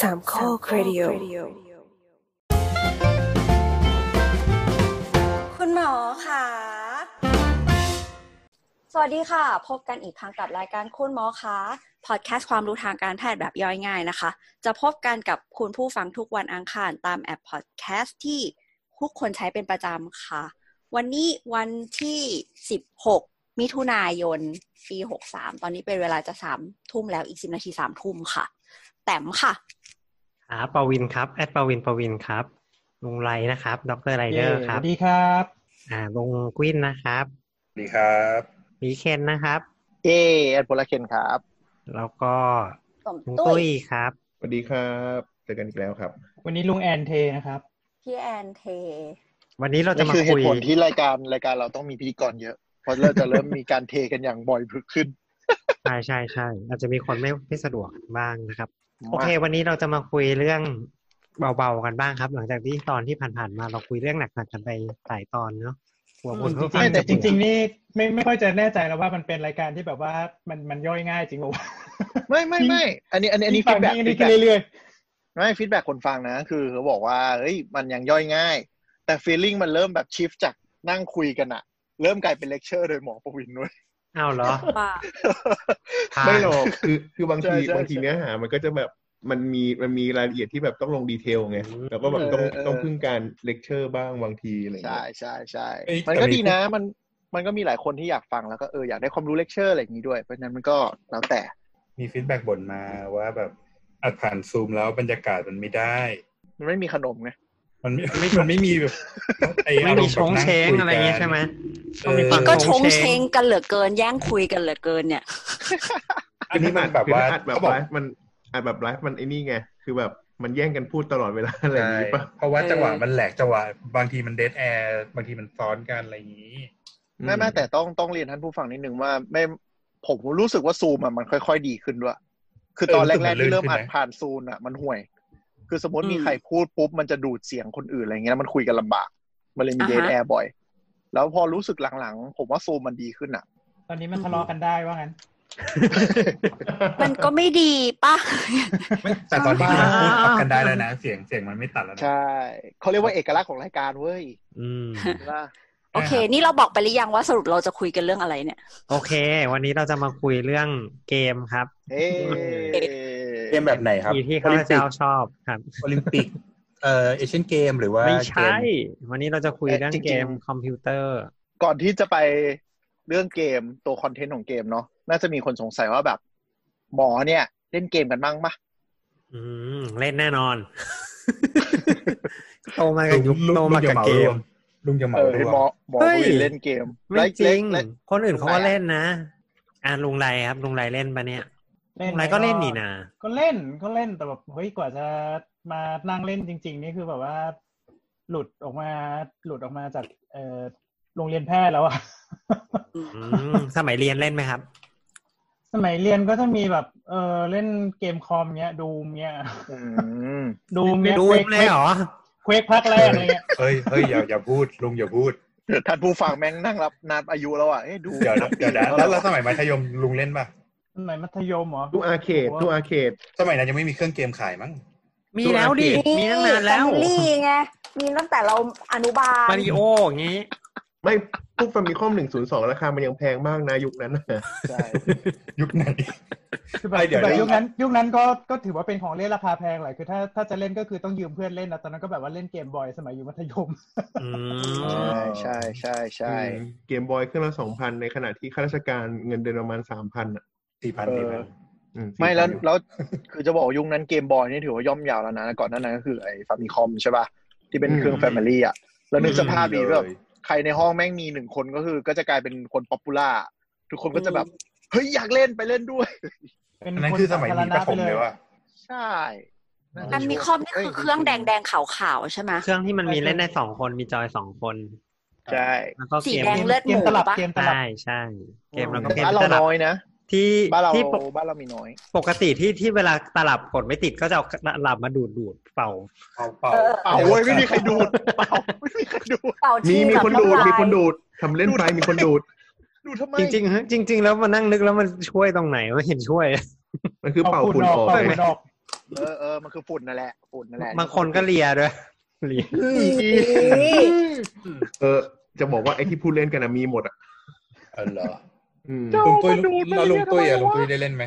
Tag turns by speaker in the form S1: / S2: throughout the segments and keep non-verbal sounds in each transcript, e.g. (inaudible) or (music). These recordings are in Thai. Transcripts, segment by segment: S1: สามข้อครดิโอ
S2: คุณหมอค่ะ สวัสดีค่ะ พบกันอีกครั้งกับรายการคุณหมอคะพอดแคสต์ความรู้ทางการแพทย์แบบย่อยง่ายนะคะ จะพบกันกับคุณผู้ฟังทุกวันอังคารตามแอปพอดแคสต์ที่ทุกคนใช้เป็นประจำค่ะ วันนี้วันที่ 16 มิถุนายน ปี 63 ตอนนี้เป็นเวลาจะ 3 ทุ่มแล้วอีก 10 นาที 3 ทุ่มค่ะ แต้มค่ะ
S3: ครับปวินครับแอดปวินปวินครับ ลุงไรนะครับ ดรไรเดอร์ค
S4: ส
S3: รับ
S4: วัสดีครับ
S3: อ่าลุงกวินนะครับ
S5: สวัสดีครับ
S3: มีเคนนะครับ
S6: เอแอดโพลาเคนครับ
S3: แล้วก็
S2: สม
S3: ลุง
S2: ตุ้
S3: ตุ้
S2: ย
S3: ยครับ
S5: สวัสดีครับเจอกันอีกแล้วครับ
S4: วันนี้ลุงแอนเทนะครับ
S2: พี่แอนเท
S3: วันนี้เราจะ
S6: นี่
S3: มา
S6: คือเห
S3: คุย
S6: ตุผลที่รายการรายการเราต้องมีพิธีกรเยอะ เพราะเราจะ
S5: (laughs)
S6: เริ่มมีการเทกันอย่างบ่อยขึ้น
S3: ใช่ใช่ใช่อาจจะมีคนไม่ไม่สะดวกบ้างนะครับ โอเค วันนี้เราจะมาคุยเรื่องเบาๆกันบ้างครับ หลังจากที่ตอนที่ผ่านๆมาเราคุยเรื่องหนักๆกันไปหลายตอนเนาะกลัวคน
S4: จริ
S3: ผู้
S4: ง
S3: ฟัง
S4: ๆแต่
S3: จะ
S4: จ
S3: เบื่อ
S4: ริง ๆ นี่ไม่ไม่ค่อยจะแน่ใจแล้วว่ามันเป็นรายการที่แบบว่ามันมันย่อยง่ายจริงหรือเปล่า
S6: ไม่ไม่ไม่อันนี้อันนี้อันนี้
S4: ฟั
S6: ฟี
S4: ง
S6: ดแบ็ก
S4: นี่กันเรื่อย
S6: ไม่ฟีดแบ็กคนฟังนะ คือเขาบอกว่าเฮ้ยมันยังย่อยง่าย แต่ฟีลลิ่งมันเริ่มแบบชิฟจากนั่งคุยกันอะเริ่มกลายเป็นเลคเชอร์โดยหมอประวินด้วย (laughs)
S3: อ้าวเหรอ
S2: ว่า
S3: ผ่าน
S5: ไม่หรอกคือคือบางที
S6: ใช่ใช่
S5: บางที
S6: ใช่
S5: เนื้อหา มันก็จะแบบมันมีมันมีรายละเอียดที่แบบต้องลงดีเทลไงแล้วก็แบบต้อ
S6: เอ
S5: ง
S6: อเออ
S5: ต้องพึ่งการเลคเชอร์บ้างบางทีอะไรอย่าง
S6: ใช่
S5: เงี้ย
S6: ใช่ใช่
S7: เอ้ย
S6: มันก็ดีนะ มันมันก็มีหลายคนที่อยากฟังแล้วก็เอออยากได้ความรู้เลคเชอร์อะไรอย่างนี้ด้วยเพราะฉะนั้นมันก็แล้วแต่
S7: มีฟีดแบ็กบ่นมาว่าแบบอัดผ่านซูมแล้วบรรยากาศมันไม่ได้
S6: มันไม่มีขนมไง
S7: มันไม่ มันไม่มีแบบอ้
S3: ไม่
S7: อาร
S3: มี
S7: ณ์
S3: ช
S7: แบบ
S3: ง
S7: นั่
S3: เชง
S7: คุยกั
S3: อะไรอย่างเงี้ยใช่ไหม
S7: เออ
S2: ก็ชงเชงกันเหลือเกินแย่งคุยกันเหลือเกินเนี่ย
S7: อันนี้มันแบบว่า
S5: คือถ้อัดแบบ
S7: เขาบอ
S5: ไล
S7: ก
S5: ฟ์มันอัดแบบไลฟ์มันไอ้นี่ไงคือแบบมันแย่งกันพูดตลอดเวลาอะไรอ
S7: ใช่
S5: ย่างงี้ป่ะ
S7: เพราะว่า
S6: เออ
S7: จังหวะมันแหลกจังหวะบางทีมันเดทแอร์บางทีมันซ้อนกันอะไรอย่างนี้
S6: ไม่ไม่แต่ต้องต้องเรียนท่านผู้ฟังนิดนึงว่าไม่ผมรู้สึกว่าซูมอ่ะมันค่อย ๆ ดีขึ้นด้วย คือตอน
S7: เออรู้สึก
S6: แรก
S7: มัน
S6: ๆ
S7: ลื่น
S6: ที่เริ่ม
S7: ขึ้น
S6: อัด
S7: ไหม
S6: ผ่านซูมอ่ะมันห่วย คือสมมติมี
S2: อืม
S6: ใครพูดปุ๊บมันจะดูดเสียงคนอื่นอะไรเงี้ยแล้วมันคุยกันลำบาก มันเลยมี
S2: อ่า
S6: เด
S2: ฮะ
S6: ทแอร์บ่อย แล้วพอรู้สึกหลังๆ ผมว่าซูมมันดีขึ้นอ่ะ
S4: ๆ ตอนนี้มันทะเลาะกันได้ว่างั้น
S2: มันก็ไม่ดีป่ะ
S7: ไม่แต่ตอนนี้มันพูดทับกันได้แล้วนะ เสียงเสียงมันไม่ตัดแล้วนะ
S6: ใช่เขาเรียกว่าเอกลักษณ์ของรายการเว้ย
S3: อืม
S6: เห็นปะ
S2: โอเค นี่เราบอกไปหรือยังว่าสรุปเราจะคุยกันเรื่องอะไรเนี่ย
S3: โอเค วันนี้เราจะมาคุยเรื่องเกมครับ
S6: เฮ้
S7: เกมแบบไหนครับ
S3: ที่ที่ข้าพเจ้าชอบครับ
S7: โอลิมปิกเอ่อเอเชียนเกมหรือว่า
S3: ไม่
S7: เก
S3: ใช่
S7: ม
S3: วันนี้เราจะคุยเรื่องเกมคอมพิวเตอร์
S6: ก่อนที่จะไปเรื่องเกมตัวคอนเทนต์ของเกมเนาะน่าจะมีคนสงสัยว่าแบบ หมอเนี่ย เล่นเกมกันบ้างปะ
S3: อืม เล่นแน่นอน (laughs) โตมากับยุค (laughs) โตมากับเกม
S7: ลุงจะเหมา
S6: เออ
S7: รวม
S6: หมอหมอ
S3: เฮ้ย
S6: ผู้หญิงเล่นเกม
S3: ไม่จริง
S6: และและและ
S3: คนอื่นเขาก็
S6: ลุงไรอะ
S3: เล่นนะ อ่าลุงไรครับ ลุงไรเล่นปะเนี่ย
S4: เล่น
S3: ลุงไรก็เล่น
S4: ก็
S3: นี่นะ
S4: ก็เล่นก็เล่นแต่แบบเฮ้ยกว่าจะมานั่งเล่นจริง ๆ นี่คือแบบว่า หลุดออกมาหลุดออกมาจากเอ่อโรงเรียนแพทย์แล้วอะ (laughs)
S3: อืมสมัยเรียนเล่นไหมครับ
S4: สมัยเรียนก็จะมีแบบ เออเล่นเกมคอมเนี้ยดูมเนี้ย
S6: อืม
S4: ดูมเนี้ย
S3: ดูเลยเหรอ
S4: เควกพักแรกอะไรเงี้ย
S7: เฮ้ยเฮ้ยอย่าอย่าพูดลุงอย่าพูด
S6: ท่านผู้ฟังแม่งนั่งรับนับอายุแล้วอ่ะเอ้ยดู
S7: เดี๋ยวนะเดี๋ยวนะแล้วแล้วสมัยมัธยมลุงเล่นป่ะ
S4: สมัยมัธยมเหรอ
S5: ตู้อาร์เคดตู้อาร์เคด
S7: สมัยนั้นยังไม่มีเครื่องเกมขายมั้ง
S3: มีแล้วดิ มีตั้งนานแล้ว
S2: Family ไง มีตั้งแต่เราอนุบาล
S3: มาริโออย่างงี้
S5: ไม่พวกฟามิคอมหนึ่งศูนย์สองราคามันยังแพงมากนะยุคนั้นน่ะ
S6: ใช่
S7: ยุคไหน
S4: คือแบบ
S7: ไอ้เดี๋ยว
S4: แบบยุคนั้น ยุคนั้นก็ก็ถือว่าเป็นของเล่นราคาแพงแหละคือถ้าถ้าจะเล่นก็คือต้องยืมเพื่อนเล่นนะตอนนั้นก็แบบว่าเล่นเกมบอยสมัยอยู่มัธยม
S3: อื
S6: ใช
S3: ม่
S6: ใช่ใช่ใช่
S5: อืมเกมบอยเครื่องละสองพันในขณะที่ข้าราชการเงินเดือนประมาณสามพันอ่ะ
S7: สี่พันสี่พัน
S5: อืสี่
S6: ไม่แล้ว
S5: พันอยู่
S6: แล้วคือจะบอกว่ายุคนั้นเกมบอยนี่ถือว่าย่อมยาวแล้วนะก่อนหน้านั้นก็คือไอ้ฟามิคอมใช่ป่ะที่เป็นเครื่อง
S5: อืม
S6: แฟมิลี่อ่ะแล้วนึกสภาพดีก็แบบ
S7: เลย
S6: ใครในห้องแม่งมีหนึ่งคนก็คือ ก็จะกลายเป็นคนป๊อปปูล่าทุกคนก็จะแบบเฮ้ยอยากเล่นไปเล่นด้วย
S4: เป็น
S7: อันนั้นคือสมัยมีประถมเลยว่ะ
S6: ใช่าจะ
S2: อันมีคอมนี่คือเครื่องแดงแดงๆขาวขาวๆใช่ไหม
S3: เครื่องที่มันมีเล่นได้สองคนมีจอยสองคน
S6: ใช่
S3: แล้วก็
S2: สี
S3: เกม
S2: แดง เลือหมู
S4: เกมตลับ
S2: ปะ
S4: เกมตลับ
S3: ใช่ใช่เกมแล้วก็เกม
S6: บ้านเรา
S3: ตลับ
S6: น้อยนะ
S3: ที่
S6: บ้านเรา
S3: ที่ปก
S6: บ้านเรามีน้อย
S3: ปกติที่ที่เวลาตลับกดไม่ติดก็จะเอาตลับมาดูดดูดเป่า
S7: เป่าเป่า
S6: เปล่าเว้ยไม่มีใครดูดเปล่าไม่มีใครดูด
S2: เป่า
S5: มี
S2: ที่
S5: มี
S2: แบบ
S5: คนดูด
S2: ละลาย
S5: มีคนดูดทำเล่นไปมีคนดูด
S6: ดูทำไม
S3: จริงๆฮะจ
S6: (laughs)
S3: ริง ๆ แล้วมานั่งนึกแล้วมันช่วยตรงไหนว่าเห็นช่วย
S5: มันคือเป่าฝุ่นออก
S4: เป่า
S5: ไง
S4: ฝุ่นออก
S6: เออเออมันคือฝุ่นนั่นแหละฝุ่นนั่นแหละ
S3: บางคนก็เลียด้วยเลีย
S5: เออ จะบอกว่าไอ้ที่พูดเล่นกันนะมีหมดอ่ะ
S7: เออเหรอ
S5: อืม
S7: ลุงตุ้ยแล้วลุงตุ้ยอ่ะลุงตุ้ยได้เล่นไหม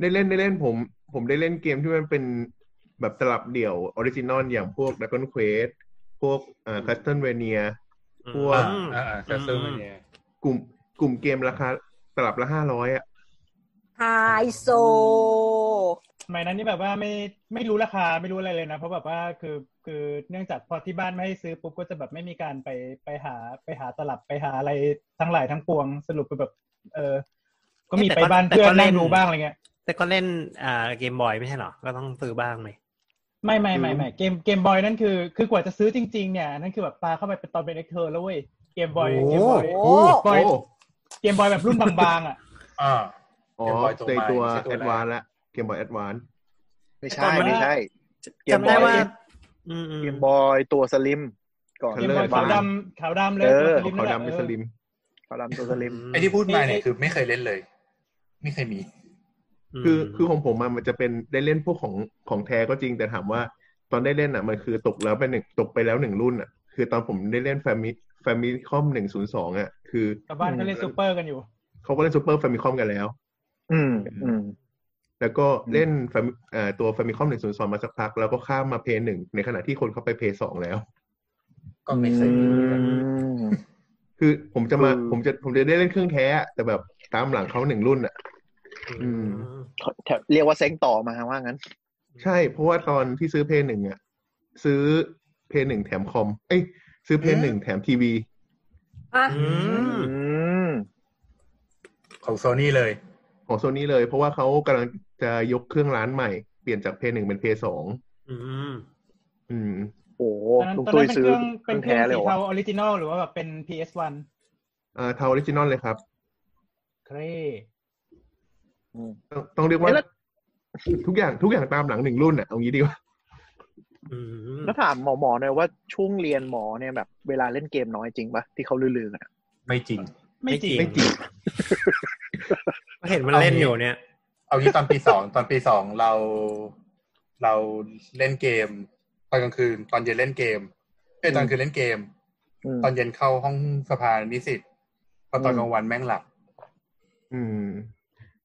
S5: ได้เล่นได้เล่นผม ผมได้เล่นเกมที่มันเป็นแบบสลับเดี่ยวออริจินอลอย่างพวก Dragon Quest พวกเอ่อ Castlevania พวก
S7: อ่าอ่าแคสเซิลเนี่ย
S5: กลุ่มกลุ่มเกมราคาสลับละห้าร้อยอ่ะ
S2: ไฮโซ
S4: สมัยนั้นนี่แบบว่าไม่ไม่รู้ราคาไม่รู้อะไรเลยนะ เพราะแบบว่าคือคือเนื่องจากพอที่บ้านไม่ให้ซื้อปุ๊บก็จะแบบไม่มีการไปไปหาไปหาตลับไปหาอะไรทั้งหลายทั้งปวงสรุปคือแบบ เออ ก็มีไปบ้านเพื่อนนั่งดูบ้างอะไรเงี้ย
S3: แต่ก็เล่นอ่าเกมบอยไม่ใช่เหรอ ก็ต้องซื้อบ้างไหม
S4: ไม่ไม่ไม่
S5: อืม
S4: ไม่เกมเกมบอยนั่นคือ คือกว่าจะซื้อจริง ๆ เนี่ยนั่นคือแบบปลาเข้าไปเป็นตอนเป็นเอ็กเทอร์แล้วเว้ยเกมบอย
S3: โอ้โห
S4: เกมบอย
S2: โอ้
S4: บอย
S5: โอ้
S4: เกมบอยแบบรุ่นบางๆอ่ะ
S7: อ่า
S5: อ๋อ
S7: Game Boy ตัว
S5: ใน
S7: ใหม่
S5: ตัว
S7: ไม่ใช่ตัว
S5: แอ
S7: แรก
S5: ดวานละเกมบอยแอดวาน
S6: ไม่ใช่
S4: แต่ก่อนมัน
S6: ไม่ใช่ เกม
S3: จำได้
S6: บอย
S3: ว่า อืม
S6: เกมบอยตัวสลิมก่อน
S4: เกมบอยขาวดำขาวดำเลย
S6: เออ
S4: ตัวสลิม
S5: ขาว
S4: นั่นแหละ
S5: ดำเป็นสลิม
S6: ขาวดำตัวสลิม
S7: ไอที่พูดมาเนี่ยคือไม่เคยเล่นเลย ไม่เคยมี
S5: คือคือของผมอะมันจะเป็นได้เล่นพวกของของแท้ก็จริง แต่ถามว่าตอนได้เล่นอ่ะ มันคือตกแล้วเป็นหนึ่งตกไปแล้วหนึ่งรุ่นอ่ะ คือตอนผมได้เล่นแฟมิแฟมิคอมหนึ่งศูนย์สองอ่ะ คือ
S4: ชาวบ้านก็เล่นซูเปอร์กันอยู่
S5: เขาก็เล่นซูเปอร์แฟมิคอมกันแล้ว
S6: อืมอืม
S5: แล้วก็เล่น Fami- เอ่อตัวแฟมิคอมหนึ่งศูนย์สองมาสักพัก แล้วก็ข้ามมาเพย์หนึ่งในขณะที่คนเขาไปเพย์สองแล้ว
S7: ก็ไม่เคยมีเหมือนกัน
S5: คือผมจะมา
S6: คือ
S5: ผมจะผมจะได้เล่นเครื่องแท้อะแต่แบบตามหลังเขาหนึ่งรุ่นอ่ะ อืม
S6: แถวเรียกว่าเซ้งต่อมาว่างั้น
S5: ใช่ เพราะว่าตอนที่ซื้อเพย์หนึ่งอ่ะ ซื้อเพย์หนึ่งแถมคอม เอ้ยซื้อเพย์หนึ่งแถมทีวี
S2: อ่ะ
S3: อืม
S6: อืม
S7: ของโซนี่เลย
S5: ของโซนี่เลย เพราะว่าเขากำลังจะยกเครื่องร้านใหม่ เปลี่ยนจากเพย์หนึ่งเป็นเพย์สอง
S3: อืม
S5: อืม
S6: โอ้โห
S4: ตอนนั้น
S6: ลุ
S4: ตอน
S6: งตุ้ย
S4: นั้นเป็น
S6: ซื้
S4: เค
S6: อ
S4: รื่องเป็นเครื่อง
S6: เครื่องแท้เลย
S4: สี
S6: เหรอ
S4: เทาว
S6: ะ
S4: ออริจินอลหรือว่าแบบเป็น PS1
S5: เอ่อทาวออริจินอลเลยครับ
S4: เคร
S6: อืม
S5: ต้องต้องเรียกว่า
S6: เอ๊ะแล้ว
S5: ทุกอย่างทุกอย่างตามหลังหนึ่งรุ่นอ่ะ เอางี้ดีกว่า
S3: อืม
S6: แล้วถามหมอหมอหน่อยว่าช่วงเรียนหมอเนี่ยแบบเวลาเล่นเกมน้อยจริงปะที่เขาลือๆกันอะ
S7: ไม่จริง
S4: ไม่จริง
S3: ไม่จริง ก็เห็นมันเล่นอยู่เนี่ย
S7: เอางี้ตอนปีสองตอนปีสองเราเราเล่นเกมตอนกลางคืน ตอนเย็นเล่นเกมเอ้ยตอนคืนเล่นเกม
S6: อืม
S7: ตอนเย็นเข้าห้องสภานิสิตพอตอน
S6: อืม
S7: กลางวันแม่งหลับ
S5: อืม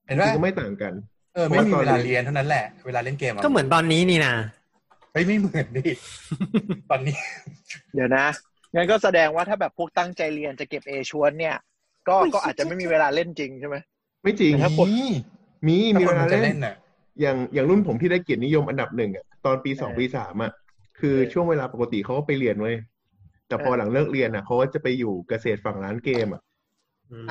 S7: เห็นไหม
S5: จริงๆก็ไม่ต่างกัน
S7: เออไม่มีเวลาเรียนเท่านั้นแหละเวลาเล่นเกมะ
S3: ก็เหมือนตอนนี้นี่นะ
S7: เฮ้ยไม่เหมือน
S5: (laughs)
S7: ดิตอนนี้
S6: เดี๋ยวนะ งั้นก็แสดงว่าถ้าแบบพวกตั้งใจเรียนจะเก็บเอชวนเนี่ย ก็ก็อาจจะไม่มีเวลาเล่นจริงใช่ไหม
S5: ไม่จริง
S6: แต่ถ้า กด
S7: นี่
S5: มี
S7: ถ้า
S5: มี
S7: ค
S5: เวน ลา
S7: มันจะ
S5: เล่
S7: เล่
S5: น
S7: นน่ะ
S5: อย่างอย่างรุ่นผมที่ได้เกียรตินิยมอันดับหนึ่งอะตอนปีสอง
S6: เออ
S5: ปีสามอะคือ
S6: เออ
S5: ช่วงเวลาปกติเขาก็ไปเรียนเว้ยแต่พอ
S6: เออ
S5: หลังเลิกเรียนอะเขาก็จะไปอยู่เกษตรฝั่งร้านเกมอะ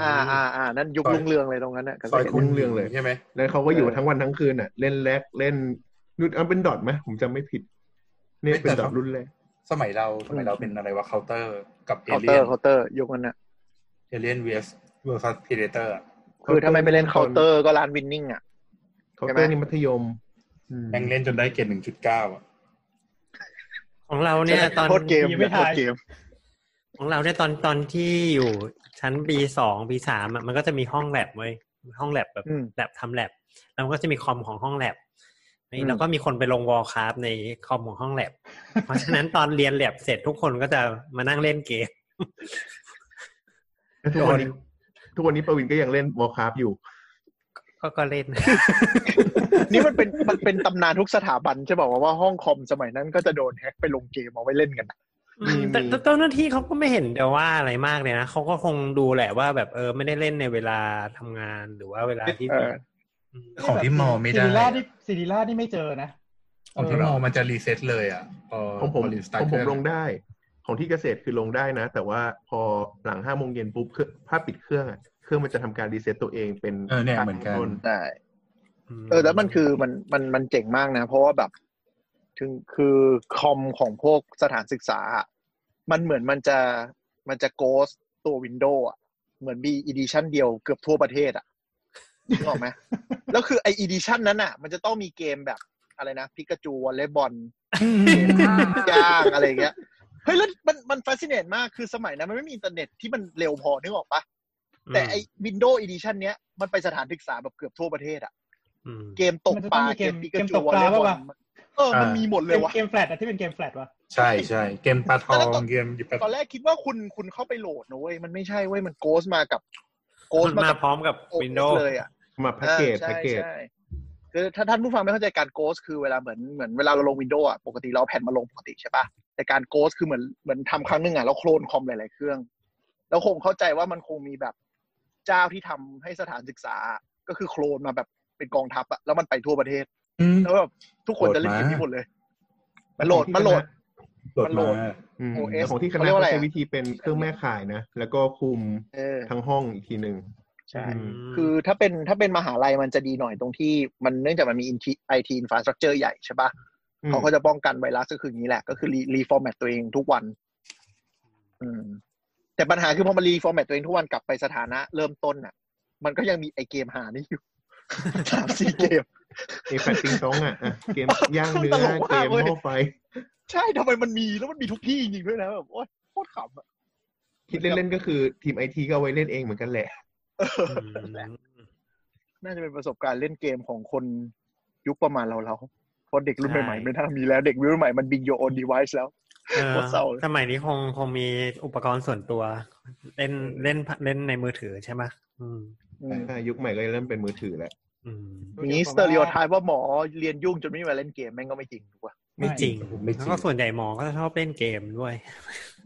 S6: อ่าอ่าอ่านั่นยุค
S7: ซอย
S6: ลุงเรืองเลยตรงนั้นน่ะกับ
S7: ซอย
S5: ก็
S7: คุณ
S5: เรื่องเลย
S7: ใช่ไหม
S5: แล้วเขาก็อยู่ทั้งวันทั้งคืนอะเล่นแลกเล่นนู่นอันเป็นดอทไหมผมจำไม่ผิด เนี่ยเป็นดอทรุ่นแรก
S7: สมัยเราสมัยเราเป็นอะไรวะเคาน์เตอร์ กับเอ
S6: เคาน์
S7: เลี
S6: เตอยร์
S7: น
S6: เคาน์เตอร์ยุคนั้นน่ะ
S7: เอเลียนเวสเวอร์ซัสพีเดเตอร์
S6: คือถ้าไม่ไปเล่นเคาน์เตอร์ก็ร้านวินนิ่งอ่ะ
S5: เคาน์
S6: ใช่
S5: เตอร์
S6: ไหม
S5: นี่มัธยมอืม
S7: แม่งเล่นจนได้เกรดหนึ่งจุดเก้าอ่ะ
S3: ของเราเนี่ยตอน
S6: โทษเกมอย่าโทษเกม
S3: ของเราเนี่ยตอนตอนที่อยู่ชั้นปีสองปีสามอะมันก็จะมีห้องแลบไว้ยห้องแลบแบบ
S6: อืม
S3: แลบทำแลบแล้วมันก็จะมีคอมของห้องแลบ
S6: อืม
S3: แล้วก็มีคนไปลงวอลคราฟในคอมของห้องแลบ เพราะฉะนั้นตอนเรียนแลบเสร็จทุกคนก็จะมานั่งเล่นเกม (laughs)
S5: แล้วทุกวันนี้ทุกวันนี้ประวินก็ยังเล่นวอลคราฟอยู่
S3: ก็ก็เล่น
S6: นี่มันเป็นมันเป็นตำนานทุกสถาบันใช่บอกว่าห้องคอมสมัยนั้นก็จะโดนแฮ็กไปลงเกมเอาไว้เล่นกัน (laughs) อะ
S5: มีมี
S3: แต่แต่เจ้าหน้าที่เขาก็ไม่เห็นเดี๋ยวว่าอะไรมากเลยนะเขาก็คงดูแหละว่าแบบเออไม่ได้เล่นในเวลาทำงานหรือว่าเวลาที่
S6: เออ
S3: ม
S7: ของที่มอไม่
S4: ซิ
S7: ได้
S4: ริล่าที่ซิริล่าที่ไม่เจอนะ
S7: ของที่มอมันจะรีเซ็ตเลยอ่ะพ
S5: ของผม
S7: พรีสตาร์
S5: ของ
S7: ท
S5: ผม
S7: เครื่
S5: ลงได้ ของที่เกษตรคือลงได้นะ แต่ว่าพอหลังห้าโมงเย็นปุ๊บเครื่องภาพปิดเครื่องอะเครื่องมันจะทำการรีเซ็ตตัวเองเป็น
S7: เออเนี่ยเหมือนกัน
S5: ต้
S6: ได้ เออแล้วมันคือมันมันมันเจ๋งมากนะ เพราะว่าแบบถึงคือคอมของพวกสถานศึกษาอะมันเหมือนมันจะมันจะโกสตัววินโดว์อ่ะ เหมือนมีอีดิชันเดียวเกือบทั่วประเทศอ่ะนึกออกไหม แล้วคือไออีดิชันนั้นอ่ะ มันจะต้องมีเกมแบบอะไรนะพิกาจูวอลเลย์บอล ย่างอะไรอย่างเงี้ย เฮ้ยแล้วมันมันฟ c ส n เนตมากคือสมัยนั้นมันไม่มีอินเทอร์เน็ตที่มันเร็วพอนึกออกปะแต่ไอ้ Windows Edition เนี้ยมันไปสถานศึกษาแบบเกือบทั่วประเทศอะ
S3: อืม
S6: เกมตกปลา
S4: มันจะต้องมีเกม
S6: ปิกา
S4: เกม
S6: จู
S4: ตกปลาว
S6: อลเลย์บอ
S4: ปะวะ
S6: เออมันมีหมดเล
S4: เป็
S6: ย
S4: น
S6: วะ
S4: เกมแฟลตอะที่เป็นเกมแฟลตวะ
S7: ใช่ใช่เกมปลาทองเกมหยิบปลา
S6: ตอนแรกคิดว่าคุณคุณเข้าไปโหลดนะเว้ยมันไม่ใช่เว้ยมันโกสมากับโกส
S1: มัน
S6: มากั
S1: มา
S6: บ
S1: พร้อมกับ
S6: โอเอ
S1: Windows
S6: เลยอ่ะ
S5: มาแพ็กเกจ
S6: ออใช่
S5: แพ็กเกจ
S6: ใช่คือถ้าท่านผู้ฟังไม่เข้าใจการโกสคือเวลาเหมือนเหมือนเวลาเราลงวินโดว์อ่ะปกติเราเอาแผ่นมาลงปกติใช่ปะแต่การโกสคือเหมือนเหมือนทำครั้งหนึ่งอ่ะเราโคลนคอมหลาย ๆ เครื่อง แล้วคงเข้าใจว่ามันคงมีแบบเจ้าที่ทำให้สถานศึกษาก็คือโคลนมาแบบเป็นกองทัพอะแล้วมันไปทั่วประเทศ
S7: อืม
S6: แล้วแบบทุกคนจะเล่นเกมนี้หมดเลยมันโหลดมันโหลด
S7: โหลดมา
S5: อืม
S6: OS
S5: แต่ของที่ค
S6: เขา
S5: ณะ
S6: เรียกว่า
S5: เขา
S6: อะไรอะ
S5: ใช้วิธีเป็นเครื่องแม่ข่ายนะ แล้วก็คุม
S6: เออ
S5: ทั้งห้องอีกทีหนึ่ง
S6: ใช่
S3: อืม
S6: คือถ้าเป็นถ้าเป็นมหาลัยมันจะดีหน่อยตรงที่มันเนื่องจากมันมีไอทีอินฟาสตรักเจอร์ใหญ่ใช่ปะ
S5: อืม
S6: เขาก็จะป้องกันไวรัสก็คืออย่างนี้แหละ ก็คือรีฟอร์แมตตัวเองทุกวัน อืม แต่ปัญหาคือพอมันรีฟอร์แมตตัวเองทุกวันกลับไปสถานะเริ่มต้นอ่ะ มันก็ยังมีไอเกมหานี่ (laughs) อยู่ สามสี่เกม
S5: เอฟเฟกติงต้องอ่ะอ่ะ เกม
S6: (laughs)
S5: ย่างเนื้
S6: ต
S5: อ
S6: ลก
S5: เก
S6: มาก
S5: ม
S6: เว้ย
S5: หม้อไฟ
S6: ใช่ทำไมมันมีแล้วมันมีทุกที่จริงๆด้วยนะแบบโอ๊ยโคตรขำอะ (laughs)
S5: คิดเล่นๆก็คือทีมไอทีก็เอาไว้เล่นเองเหมือนกันแหละ
S6: น่าจะเป็นประสบการณ์เล่นเกมของคนยุคประมาณเราเราๆเพราะเด็กรุ่น
S3: ใช่
S6: ใหม่ๆไม่น่ามีแล้วเด็กรุ่นใหม่มัน bring your own device แล้ว
S3: เออ
S6: โคตรเศร้าเลย
S3: สมัยนี้คงคงมีอุปกรณ์ส่วนตัว เล่นเล่นเล่นในมือถือใช่ไหมอืม
S6: อืม
S5: อ่ายุคใหม่ก็เริ่มเป็นมือถือแล้ว
S3: อืม
S6: มีสเตอริโอไทป์ว่าหมอเรียนยุ่งจนไม่มีเวลาเล่นเกมแม่งก็ไม่จริงถูกป่ะ
S3: ไม่จริง
S7: ไม่จริ
S3: แล้ว
S7: ง
S3: ก็ส่วนใหญ่หมอก็ชอบเล่นเกมด้วย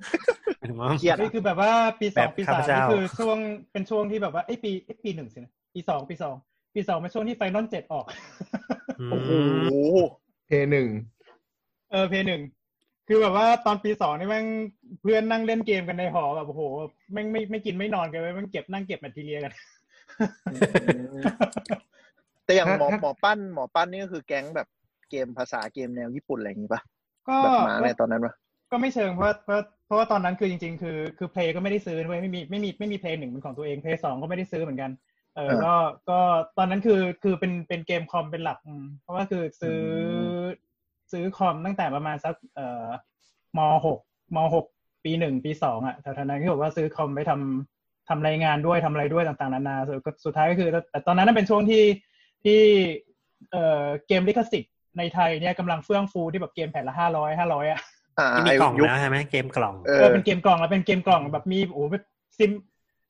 S3: (laughs) หมายถึงว่า
S6: เครียด
S4: นี่คือแบบว่าปีส
S3: แบ
S4: อง
S3: บ
S4: ปี
S3: ข้าพ
S4: สาม
S3: เจ้า
S4: นี่คือช่วงเป็นช่วงที่แบบว่าไอยปีไอยปีหนึ่งสินะปีสองปีสองปีสองเป็นช่วงที่ไฟนอลเจ็ดออก (laughs)
S6: โอ้โห
S3: ม (laughs)
S5: เพย์หนึ่ง
S4: เออเพย์หนึ่งคือแบบว่าตอนปีสองนี่แม่งเพื่อนนั่งเล่นเกมกันในหอแบบโอ้โหแม่งไม่ไม่กินไม่นอนกันเลยแม่งเก็บนั่งเก็บแมททีเรียกัน (laughs)
S6: แต่อย่างหมอหมอปั้นหมอปั้นนี่ก็คือแก๊งแบบเกมภาษาเกมแนวญี่ปุ่นอะไรอย่างงี้ป่ะ
S4: ก็
S6: แบบมาอะไรตอนนั้นป่ะ
S4: ก็ไม่เชิงเพราะเพราะเพราะว่าตอนนั้นคือจริง ๆ คือคือเพลก็ไม่ได้ซื้อด้วยไม่มีไม่มีไม่มีเพลหนึ่งเป็นของตัวเองเพลสองก็ไม่ได้ซื้อเหมือนกัน เออก็ก็ตอนนั้นคือคือเป็นเป็นเกมคอมเป็นหลักอืมเพราะว่าคือซื้อซื้อคอมตั้งแต่ประมาณสักเอ่อมหกมหกปีหนึ่งปีสองอ่ะแถวๆนั้นที่บอกว่าซื้อคอมไปทำ ทำรายงานด้วยทำอะไรด้วยต่างๆนานาสุดก็สุดท้ายก็คือ แต่ตอนนั้นนะเป็นช่วงที่ที่เอ่อเกมลิขสิทธิ์ในไทยเนี่ยกำลังเฟื่องฟูที่แบบเกมแผ่นละห้าร้อยห้าร้อยอ่ะ
S6: อ่า
S3: ที่มี
S6: ไอ้
S3: กล่อง
S6: ยุค
S3: แล้วใช่ไหมเกมกล่อง
S6: เอ
S4: เอ
S6: อ
S4: อเป็นเกมกล่องแล้วเป็นเกมกล่องแบบมีโอ้โหแบบซิม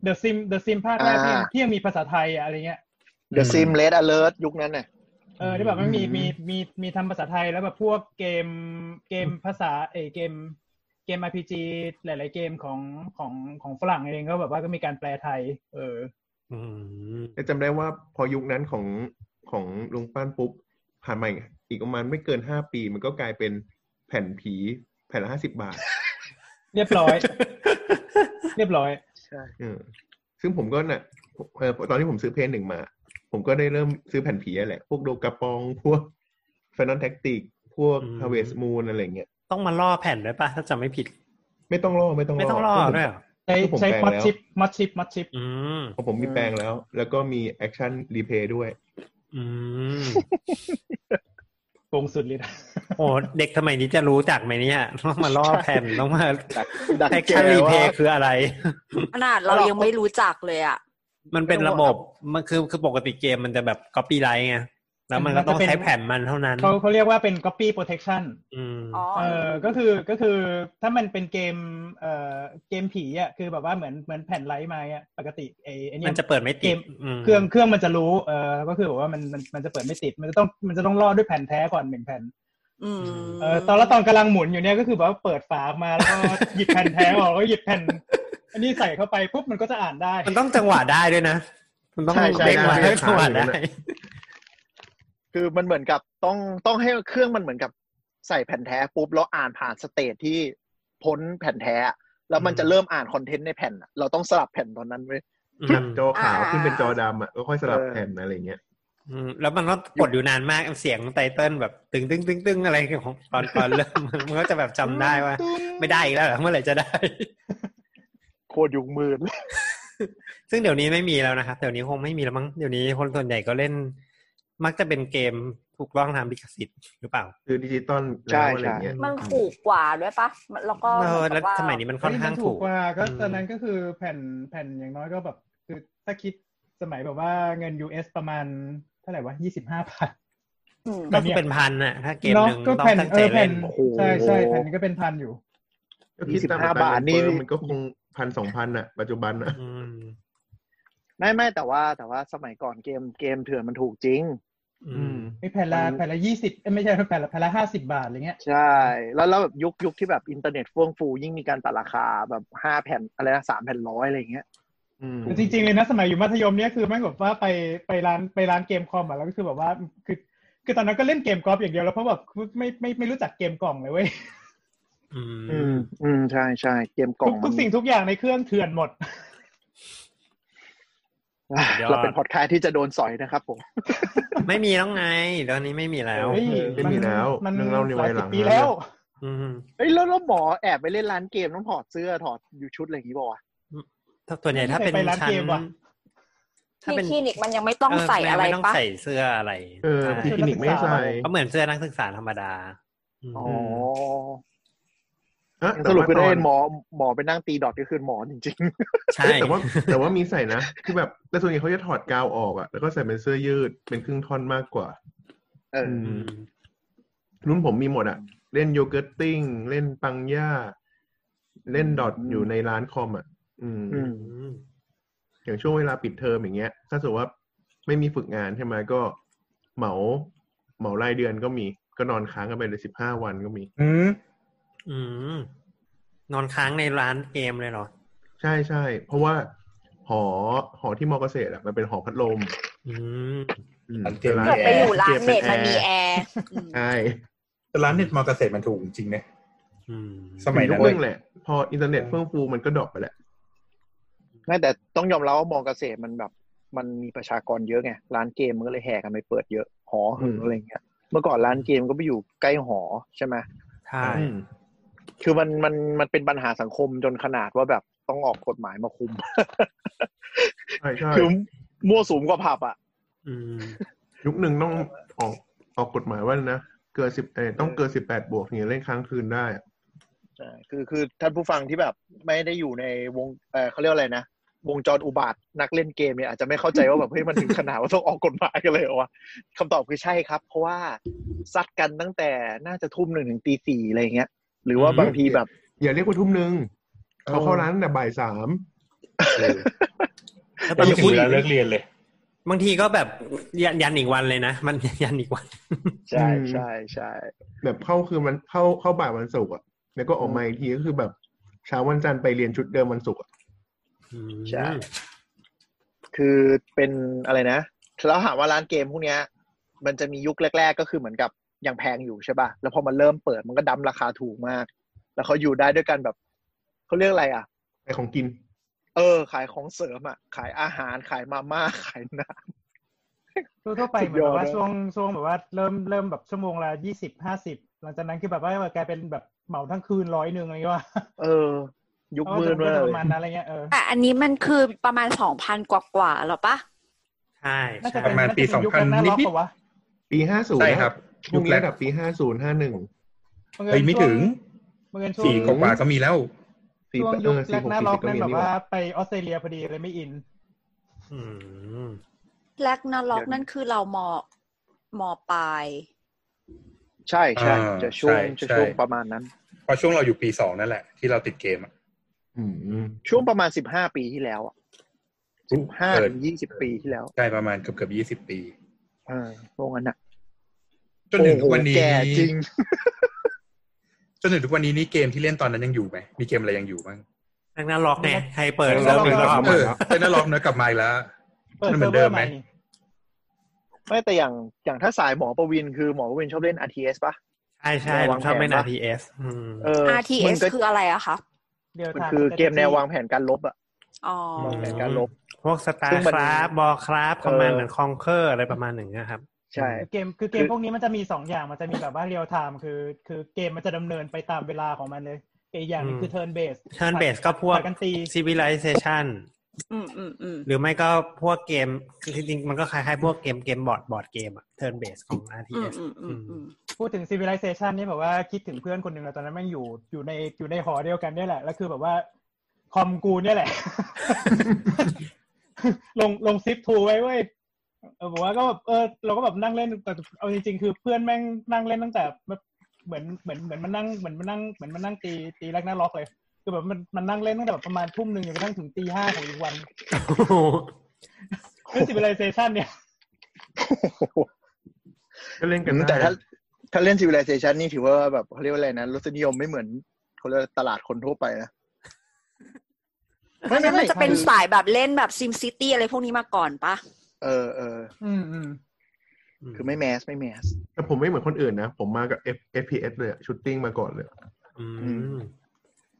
S4: เดอะซิมเดอะซิมภาคแรกที่
S6: อ่า
S4: ที่ยังมีภาษาไทยอะอะไรเงี้ย
S6: The Sim Red Alert ยุคนั้นน่ะ
S4: เออที่แบบมันมี
S6: อืม
S4: มีมีมีทำภาษาไทยแล้วแบบพวกเกมเกมภาษาเอยเกมเกม RPG หลาย ๆ เกมของของของฝรั่งเองก็แบบว่าก็มีการแปลไทย เออ
S3: อืม
S5: แต่จำได้ว่าพอยุคนั้นของของลุงป้านปุ๊บ ผ่านมาอีกอีกประมาณไม่เกินห้าปี มันก็กลายเป็นแผ่นผีแผ่นละห้าสิบาท
S4: เรียบร้อย (laughs) เรียบร้อย
S5: เออซึ่งผมก็น่ะเออตอนที่ผมซื้อเพย์หนึ่งมา ผมก็ได้เริ่มซื้อแผ่นผีนั่นแหละ พวกโดกาปอง (laughs) พวกแฟนนแท็กติก พวกฮาเวสมูนอะไรเงี้ย
S3: ต้องมาล่อแผ่นด้วยป่ะ ถ้าจำไม่ผิด
S5: ไม่ต้องรอไม่ต้องรอ
S3: ไม่ต้องล่อด้วยเหรอ
S4: ใช้
S5: ที่ผม
S4: ใช้
S5: แปลง
S4: มอด
S5: แล้ว
S4: ชิปมอดชิปมอดชิป
S3: อืม
S5: ของผมมีแปลงแล้ว แล้วก็มีแอคชั่นรีเพย์ด้วย
S3: อืม
S4: โกงสุดเลยนะ
S3: โอ้เด็กสมัยนี้จะรู้จักไหมเนี่ยต้องมาล่อแผ่นต้องมา
S6: ดัก
S3: (laughs)
S6: ดัก
S3: แอค
S6: แก
S3: ชั่นรี
S6: ว่า
S3: เพย์คืออะไร
S2: ขนาดเรายังไม่รู้จักเลยอ่ะ
S3: มันเป็นระบบ มันคือคือปกติเกมมันจะแบบก๊อปปี้ไลท์ไง แล้วมันก็ต้องใช้แผ่นมันเท่านั้น
S4: เขาเขาเรียกว่าเป็น copy protection
S3: อืม
S2: อ๋อ
S4: เออก็คือก็คือถ้ามันเป็นเกมเอ่อเกมผีอ่ะคือแบบว่าเหมือนเหมือนแผ่นไลท์มาอ่ะปกติไอ้ไอ้เนี่
S3: มัน
S4: ย
S3: จะเปิดไม่ติ
S4: เก
S3: ด
S4: ม
S3: ม
S4: เครื่องเครื่องมันจะรู้เออก็คือแบบว่ามันมันมันจะเปิดไม่ติด มันจะต้องมันจะต้องรอดด้วยแผ่นแท้ก่อนหนึ่งแผ่น
S2: อืม
S4: เออตอนละตอนกำลังหมุนอยู่เนี่ยก็คือแบบว่าเปิดฝาออกมาแล้วก็หยิบแผ่นแท้ออกแล้วหยิบแผ่น อันนี้ใส่เข้าไปปุ๊บมันก็จะอ่านได้
S3: มันต้องจังหวะได้ด้วยนะ มันต้อง
S6: ใช่ใช่
S3: เด้งมา
S5: ได้
S3: ให้จังหวะได้
S6: คือมันเหมือนกับต้องต้องให้เครื่องมันเหมือนกับใส่แผ่นแท้ปุ๊บแล้วอ่านผ่านสเตจที่พ้นแผ่นแท้อะแล้วมันจะเริ่มอ่านคอนเทนต์ในแผ่นอะเราต้องสลับแผ่นตอนนั้นเว้ย
S3: อื
S5: จาก
S3: ม
S5: จอขาวขึ้นเป็นจอดำอ่ะก็ค่อยสลับแผ่นอะไรเงี้ย
S3: อืมแล้วมันก็กดอยู่นานมากเสียงไตเติ้ลแบบตึงตึงตึงตึงอะไรของตอนตอนเริ่ม (laughs) มันก็จะแบบจำได้ว่า ไม่ได้อีกแล้วเหรอเมื่อไหร่จะได้ (laughs)
S6: โคตรยุงมืดเลย
S3: ซึ่งเดี๋ยวนี้ไม่มีแล้วนะครับเดี๋ยวนี้คงไม่มีแล้วมั้งเดี๋ยวนี้คนส่วนใหญ่ก็เล่น มักจะเป็นเกมถูกต้องตามลิขสิทธิ์หรือเปล่า
S5: คือดิจิตอลแล้วอะไรเงี้ย
S2: มันถูกกว่าด้วยปะแล้วก็
S3: เออ
S2: เหมือนกั
S3: แล้ว
S2: บว่า
S3: สมัยนี้มันค่อนข้างถูก
S4: กว่าก็
S3: อืม
S4: ตอนนั้นก็คือแผ่นแผ่นอย่างน้อยก็แบบ คือถ้าคิดสมัยแบบว่าเงิน US ประมาณ เท่าไหร่วะยี่สิบห้าพัน
S2: อืม
S4: แบ
S3: ก็
S4: บ
S3: คื
S4: เนี้
S3: อย เป็นพันน่ะ ถ้าเกมหนึ่ง
S4: ก็
S3: ต้อง
S4: แผ่น
S3: ตั้ง
S4: เอ
S3: ใจ
S4: อแผ่
S3: เล่
S4: น
S3: น
S6: โอ้โห
S4: ใช่ใช่แผ่นนี้ก็เป็นพันอยู่
S5: ก็คิดตมอัตร
S6: 25บาทนี่
S5: เงิเฟ้อมันก็คงพันสองพันอ่ะ ปัจจุบันอ่ะ
S3: อืม
S6: ไม่ไม่แต่ว่าแต่ว่าสมัยก่อนเกมเกมเถื่อนมันถูกจริง
S3: อืม
S4: ไม่แผ่นละแผ่นละยี่สิบไม่ใช่แผ่นละแผ่นละห้าสิบาทอะไรเงี้ย
S6: ใช่ แล้วแล้วแบบยุคยุคที่แบบอินเทอร์เน็ตเฟื่องฟูยิ่งมีการตัดราคาแบบห้าแผ่นอะไรนะสามแผ่นร้อยอะไรอย่างเงี้ย
S5: อืม
S4: จริงๆเลยนะสมัยอยู่มัธยมเนี่ยคือแม่งแบบว่าไปไปร้านไปร้านเกมคอมอ่ะแล้วก็คือแบบว่าคือคือตอนนั้นก็เล่นเกมกอล์ฟอย่างเดียวแล้วเพราะแบบไม่ไม่ไม่รู้จักเกมกล่องเลยเว้ย
S3: อื
S6: อื
S3: ม
S6: ม อืมใช่ใช่เกมกล่
S4: ทุ
S6: อง
S4: ก
S6: มัน
S4: ทุกสิ่งทุกอย่างในเครื่องเถื่อนหมด
S6: อ่ะเราเป็นพอดแคสต์ที่จะโดนสอยนะครับผม
S3: ไม่มีแล้วไงเดี๋ยวนี้ไม่มีแล้ว
S4: เฮ้ย
S5: ไม่มีแล้ว
S4: มัน
S5: เรื่องเล่าในวัยหลัง
S4: ปีแล้ว
S3: อืม
S6: เฮ้ยแล้วแล้วหมอแอบไปเล่นร้านเกมต้องถอดเสื้อถอดยูชุดอะไรอย่างงี้บอกว่าวะ
S3: ถ้าส่วนใหญ่ถ้าเป็น
S4: ไม่เคยไปร้าน
S3: ชั้น
S4: เกมว่ะ
S3: ถ้า
S2: ที่
S3: เป็น
S2: คลินิกมันยังไม่ต้อง
S3: เ
S2: ใส่อะไร
S3: ไม่ต้อง
S2: ปะ
S3: ใส่เสื้ออะไร
S5: เออ
S3: ใช่
S5: พี่คลินิกไม่ให้ใส่
S3: ก็เหมือนเสื้อนักศึกษาธรรมดาอืม
S6: อ๋อ
S5: เอ๊ะ
S6: สรุปคือ
S5: แต่
S6: ได้
S5: ว่าต
S6: หมอหมอไปนั่งตีดอทก็คือหมอจริง
S3: ใช่
S5: เอ๊ะแต่ว่าแต่ว่ามีใส่นะคือแบบแต่ส่วนใหญ่เขาจะถอดกาวออกอ่ะแล้วก็ใส่เป็นเสื้อยืดเป็นครึ่งท่อนมากกว่า
S6: ๆเอออ
S3: อืม
S5: รุ่นผมมีหมดอะเล่นโยเกิร์ตติ้ง เล่นปังย่า เล่นดอท
S6: อืม
S5: อยู่ในร้านคอมอะอืม
S6: อืม
S3: อืม
S5: อย่างช่วงเวลาปิดเทอมอย่างเงี้ย ถ้าสมมติว่าไม่มีฝึกงานใช่ไหมก็เหมาเหมารายเดือนก็มี ก็นอนค้างกันไปเลยสิบห้าวันก็มี
S4: อืม
S3: อืมนอนค้างในร้านเกมเลยเหรอ
S5: ใช่ใช่เพราะว่าหอหอที่มอเกษตรอะมันเป็นหอพัดลม
S3: อืม
S5: อืม
S7: ร้านเกม
S5: ป็น
S2: เกิดไปอยู่ร้านเน็ต
S5: ก
S2: มันมี
S5: แอ
S2: แอ
S5: ร์
S2: ร์
S5: ใช่
S7: แต่ร้านเน็ตมอเกษตรมันถูกจริงเนี่ย
S3: อืม
S7: สมัย
S5: ยุ
S7: นั้
S5: คน ห
S7: เว้ย
S5: นึงแหละ พออินเทอร์เน็ตเฟื่องฟูมันก็ดรอปไปแหละ
S6: ไม่แต่ต้องยอมรับว่ามอเกษตรมันแบบ มันมีประชากรเยอะไงร้านเกมมันก็เลยแห่กันไปเปิดเยอะหอหึง
S5: อืม
S6: อะไรเงี้ยเมื่อก่อนร้านเกมก็ไปอยู่ใกล้หอใช่ไหม
S3: ใช่
S5: อืม
S6: คือมันมันมันเป็นปัญหาสังคมจนขนาดว่าแบบต้องออกกฎหมายมาคุม
S5: ใช่ใช่
S6: (laughs) คือมั่วสุมกว่าผับอ่ะ
S3: อืม
S5: ยุคหนึ่งต้องออกออกกฎหมายว่านะเกินสิบเออต้องเกินสิบแปดบวกถึงจะเล่นค้างคืนได้อะ
S6: ใช่คือคือท่านผู้ฟังที่แบบไม่ได้อยู่ในวงเออเขาเรียกว่าอะไรนะ วงจรอุบาทนักเล่นเกมเนี่ยอาจจะไม่เข้าใจว่าแบบ เฮ้ยมันถึงขนาดว่าต้องออกกฎหมายกันเลยเหรอวะคำตอบคือใช่ครับ เพราะว่าซัดกันตั้งแต่น่าจะทุ่มหนึ่งถึงตีสี่อะไรอย่างเงี้ย หรือว่า
S3: อืม
S6: บางทีแบบ
S5: อย่าเรียกว่าทุ่มหนึ่ง
S6: เออ
S5: เขาเข้าร้านตั้งแต่บ่ายสาม
S3: แล้ว
S7: มั
S3: บานง
S7: ถึง
S3: ที
S7: เวลาเลิกเรียนเลย
S3: บางทีก็แบบยันยันอีกวันเลยนะ มัน (laughs) ยันอีกวัน
S6: ใช่ใช่ใช่
S5: แบบเข้าคือมันเข้าเข้าบ่ายวันศุกร์อะแล้วก็ออกมาอีกทีก็คือแบบเช้าวันจันทร์ไปเรียนชุดเดิมวันศุกร์อะ
S3: อืม
S6: ใช่ คือเป็นอะไรนะแล้วถามว่าร้านเกมพวกเนี้ย มันจะมียุคแรก ๆ ก็คือเหมือนกับยังแพงอยู่ใช่ป่ะแล้วพอมันเริ่มเปิดมันก็ดั้มราคาถูกมาก แล้วเขาอยู่ได้ด้วยกันแบบเขาเรียกอะไรอ่ะ
S5: ไปของกิน
S6: เออ ขายของเสริมอ่ะ ขายอาหารขายมา (laughs) ม่าขายน้
S4: ทั่วๆไป
S6: สุ
S4: เห
S6: ด
S4: มือน
S6: ยอ
S4: แบบ
S6: ด
S4: ว่า
S6: เลย
S4: ช่วงช่วงแบบว่าเริ่มเริ่มแบบชั่วโมงละยี่สิบห้าสิบหลังจากนั้นคือแบบว่ากลายเป็นแบบเหมาทั้งคืนร้อยหนึ่งอะไรเงี้ยว่า
S6: ำเออ ยุค
S4: เพราะว่า
S6: มื
S4: จะ
S6: ดเล
S4: จะ
S6: ย
S4: ประมาณนั้นอะไรเงี้ยเออ
S2: แต่อันนี้มันคือประมาณสองพันกว่าๆหรอปะ
S3: ใช่
S4: น่าจะ
S3: ใช่
S4: เป็นน่จะ
S7: ประมาณปี
S4: เยุคนั้น
S7: 2000
S4: น่าล็อก
S7: นิดๆ
S4: เปล่าวะ
S5: ปีห้าศูนย์
S7: ใช่ครับ
S5: พวกนี้ระดับปีห้าศูนย์ห้าหนึ่ง
S4: บังอิญ
S7: เฮ้ยไม่ถึง
S4: บังเอิญช่วง
S7: สี่กว่าๆก็มีแล้ว
S5: สี่
S4: ช่วง
S5: เอ
S4: ยุค
S5: อ
S4: แร
S5: สี่
S4: ก
S5: หก
S4: หน้า
S5: สี่
S4: ล็อ
S5: สิ
S4: ก
S5: บก็
S4: แม่ง
S5: มี
S4: แบบ
S5: นี่ห
S4: ว่า
S5: ว่า
S4: ไปออสเตรเลียพอดีเลยไม่อิน
S3: อืม
S2: แลกนาล็อกนั่นคือเรามอมอปลาย
S6: ใช่ใช่
S7: อ่า
S6: จะช่วง
S7: ใช่
S6: จะ
S7: ใช่
S6: ช่วงประมาณนั้น
S7: เพราะช่วงเราอยู่ปีสองนั่นแหละที่เราติดเกมอะ
S5: อืม
S6: ช่วงประมาณสิบห้าปีที่แล้วอ่ะสิบห้าถึงยี่สิบปีที่แล้ว
S7: ใช่ประมาณเกือบเกือบยี่สิบปี
S6: เออโรงนั้นอ่ะ
S7: จนถึงทุกวันนี้
S6: โอ้โหแก่จริง
S7: จนถึงทุกวันนี้นี่เกมที่เล่นตอนนั้นยังอยู่ไหมมีเกมอะไรยังอยู่บ้าง
S3: แรงนั้นล็อกไงใครเปิด
S4: แรงนั้
S3: เซิ
S4: น
S3: ร์
S4: ล็
S3: ฟอีกรอ
S4: อก
S3: บ
S7: เออเล่นน่าล็อกเนื้อะกลับมาอีกแล้ว
S4: เปิด
S7: มันเหมื
S4: เซิ
S7: อ
S4: ร์
S7: น
S4: ฟเวอร์
S7: เดิมไห
S4: ให
S7: ม
S4: ม่
S6: ไม่แต่อย่างอย่างถ้าสายหมอประวินคือหมอประวินชอบเล่น RTS ป่ะ
S3: ใช่ใช่เราชอบเล่น RTS อืม
S6: เออมัน
S2: RTS
S6: ก็
S2: คืออะไรอะคะ
S4: เดียว
S6: มัน
S4: ทาง
S6: คือเกมแนววางแผนการลบอ่ะ
S2: อ๋อ
S3: ม
S6: วางแผนการลบ
S3: พวกสตา
S6: ซึ่
S3: ร์
S6: ง
S3: ค
S6: มัน
S3: ราฟบอคราฟ
S6: เออ
S3: คอมมานด์คองเคอร์อะไรประมาณหนึ่งนะครับ
S6: ใช่
S4: เกมคือเกมพวกนี้มันจะมีสองอย่างมันจะมีแบบว่าเรียลไทม์คือ คือเกมมันจะดำเนินไปตามเวลาของมันเลยอีกอย่างหนึงคือเทิร์นเบส
S3: เทิร์นเบสก็พวก
S4: ผัดกันตี
S3: Civilization
S2: อืมอืมอืม
S3: หรือไม่ก็พวกเกมคือจริงๆมันก็คล้ายๆพวกเกมเกมบอร์ดบอร์ดเกมอะเทิร์นเบสของ
S2: อืม
S3: RTS
S2: อืมอืมอืม
S4: พูดถึง civilization นี่แบบว่าคิดถึงเพื่อนคนหนึ่งอะตอนนั้นแม่งอยู่อยู่ในอยู่ในหอเดียวกันเนี่ยแหละแล้วคือแบบว่าค (laughs) อมกูเนี่ยแหละ ลงลงซิปทูไว้เว้ย อผมว่าก็แบบเออเราก็แบบนั่งเล่นแต่เอาจริงๆคือเพื่อนแม่งนั่งเล่นตั้งแต่แบบเหมือนเหมือนเหมือนมันนั่งเหมือนมันนั่งเหมือนมันนั่งตีตีแรกหน้าล็อกเลย คือแบบมันมันนั่งเล่นตั้งแต่แบบประมาณทุ่มหนึ่งจนกระทั่งถึงตีห้าของอีกวัน
S3: โอ้โห
S4: คือ civilization เนี่ย
S5: ก็เล่นกันได้
S6: แต่ถ้าถ้าเล่น civilization นี่ถือว่าแบบเขาเรียกว่าอะไรนะรสนิยมไม่เหมือนเขาเรียกว่าตลาดคนทั่วไปนะ
S2: อันนั้นมันจะเป็น
S6: คือ
S2: สายแบบเล่นแบบซิมซิตี้อะไรพวกนี้มาก่อนปะ
S6: เออเออ
S4: อืมอืม
S6: คือไม่แมสไม่แมส
S5: แต่ผมไม่เหมือนคนอื่นนะ ผมมากับ F FPS เลยชุดติ้งมาก่อนเลย
S3: อืม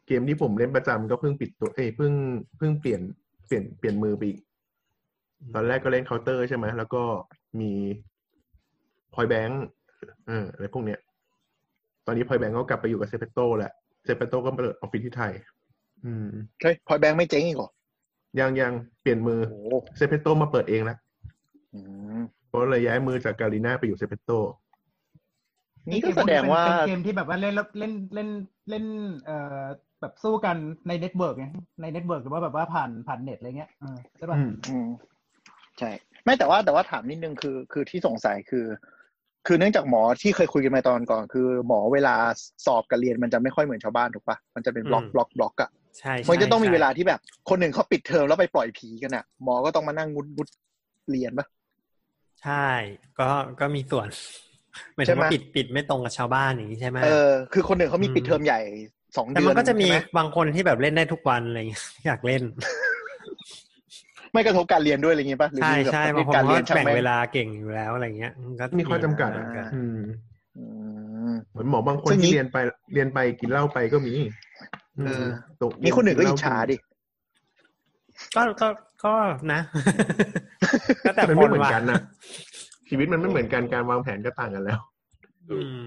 S5: เกมที่ผมเล่นประจำก็เพิ่งปิดตัวเอ้ยเพิ่งเพิ่งเปลี่ยนเปลี่ยนเปลี่ยนมือไปอีก ตอนแรกก็เล่นเคาน์เตอร์ใช่ไหมแล้วก็มีพอยแบงค์เอออะไรพวกเนี้ย ตอนนี้พอยแบงค์ก็กลับไปอยู่กับเซเปโต้แหละเซเปโต้ก็เปิดออฟฟิศที่ไทย อืม
S6: เฮ้ยพอยแบงค์ไม่เจ๊งอีกเหรอ
S5: ยังยังเปลี่ยนมือ
S6: โอ้โห
S5: เซเปโต้มาเปิดเองแล้ว
S6: อืม
S5: ก็เลยย้ายมือจากการีน่าไปอยู่เซเปโต้
S6: นี่ก็แสดงว่า
S4: เป็นเกมที่แบบว่าเล่นแล้วเล่นเล่นเล่นเอ่อแบบสู้กันในเน็ตเวิร์กไงในเน็ตเวิร์กหรือว่าแบบว่าผ่านผ่านเน็ตอะไรเงี้ยเออใช่ป่ะ
S5: อืม
S6: อืมใช่ไม่แต่ว่าแต่ว่าถามนิดนึงคือ คือที่สงสัยคือ คือเนื่องจากหมอที่เคยคุยกันมาตอนก่อน คือหมอเวลาสอบกับเรียนมันจะไม่ค่อยเหมือนชาวบ้านถูกปะมันจะเป็นบล็อกบล็อกบล็อกอะ
S3: ใช่ใช่
S6: มันจะต้องมีเวลา
S3: ใช่
S6: ที่แบบ คนหนึ่งเขาปิดเทอมแล้วไปปล่อยผีกันอะหมอก็ต้องมานั่งงุดงุดเรียนปะ
S3: ใช่ ก็ก็มีส่วน (laughs) หมาย
S6: ใช่
S3: ถึง
S6: ไหม
S3: ว่าปิดปิดไม่ตรงกับชาวบ้านอย่างนี้ใช่ไหม
S6: เออ คือคนหนึ่งเขามี
S3: อืม
S6: ปิดเทอมใหญ่สอง
S3: แต่
S6: เดื
S3: มั
S6: อน น
S3: ก็จะมี
S6: ใช่ไห
S3: บางคนที่แบบเล่นได้ทุกวันอะไรอย่างเงี้ (laughs) ยอยากเล่น
S6: ไม่กระทบการเรียนด้วยอะไรอย่างงี้ปะหรือ
S3: ใช่
S6: มีแบบ
S3: ใช่
S6: ประเภ
S3: บางคนก็
S6: ทการเรียนช่าง
S3: แบ่ง
S6: แม่ง
S3: เวลาเก่งอยู่แล้วอะไรเงี้ยนก็
S5: มีข้อจำกัด
S3: เหมืนน
S6: อ่า
S5: อืม
S6: อืม
S5: เหมือนหมอบางคน
S6: ซึ่ง
S5: ที่
S6: นี้
S5: เรียนไปเรียนไปกินเหล้าไปก็มี
S6: เออ
S5: ตกเย็
S6: มีคนหนึ่งก็อิจฉาดิ
S3: ก็ก็ก็นะ
S6: (laughs)
S3: ก็แต่
S5: มัน
S3: ค
S5: ไม่
S3: น
S5: เหมือ
S3: ว่ะ
S5: นกันนะชีวิตมันไม่เหมือนกันการวางแผนก็ต่างกันแล้ว
S3: อืม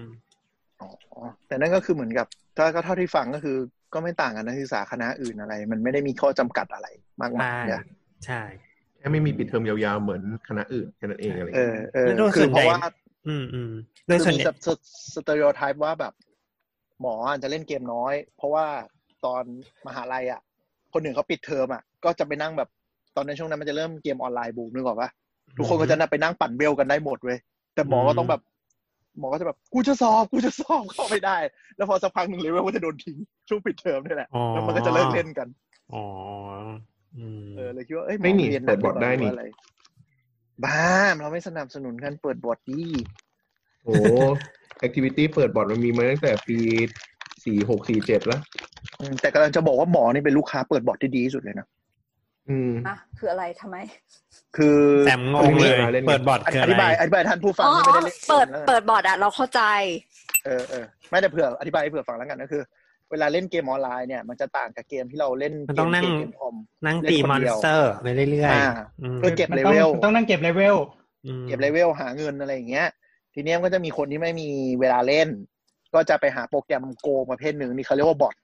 S6: อ๋อแต่นั่นก็คือเหมือนกับถ้าก็เท่าที่ฟังก็คือ ก็ไม่ต่างกันนักศึกษาคณะอื่นอะไร มันไม่ได้มีข้อจำกัดอะไรมากมาย
S3: ใช่
S6: เนี่ย
S3: ใช่
S5: แค่ไม่มีปิดเทอมยาวๆ เหมือนคณะอื่นแค่นั้นเองอะไร
S6: เอ
S5: เงี้ย
S6: อเออ
S3: แล้วโดย
S6: คื
S3: ส่
S6: อ
S3: วนให
S6: เพ
S3: ญ่
S6: ราะว่า
S3: อืมอืมโดย
S6: คือ
S3: ส่วน
S6: มี
S3: ใหญ่
S6: สเตอริโอไทป์ว่าแบบ หมออาจจะเล่นเกมน้อย เพราะว่าตอนมหาลัยอ่ะ คนหนึ่งเขาปิดเทอมอ่ะ ก็จะไปนั่งแบบตอนนั้นช่วงนั้นมันจะเริ่มเกมออนไลน์บูมนึกออกปะทุกคนก็จะนั่งไปนั่งปั่นเบลกันได้หมดเว้ยแต่หมอก็ต้องแบบ หมอก็จะแบบกูจะสอบกูจะสอบเข้าไม่ได้ แล้วพอสักพักหนึ่งเลยว่าจะโดนทิ้งช่วงปิดเทอมนี่แหละ
S3: อ๋อ
S6: แล้วมันก็จะเลิกเล่นกัน
S3: อ๋ออืม
S6: เออเลยคิดว่าเอ้ย
S5: ไม่หนี
S6: หอเรียน
S5: เปิดบอร์ดได้นี่
S6: ว่าอะรบ้าเราไม่สนับสนุนการเปิดบอร์ดดี
S5: โอ้แอคทิวิตี้เปิดบอร์ดมันมีมาตั้งแต่ปีสี่หกสี่เจ็ดแล้ว
S6: อืมแต่กำลังจะบอกว่าหมอนี่เป็นลูกค้าเปิดบอร์ดที่ดีที่สุดเลยนะ
S5: อืม
S2: อ่ะคืออะไรทำไม
S6: คือ
S3: แซมงงเลย
S5: เล่นไง
S3: เปิดบอร์ด
S6: อ
S3: คือ
S6: อ
S3: อะ
S6: ธิ
S3: ไร
S6: บายอธิบายท่านผู้ฟัง
S2: อ๋อ
S6: ที่ไม่ได้เล่น
S2: เปิด
S6: กมแล้วกัน
S2: เปิดบอร์ดอะเราเข้าใจ
S6: เออเออไม่แต่เผื่ออธิบายให้เผื่อฟังแล้วกันก็คือ เวลาเล่นเกมออนไลน์เนี่ยมันจะต่างกับเกมที่เราเล่น
S3: มันต้องนั่ง
S6: เกมเกมคอม
S3: นั่งตี
S6: เล่น
S3: ม
S6: ค
S3: อน น
S6: เดียว
S3: สเตอร์ไปเรื่อย
S6: อ่า
S3: ๆอืม
S6: เพื่อเก็บ
S4: มัน
S6: เล
S4: ต้อง
S6: เวล
S4: ต้องนั่งเก็บเลเวล
S3: อืม
S6: เก็บเลเวลหาเงินอะไรอย่างเงี้ย ทีเนี้ยมันก็จะมีคนที่ไม่มีเวลาเล่น ก็จะไปหาโปรแกรมโกงประเภทหนึ่งนี่เขาเรียกว่าบอท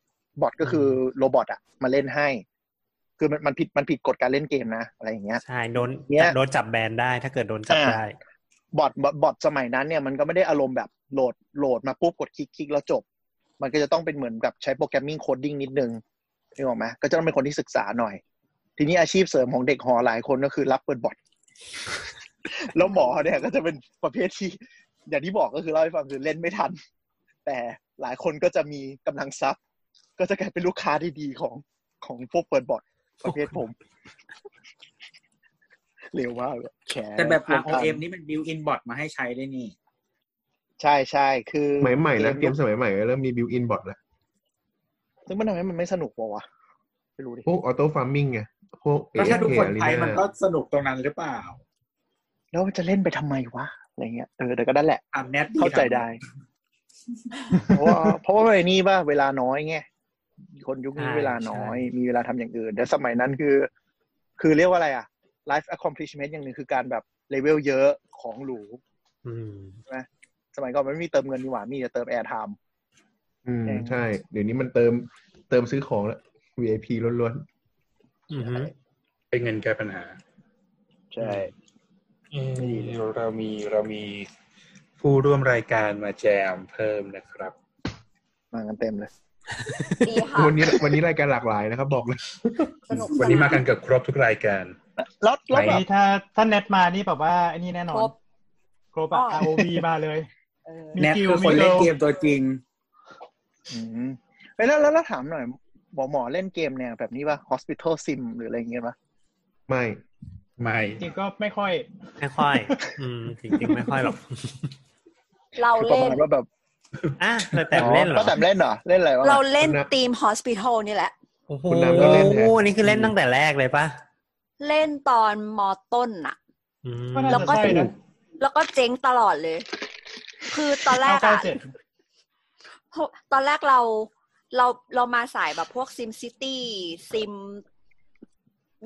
S6: บอทก็คือโรบอทอะมาเล่นให้ คือมันมันผิดมันผิดกฎการเล่นเกมนะอะไรอย่างเงี้ย
S3: ใช่โดน
S6: เนี่ย
S3: โดนจับแบนได้ ถ้าเกิดโดนจับได้
S6: บอทบอทบอทสมัยนั้นเนี่ยมันก็ไม่ได้อารมณ์แบบโหลดโหลดมาปุ๊บกดคลิกคลิกแล้วจบ มันก็จะต้องเป็นเหมือนกับใช้โปรแกรมมิ่งโคดดิ้งนิดนึงนึกออกไหมก็จะต้องเป็นคนที่ศึกษาหน่อย ทีนี้อาชีพเสริมของเด็กหอหลายคนก็คือรับเปิดบอท (laughs) แล้วหมอเนี่ยก็จะเป็นประเภทที่ อย่างที่บอกก็คือเล่าให้ฟังคือเล่นไม่ทัน แต่หลายคนก็จะมีกำลังทรัพย์ ก็จะกลายเป็นลูกค้าที่ดีของของพวกเปิดบอทประเภทผม เร็วมากเลยขน
S1: แต่แบบ
S6: รวมกัน
S1: ROM นี่มันบิวอินบอทมาให้ใช้ด้วยนี่
S6: ใช่ใช่คือ
S5: สมัยใหม่นะเกม
S6: ลู
S5: สมัยใหม่เริ่มมีบิวอินบอร์ดแล้ว
S6: ซึ่งมันทำให้มันไม่สนุกป่าวะไม่รู้ดิ
S5: พวกออโต้ฟาร์มมิ่งไง พวกเอ
S1: ก็ถ้า
S5: เอ
S1: ดูคน
S5: อะไร
S1: ไทยมัน
S5: น่ะ
S1: ก็สนุกตรงนั้นหรือเปล่า
S6: แล้วจะเล่นไปทำไมวะอะไรเงี้ยเออแต่ก็นั่นแหละ
S1: อ่านแนทดี
S6: เข้าใจ
S4: (laughs)
S6: ได้ เพราะว่าเพราะว่าไอ้นี่ป่ะเวลาน้อยไงคนยุคนี้
S3: ใช่
S6: เวลาน้อย
S3: ใช่
S6: มีเวลาทำอย่างอื่นแต่สมัยนั้นคือ คือเรียกว่าอะไรอะ life accomplishment อย่างหนึ่งคือการแบบเลเวลเยอะของหรู
S3: อืม
S6: สมัยก่อนมันไม่มีเติมเงินนี่หว่ามีแต่เติมแอร์ไทม์
S5: อืม
S6: เออ
S5: ใช่ เดี๋ยวนี้มันเติมเติมซื้อของแล้ว VIP ล้วน
S3: อือฮึ
S7: เป็นเงินแก้ปัญหา
S6: ใช่
S7: เรามีเรามีผู้ร่วมรายการมาแจมเพิ่มนะครับ
S6: มากันเต็มเลย
S2: ดีค่ะ
S5: ๆ วันนี้วันนี้รายการหลากหลายนะครับ บอกเลย
S2: สนุก
S7: วันนี้มากันเกือบครบทุกรายการ
S6: แล้วแล้วแบบ
S4: นี่ถ้าถ้าเน็ตมานี่แบบว่าไอ้นี่แน่นอน
S2: ครบ
S4: ครบอะ
S2: อ๋อ
S4: ROV มาเลย
S2: เออ
S4: มี
S1: แนท
S4: กิล
S1: คือคน
S4: มีเกิล
S1: เล่นเกมตัวจริง
S6: อืมเอ้ยแล้วแล้วแล้วถามหน่อย หมอหมอเล่นเกมแนวแบบนี้ป่ะ Hospital Sim หรืออะไรอย่างเงี้ยป่ะ
S5: ไม่
S7: ไม่
S4: จริงๆก็ไม่ค่อย
S3: ไม่ค่อย
S6: (laughs)
S3: อืมจริงๆไม่ค่อยหรอก
S2: เรา
S6: คือประ
S2: เล่น
S6: มาณว่าแบบ
S3: อ่ะแต่แต่เล่นเหร
S6: อ๋
S3: อ
S6: อป้าแต้มเล่นเหรอ เล่นอะไรวะ
S2: เราเล่นทีม Hospital นี่แหละ
S3: โอ้โห
S5: คุณน้ำก็เล่นนะ
S3: นี่คือเล่นตั้งแต่แรกเลยปะ
S2: เล่นตอนมอต้นน่ะ
S3: อืม
S4: ก็น่า
S2: แล้ว
S4: จะ
S2: ก็
S4: ใช่นะ
S2: แล้วก็เจ๊งตลอดเลย คือตอนแรก
S4: เก้า
S2: อะ
S4: เจ็ด
S2: เพราะตอนแรกเราเราเรามาสายแบบพวกซิมซิตี้ซิม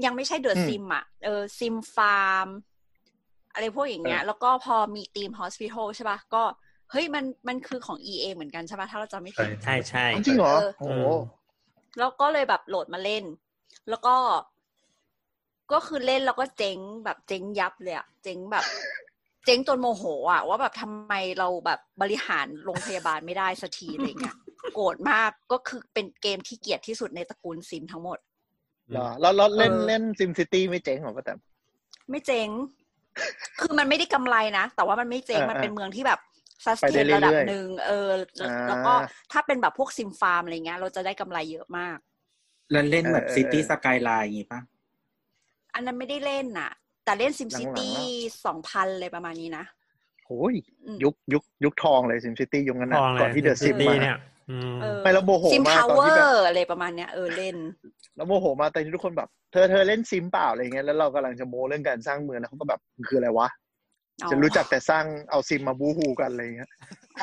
S2: ยังไม่ใช่เดอะ
S6: อืม
S2: ซิมอ่ะเออซิมฟาร์ม อะไรพวกอย่างเงี้ย แล้วก็พอมีทีมฮอสพิทอลใช่ป่ะ ก็ เฮ้ยมันมันคือของ EA เหมือนกันใช่ป่ะ ถ้าเราจำไม่
S7: ใช่
S2: ผิด
S3: ใช่ใช่
S6: อ๋อจริงเหรอ
S2: เออ
S6: โอ้โห
S2: แล้วก็เลยแบบโหลดมาเล่น แล้วก็ ก็คือเล่นแล้วก็เจ๊งแบบเจ๊งยับเลยอะเจ๊งแบบ เจ๊งจนโมโหอะว่าแบบทำไมเราแบบบริหารโรงพยาบาลไม่ได้สักทีอะไรเงี้ย โกรธมากก็คือเป็นเกมที่เกลียดที่สุดในตระกูลซิมทั้งหมด
S6: เหรอ แล้วแล้วเล่น
S2: เออ
S6: เล่น Sim City ไม่เจ๋งเหรอป้าแต้ม
S2: ไม่เจ๊ง คือมันไม่ได้กำไรนะ แต่ว่ามันไม่เจ๊ง
S6: อ่ามั
S2: มันเป็นเมืองที่แบบส
S6: ไป
S2: แต
S6: ได้
S2: น
S6: เรื่อยๆ
S2: ระดับหนึ่งเออแล้ว
S6: อ่า
S2: แล้วก็ถ้าเป็นแบบพวกซิมฟาร์มอะไรเงี้ย เราจะได้กำไรเยอะมาก
S1: แล้วเล่นแบบ
S6: เออ
S1: ซิตี้สกายไลน์อย่างงี้ปะ
S2: อันนั้นไม่ได้เล่นน่ะ แต่เล่นซิมซิตี้
S6: หลัง
S2: สองพันเลยประมาณนี้นะ
S6: โอ้ย
S2: อืม
S6: ยุคยุคยุคทองเลย Sim City ยุคนั้น
S3: ท
S6: นะ
S3: องเลย
S6: ก่อนที่เดอะซิม
S3: ตี้
S6: มา
S3: เนี่ยอืม
S2: เออ
S6: ไม่แล้วโมโห
S2: ซิม
S6: มาก
S2: ทาว
S6: ตอ
S2: เวน
S6: ที่
S2: อ
S6: แบบ
S2: ร์อะไรประมาณเนี้ยเออเล่น
S6: แล้วโมโหมาแต่ที่ทุกคนแบบ เธอเธอเล่นซิมเปล่าอะไรเงี้ยแล้วเรากำลังจะโมเรื่องการสร้างเมืองแล้วเขาก็แบบมันคืออะไรวะ
S2: อ๋อ
S6: จะรู้จักแต่สร้างเอาซิมมาบูฮูกันอะไรเงี้ย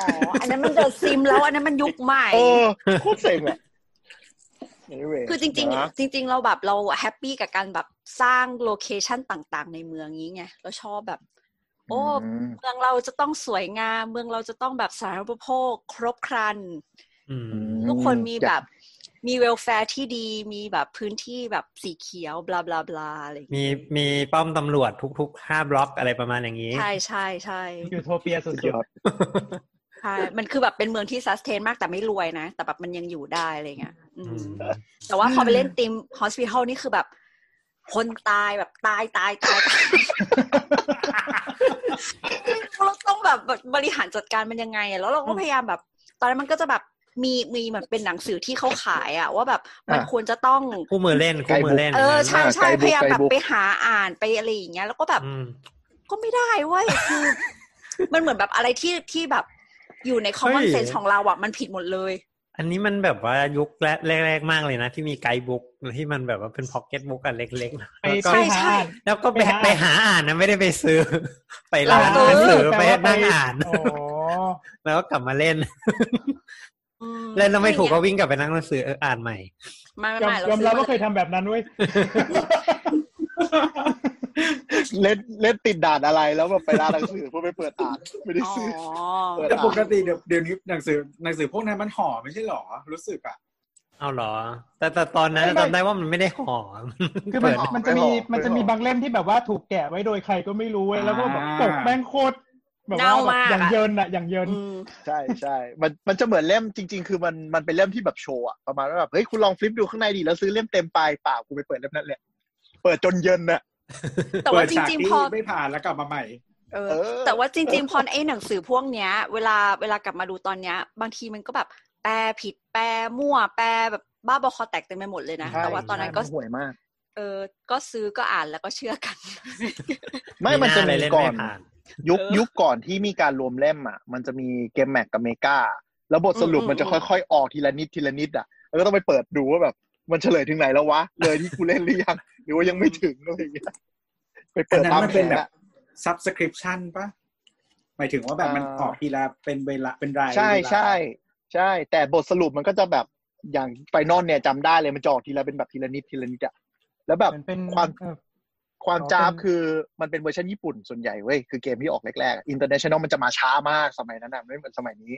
S2: อ๋อ อันนั้นมันเดอะซิมแล้วอันนั้นมันยุคใหม่
S6: เออโคตรเซ็งอะ Anyway
S2: คือจริง
S6: นะ
S2: ๆ จริง ๆ เราแบบเราแฮปปี้กับการแบบสร้างโลเคชันต่างๆ ในเมืองนี้ไงเราชอบแบบ โอ้
S6: อืม
S2: เมืองเราจะต้องสวยงามเมืองเราจะต้องแบบสาธารณูปโภคครบครัน
S3: อืม
S2: ทุกคนมี
S6: อยาก
S2: แบบมีเวลแฟร์ที่ดีมีแบบพื้นที่แบบสีเขียว บลาบลาบลาอะไรอย่างเงี้ย
S3: มีมีป้อมตำรวจทุกๆห้าบล็อกอะไรประมาณอย่างนี้
S2: ใช่ใช่ใช่
S4: ยูโทเปียสุ
S6: สุ
S4: ด
S6: ดยอด
S2: ใช่ มันคือแบบเป็นเมืองที่ซัสเทนมากแต่ไม่รวยนะ แต่แบบมันยังอยู่ได้อะไรเงี้ยอืม
S3: อืม
S2: แต่ว่าพอไปเล่นทีม hospital นี่คือแบบ คนตายแบบตายตายตายตาย เราต้องแบบบริหารจัดการมันยังไงอะแล้วเราก็พยายามแบบ ตอนนั้นมันก็จะแบบมีมีเหมือนเป็นหนังสือที่เขาขายอะว่าแบบมันควรจะต้อง
S3: คู่มือเล่นคู่มือเล่น
S2: เออใช่ใช่
S6: าไกด์
S2: พ
S6: บุ๊ก
S2: ยายามแบ
S6: ไก
S2: บ
S6: ด์บุ๊ก
S2: ไปหาอ่านไปอะไรอย่างเงี้ย แล้วก็แบบ
S3: อืม
S2: ก็ไม่ได้เว้ยคือ มันเหมือนแบบอะไรที่ที่แบบอยู่ใน common
S3: เฮ้ย
S2: sense ของเราอะมันผิดหมดเลย
S3: อันนี้มันแบบว่ายุคแรกๆมากเลยนะ ที่มีไกด์บุ๊กที่มันแบบว่าเป็นพ็อกเก็ตบุ๊กอันเล็กๆ
S4: ไป
S3: แล้วก็
S4: ใช่
S2: ใช่
S4: ใช่
S3: แล้วก็ไป
S4: ไปหา
S3: ไปหาอ่านนะไม่ได้ไปซื้อ (laughs) ไปร้านหนังสือไปนั่งอ่าน
S4: โอ้
S3: แล้วก็กลับมาเล่น (laughs)
S2: อื
S3: เล่นแล้วไม่ถูกก็
S2: อะร
S3: วิ่งกลับไปนั่งหนังสือเอออ่านใหม่
S2: ไม่ไม่
S4: ยอม
S2: ไม่
S4: ยอม
S2: ซื้
S4: รับ
S2: อ
S4: ว่าเคยทำแบบนั้นเว้ย
S6: เล่นเล่นติดด่านอะไรแล้วแบบไปร้านหนังสือเพื่อไปเปิดอ่านไม่ได้
S2: อ๋อ
S6: ซื้อ เปิด
S1: แต่ปกติเดี๋ยวเดี๋ยวนี้หนังสือหนังสือพวกนั้นมันห่อไม่ใช่หรอ รู้สึกอ่ะ
S3: เอาเหรอ แต่แต่ตอนนั้น
S4: ไม่ไม่
S3: จำได้ว่ามันไม่ได้ห่อ
S4: คือมัน
S3: เปิด
S4: มันจะมี
S6: ไม่ออก
S4: มันจะมี
S6: ไม่ออก
S4: บางเล่มที่แบบว่าถูกแกะไว้โดยใครก็ไม่รู้เว้ยแล้วก็แบบ
S1: อ่า
S4: ปกแม่งโคตรแบบว่าแบบอย่างเยินอะอย่างเยิน
S2: อืม
S6: ใช่ใช่มันมันจะเหมือนเล่มจริง ๆ คือมันมันเป็นเล่มที่แบบโชว์อะประมาณว่าแบบเฮ้ยคุณลองฟลิปดูข้างในดีแล้วซื้อเล่มเต็มไปเปล่ากูไปเปิดเล่มนั้นแหละเปิดจนเย็นน่ะ
S2: แต่ว่า
S1: เปิด
S2: จ
S1: ฉก
S2: ริง
S1: ที่
S2: ๆ พอ
S1: ไม่ผ่านแล้วกลับมาใหม่
S2: เออ
S6: เออ
S2: แต่ว่าจริง ๆ พอไอ้หนังสือพวกเนี้ย เวลาเวลากลับมาดูตอนเนี้ย บางทีมันก็แบบแปลผิดแปลมั่วแปลแบบบ้าบอคอแตกเต็มไปหมดเลยนะ
S3: ใช่
S2: แต่ว่าตอนนั้นก็
S6: ใช่มัห่วยมาก
S2: เออ ก็ซื้อก็อ่านแล้วก็เชื่อกัน
S6: ไม่มันจะ
S3: หา
S6: มี
S3: เลยเล่น
S6: ก่อ
S3: ไม่
S6: น
S3: ผ่าน
S6: ยุค
S2: เออ
S6: ยุคก่อนที่มีการรวมเล่มอ่ะ มันจะมีเกมแม็กกับเมกาแล้วบทสรุป
S2: อืม
S6: มันจะ
S2: อืม
S6: ค่อยๆ ออกทีละนิดทีละนิดอ่ะ แล้วก็ต้องไปเปิดดูว่าแบบ มันเฉลยถึงไหนแล้ววะ เลยที่กูเล่นหรือยัง หรือว่ายังไม่ถึงอะไรอย่างเงี้ยไป
S1: อั
S6: เปิด
S1: นนั้น
S6: ตาม
S1: มัน
S6: แผ
S1: เป็น
S6: น
S1: แบบ
S6: อะ
S1: subscription ปะหมายถึงว่าแบบมัน
S6: อ่า
S1: ออกทีละเป็นเวลาเป็นราย
S6: ใช่
S1: เวลา
S6: ใช่ใช่ แต่บทสรุปมันก็จะแบบอย่างไฟนอลเนี่ยจำได้เลยมันจะออกทีละเป็นแบบทีละนิดทีละนิดอ่ะแล้วแบบ
S4: เหมือนเป็น
S6: ความ
S4: เออ
S6: ความ
S4: อ๋อ
S6: จ้าบ
S4: เป็น
S6: คือมันเป็นเวอร์ชันญี่ปุ่นส่วนใหญ่เว้ยคือเกมที่ออกแรกๆอินเตอร์เนชั่นแนลมันจะมาช้ามากสมัยนั้นอะไม่เหมือนสมัยนี้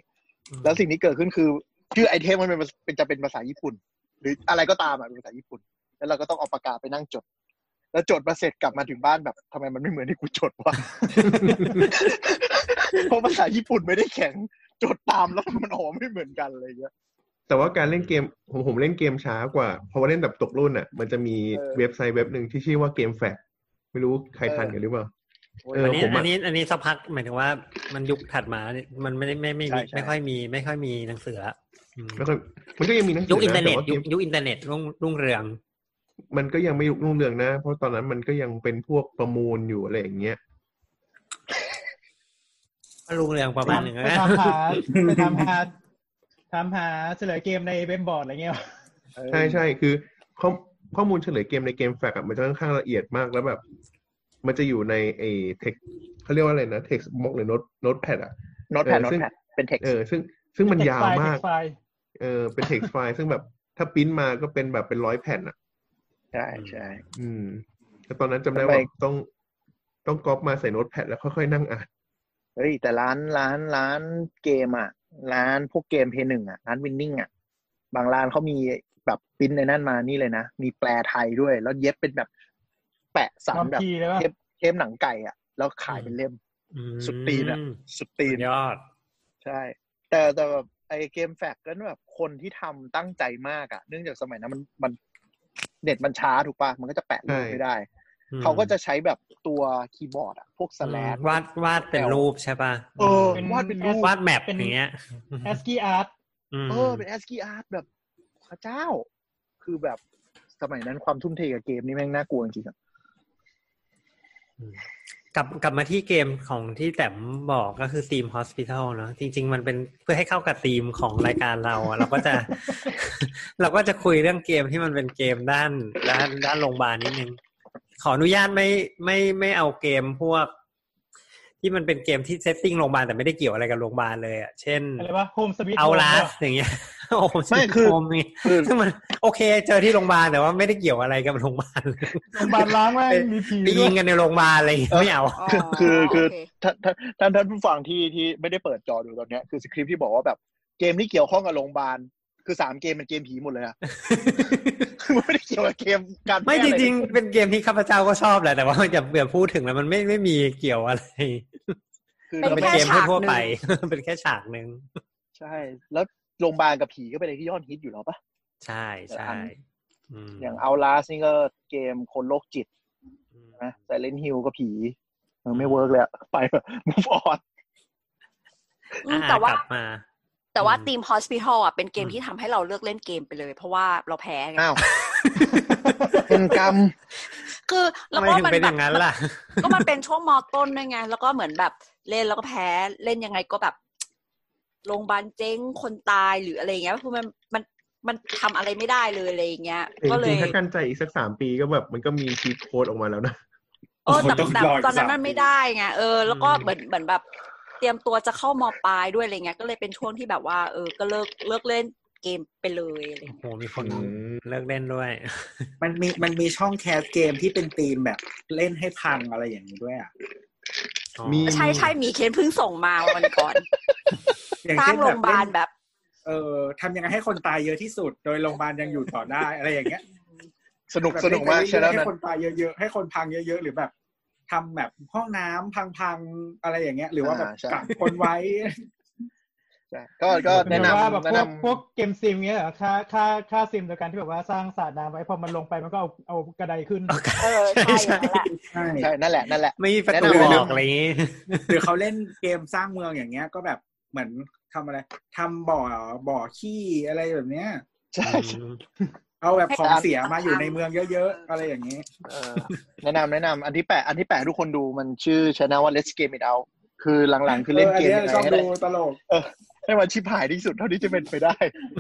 S6: แล้วสิ่งที่เกิดขึ้นคือชื่อไอเทมมันเป็นเป็นจะเป็นภาษาญี่ปุ่น หรืออะไรก็ตามอ่ะเป็นภาษาญี่ปุ่น แล้วเราก็ต้องเอาปากกาไปนั่งจด แล้วจดมาเสร็จกลับมาถึงบ้านแบบทำไมมันไม่เหมือนที่กูจดวะ (laughs) เพราะภาษาญี่ปุ่นไม่ได้แข็งจดตามแล้วมันออกไม่เหมือนกันอะไรเงี้ย
S5: แต่ว่าการเล่นเกมผมผมเล่นเกมช้ากว่าเพราะว่าเล่นแบบตกรุ่นอ่ะ มันจะมี
S6: เออ
S5: เว็บไซต์เว็บหนึ่งที่ชื่อว่าเกมแฟก ไม่รู้ใครทันกันหรือเปล่า
S6: โอ้ย
S5: เอ
S3: อันนี้
S5: ผมอะ
S3: อันนี้อันนี้สักพักหมายถึงว่ามันยุคถัดมาเนี่ยมันไม่ได้ไม่ไม่มี
S6: ใช่ใช่
S3: ไม่ค่อยมีไม่ค่อยมีหนังสือละอืม
S5: แล้วก็มันก็ยังมีหนังสื
S3: ยุค
S5: อ
S3: อินเทอ
S5: นะ
S3: ร์เน็
S5: แต่
S3: ต
S5: ว่า
S3: ยุคยุคอินเทอร์เน็ตรุ่งรุ่งเรือง
S5: มันก็ยังไม่ยุครุ่งเรืองนะ เพราะตอนนั้นมันก็ยังเป็นพวกประมูลอยู่อะไรอย่างเงี้ย
S3: ก็รุ่งเรืองประมาณหนึ่ง
S4: ไป
S3: นะ
S4: ตามหาไปตามหาตามหาเฉลยเกมในเว็บบอร์ดอะไรเงี้ย
S6: เออ
S5: ใช่ใช่คือข้อข้อมูลเฉลยเกมในเกมแฟกมันจะค่อนข้างละเอียดมากแล้วแบบ มันจะอยู่ในไอ้เทคเขาเรียกว่าอะไรนะเท็กซ์บ็อกหรือโน้ตโน้ตแพดอะ
S6: โน้ตแพด
S5: เออ
S6: โน้ต
S5: ซึ่ง
S6: แพดเป็นเท็กซ์
S5: เออซึ่งซึ่งมัน
S4: Text
S5: ยาว
S4: file
S5: มาก
S4: Text file
S5: เออเป็นเท็กซ์ไฟล์ซึ่งแบบถ้าปริ้นมาก็เป็นแบบเป็นร้อยแผ่นอะ
S6: ใช่ใช่
S5: อืมแต่ตอนนั้นจำได้ว่า
S6: ทำไม
S5: ต้องต้องก๊อปมาใส่โน้ตแพดแล้วค่อยๆนั่งอ่าน
S6: เฮ้ยแต่ร้านร้านร้านเกมอ่ะ ร้านพวกเกมเพย์หนึ่งอ่ะ ร้านวินนิ่งอ่ะ บางร้านเขามีแบบปริ้นในนั่นมานี่เลยนะ มีแปลไทยด้วย แล้วเย็บเป็นแบบ แปะสันแบบ
S4: ทำทีเลยป่ะ
S6: เทปเทปหนังไก่อ่ะ แล้วขายเป็นเล่ม
S3: อืม
S6: สุดตีนอ่ะ สุดตี
S3: สุ
S6: น
S3: ดยอด
S6: ใช่ แต่แต่แบบไอเกมแฟกนั้นแบบคนที่ทำตั้งใจมากอะเนื่องจากสมัยนั้นมันมันเน็ตมันช้าถูกปะมันก็จะแปะรูป
S5: ใช่
S6: ไม่ได้
S3: อืม
S6: เขาก็จะใช้แบบตัวคีย์บอร์ดอะพวกสแล
S3: อื
S6: ช
S3: มวาดวาดเป็นรูปใช่ป่ะ
S6: เออ
S4: เป็น
S6: วาดเป็น
S4: รูป
S3: วาดแมปอย่างเงี้ย
S4: ASCII art
S3: ม
S6: เออเป็น ASCII art แบบพระเจ้า คือแบบสมัยนั้นความทุ่มเทกับเกมนี่แม่งน่ากลัวจริงๆอะ
S3: กลับกลับมาที่เกมของที่แต้มบอกก็คือทีม Hospital เนอะจริง ๆ มันเป็นเพื่อให้เข้ากับทีมของรายการเราอะเราก็จะ (laughs) เราก็จะคุยเรื่องเกมที่มันเป็นเกมด้านด้านด้านโรงพยาบาลนิดนึง ขออนุญาตไม่ไม่ไม่เอาเกมพวก ที่มันเป็นเกมที่เซตติ้งโรงพยาบาลแต่ไม่ได้เกี่ยวอะไรกับโรงพยาบาลเลยอะเช่น
S4: อะไรวะโฮมสวิต
S3: เอาลาสอย่างเงี้ย (laughs) โอ้โห
S6: ไม่คือ
S3: โมนี่
S6: คือ (laughs)
S3: ซึ่งมันโอเค เจอที่โรงพยาบาลแต่ว่าไม่ได้เกี่ยวอะไรกับโรงพยาบาลเลย
S4: โรงพยาบาลล้างแม่งมีผี
S3: ไป
S4: ด้
S3: ยิ
S4: วย
S3: งกันในโรงพยาบาลอะไรอย่างเงี้ยไม่เอา
S6: คือคือ
S2: โเ
S6: ท่านท่านท่านท่านผู้ฟังที่ที่ไม่ได้เปิดจอดูตอนเนี้ยคือสคริปต์ที่บอกว่าแบบเกมที่เกี่ยวข้องกับโรงพยาบาลคือสามเกมเป็นเกมผีหมดเลยอะ (laughs) คือมันไม่ได้เกี่ยวกับเกมการแพทย์
S3: ไม่จ
S6: อะ
S3: ริง
S6: เลย
S3: ๆ เป็นเกมที่ข้าพเจ้าก็ชอบแหละแต่ว่ามันจะเบื่อพูดถึงแล้วมันไม่ไม่มีเกี่ยวอะไร
S6: คือ
S2: เป็นแค่
S3: เป็นเกม
S2: ฉาก
S3: ทั่วๆไป เป็นแค่ฉากหนึ่ง
S6: ใช่ แล้วโรงพยาบาลกับผีก็เป็นอะไรที่ยอดฮิตอยู่แล้วปะ
S3: ใช่ใช่
S6: แต่อัน
S3: อืม
S6: อย่างเอาลาสนี่ก็เกมคนโรคจิตนะไซเลนฮิลก็ผีเออไม่เวิร์กเลยอะ (laughs) ไป move on
S2: อื
S3: อ่ะ
S2: มแต่ว่าก
S3: ลับมา
S2: แต่ว่า
S3: อืม
S2: ทีม Hospital อ่ะเป็นเกม
S3: อืม
S2: ที่ทำให้เราเลิกเล่นเกมไปเลย เพราะว่าเราแพ้ไง
S6: อ้าว เป็นกรรม
S2: คือ (laughs) แล้ว
S3: ทำไม
S2: ก็
S3: ถึง
S2: มัน
S3: เป็น
S2: แบ
S3: อบ ย่างนั้นล่ะ
S2: ก็มันเป็นช่วงมอต้นด้วยไงแล้วก็เหมือนแบบเล่นแล้วก็แพ้เล่นยังไงก็แบบโรงพยาบาลเจ๊งคนตายหรืออะไรอย่างเงี้ยคือมันมันมันทำอะไรไม่ได้เลยอะไรอย่างเงี้ย
S5: แต่จ
S2: ก็เล
S5: ริ
S2: ย
S5: งๆถ้ากันใจอีกสักสามปีก็แบบมันก็มีชีทโค้ดออกมาแล้วนะ (laughs)
S2: เออแต่
S1: ต้อง
S2: แต่
S1: รออีก
S2: ตอนนั้น
S1: สาม
S2: มัน
S1: ปี
S2: ไม่ได้ไงเออ แล้วก็
S3: อืม
S2: เหมือนเหมือนแบบ เตรียมตัวจะเข้ามอปลายด้วยอะไรเงี้ยก็เลยเป็นช่วงที่แบบว่า เออ ก็เลิกเลิกเล่นเกมไปเลยอะไรเงี้ย
S3: โอ้โหมีคน
S5: อืม
S3: เลิกเล่นด้วย
S1: มันมีมันมีช่องแคสเกมที่เป็นธีมแบบเล่นให้พังอะไรอย่างนี้ด้วยอ่ะ
S5: มี
S2: ใช่ใช่มีเคนเพิ่งส่งมาวันก่อน
S1: อย่าง
S2: สร้า
S1: เช่
S2: ง
S1: น
S2: โร
S1: แบบ
S2: งพยา
S1: เล่
S2: บาล
S1: น
S2: แบบ
S1: เออทำยังไงให้คนตายเยอะที่สุด โดยโรงพยาบาลยังอยู่ต่อได้อะไรอย่างเงี้ย
S6: (laughs) สนุก
S1: แบบ
S6: สนุกมาก
S1: เล่
S6: ใช่
S1: นไป
S6: แล้ว
S1: เรื่อยๆ
S6: นะ
S1: ให้คนตายเยอะๆ ให้คนพังเยอะๆ หรือแบบทำแบบห้องน้ำพังๆ อะไรอย่างเงี้ย หรือว่าแบบกักคนไว้
S6: ใช่ก็ก็
S4: เหมื
S6: แนะ
S4: อน
S6: น
S4: ว่าแบบ
S6: ำแนะ
S4: พว
S6: น
S4: กพวกเกมซิมเงี้ยเหรอค่าค่าค่าซิมโดยการที่แบบว่าสร้างสระน้ำไว้พอมันลงไปมันก็เอาเอากระไดขึ้น
S2: เออใช่
S3: ใช่
S2: อย่างนั้นแหละ
S6: ำ
S1: ใช่
S6: ใช่นั่นแหละนั่นแหละ
S3: ไม่มีประตู
S6: แนะนำ
S3: ออกอะไรอย่างงี้
S1: หรือเขาเล่นเกมสร้างเมืองอย่างเงี้ย ก็แบบเหมือนทำอะไรทำบ่อบ่อขี้อะไรแบบเนี้ย
S6: ใช่ใช่
S1: เอาแบบของเสียมาอยู่ในเมืองเยอะๆ อะไรอย่างเงี้ย
S6: เออแนะนำแนะนำอันที่แปดอันที่แปดทุกคนดูมันชื่อช anel ว่า let's game it out คือหลังๆ คือเล่นเกม
S1: เออ
S6: ยัง
S1: อั
S6: ไง
S1: ชอบ
S6: ให้
S1: ดู
S6: ได้
S1: ตลก
S6: ให้มันชิบหายที่สุดเท่าที่จะเป็นไปได้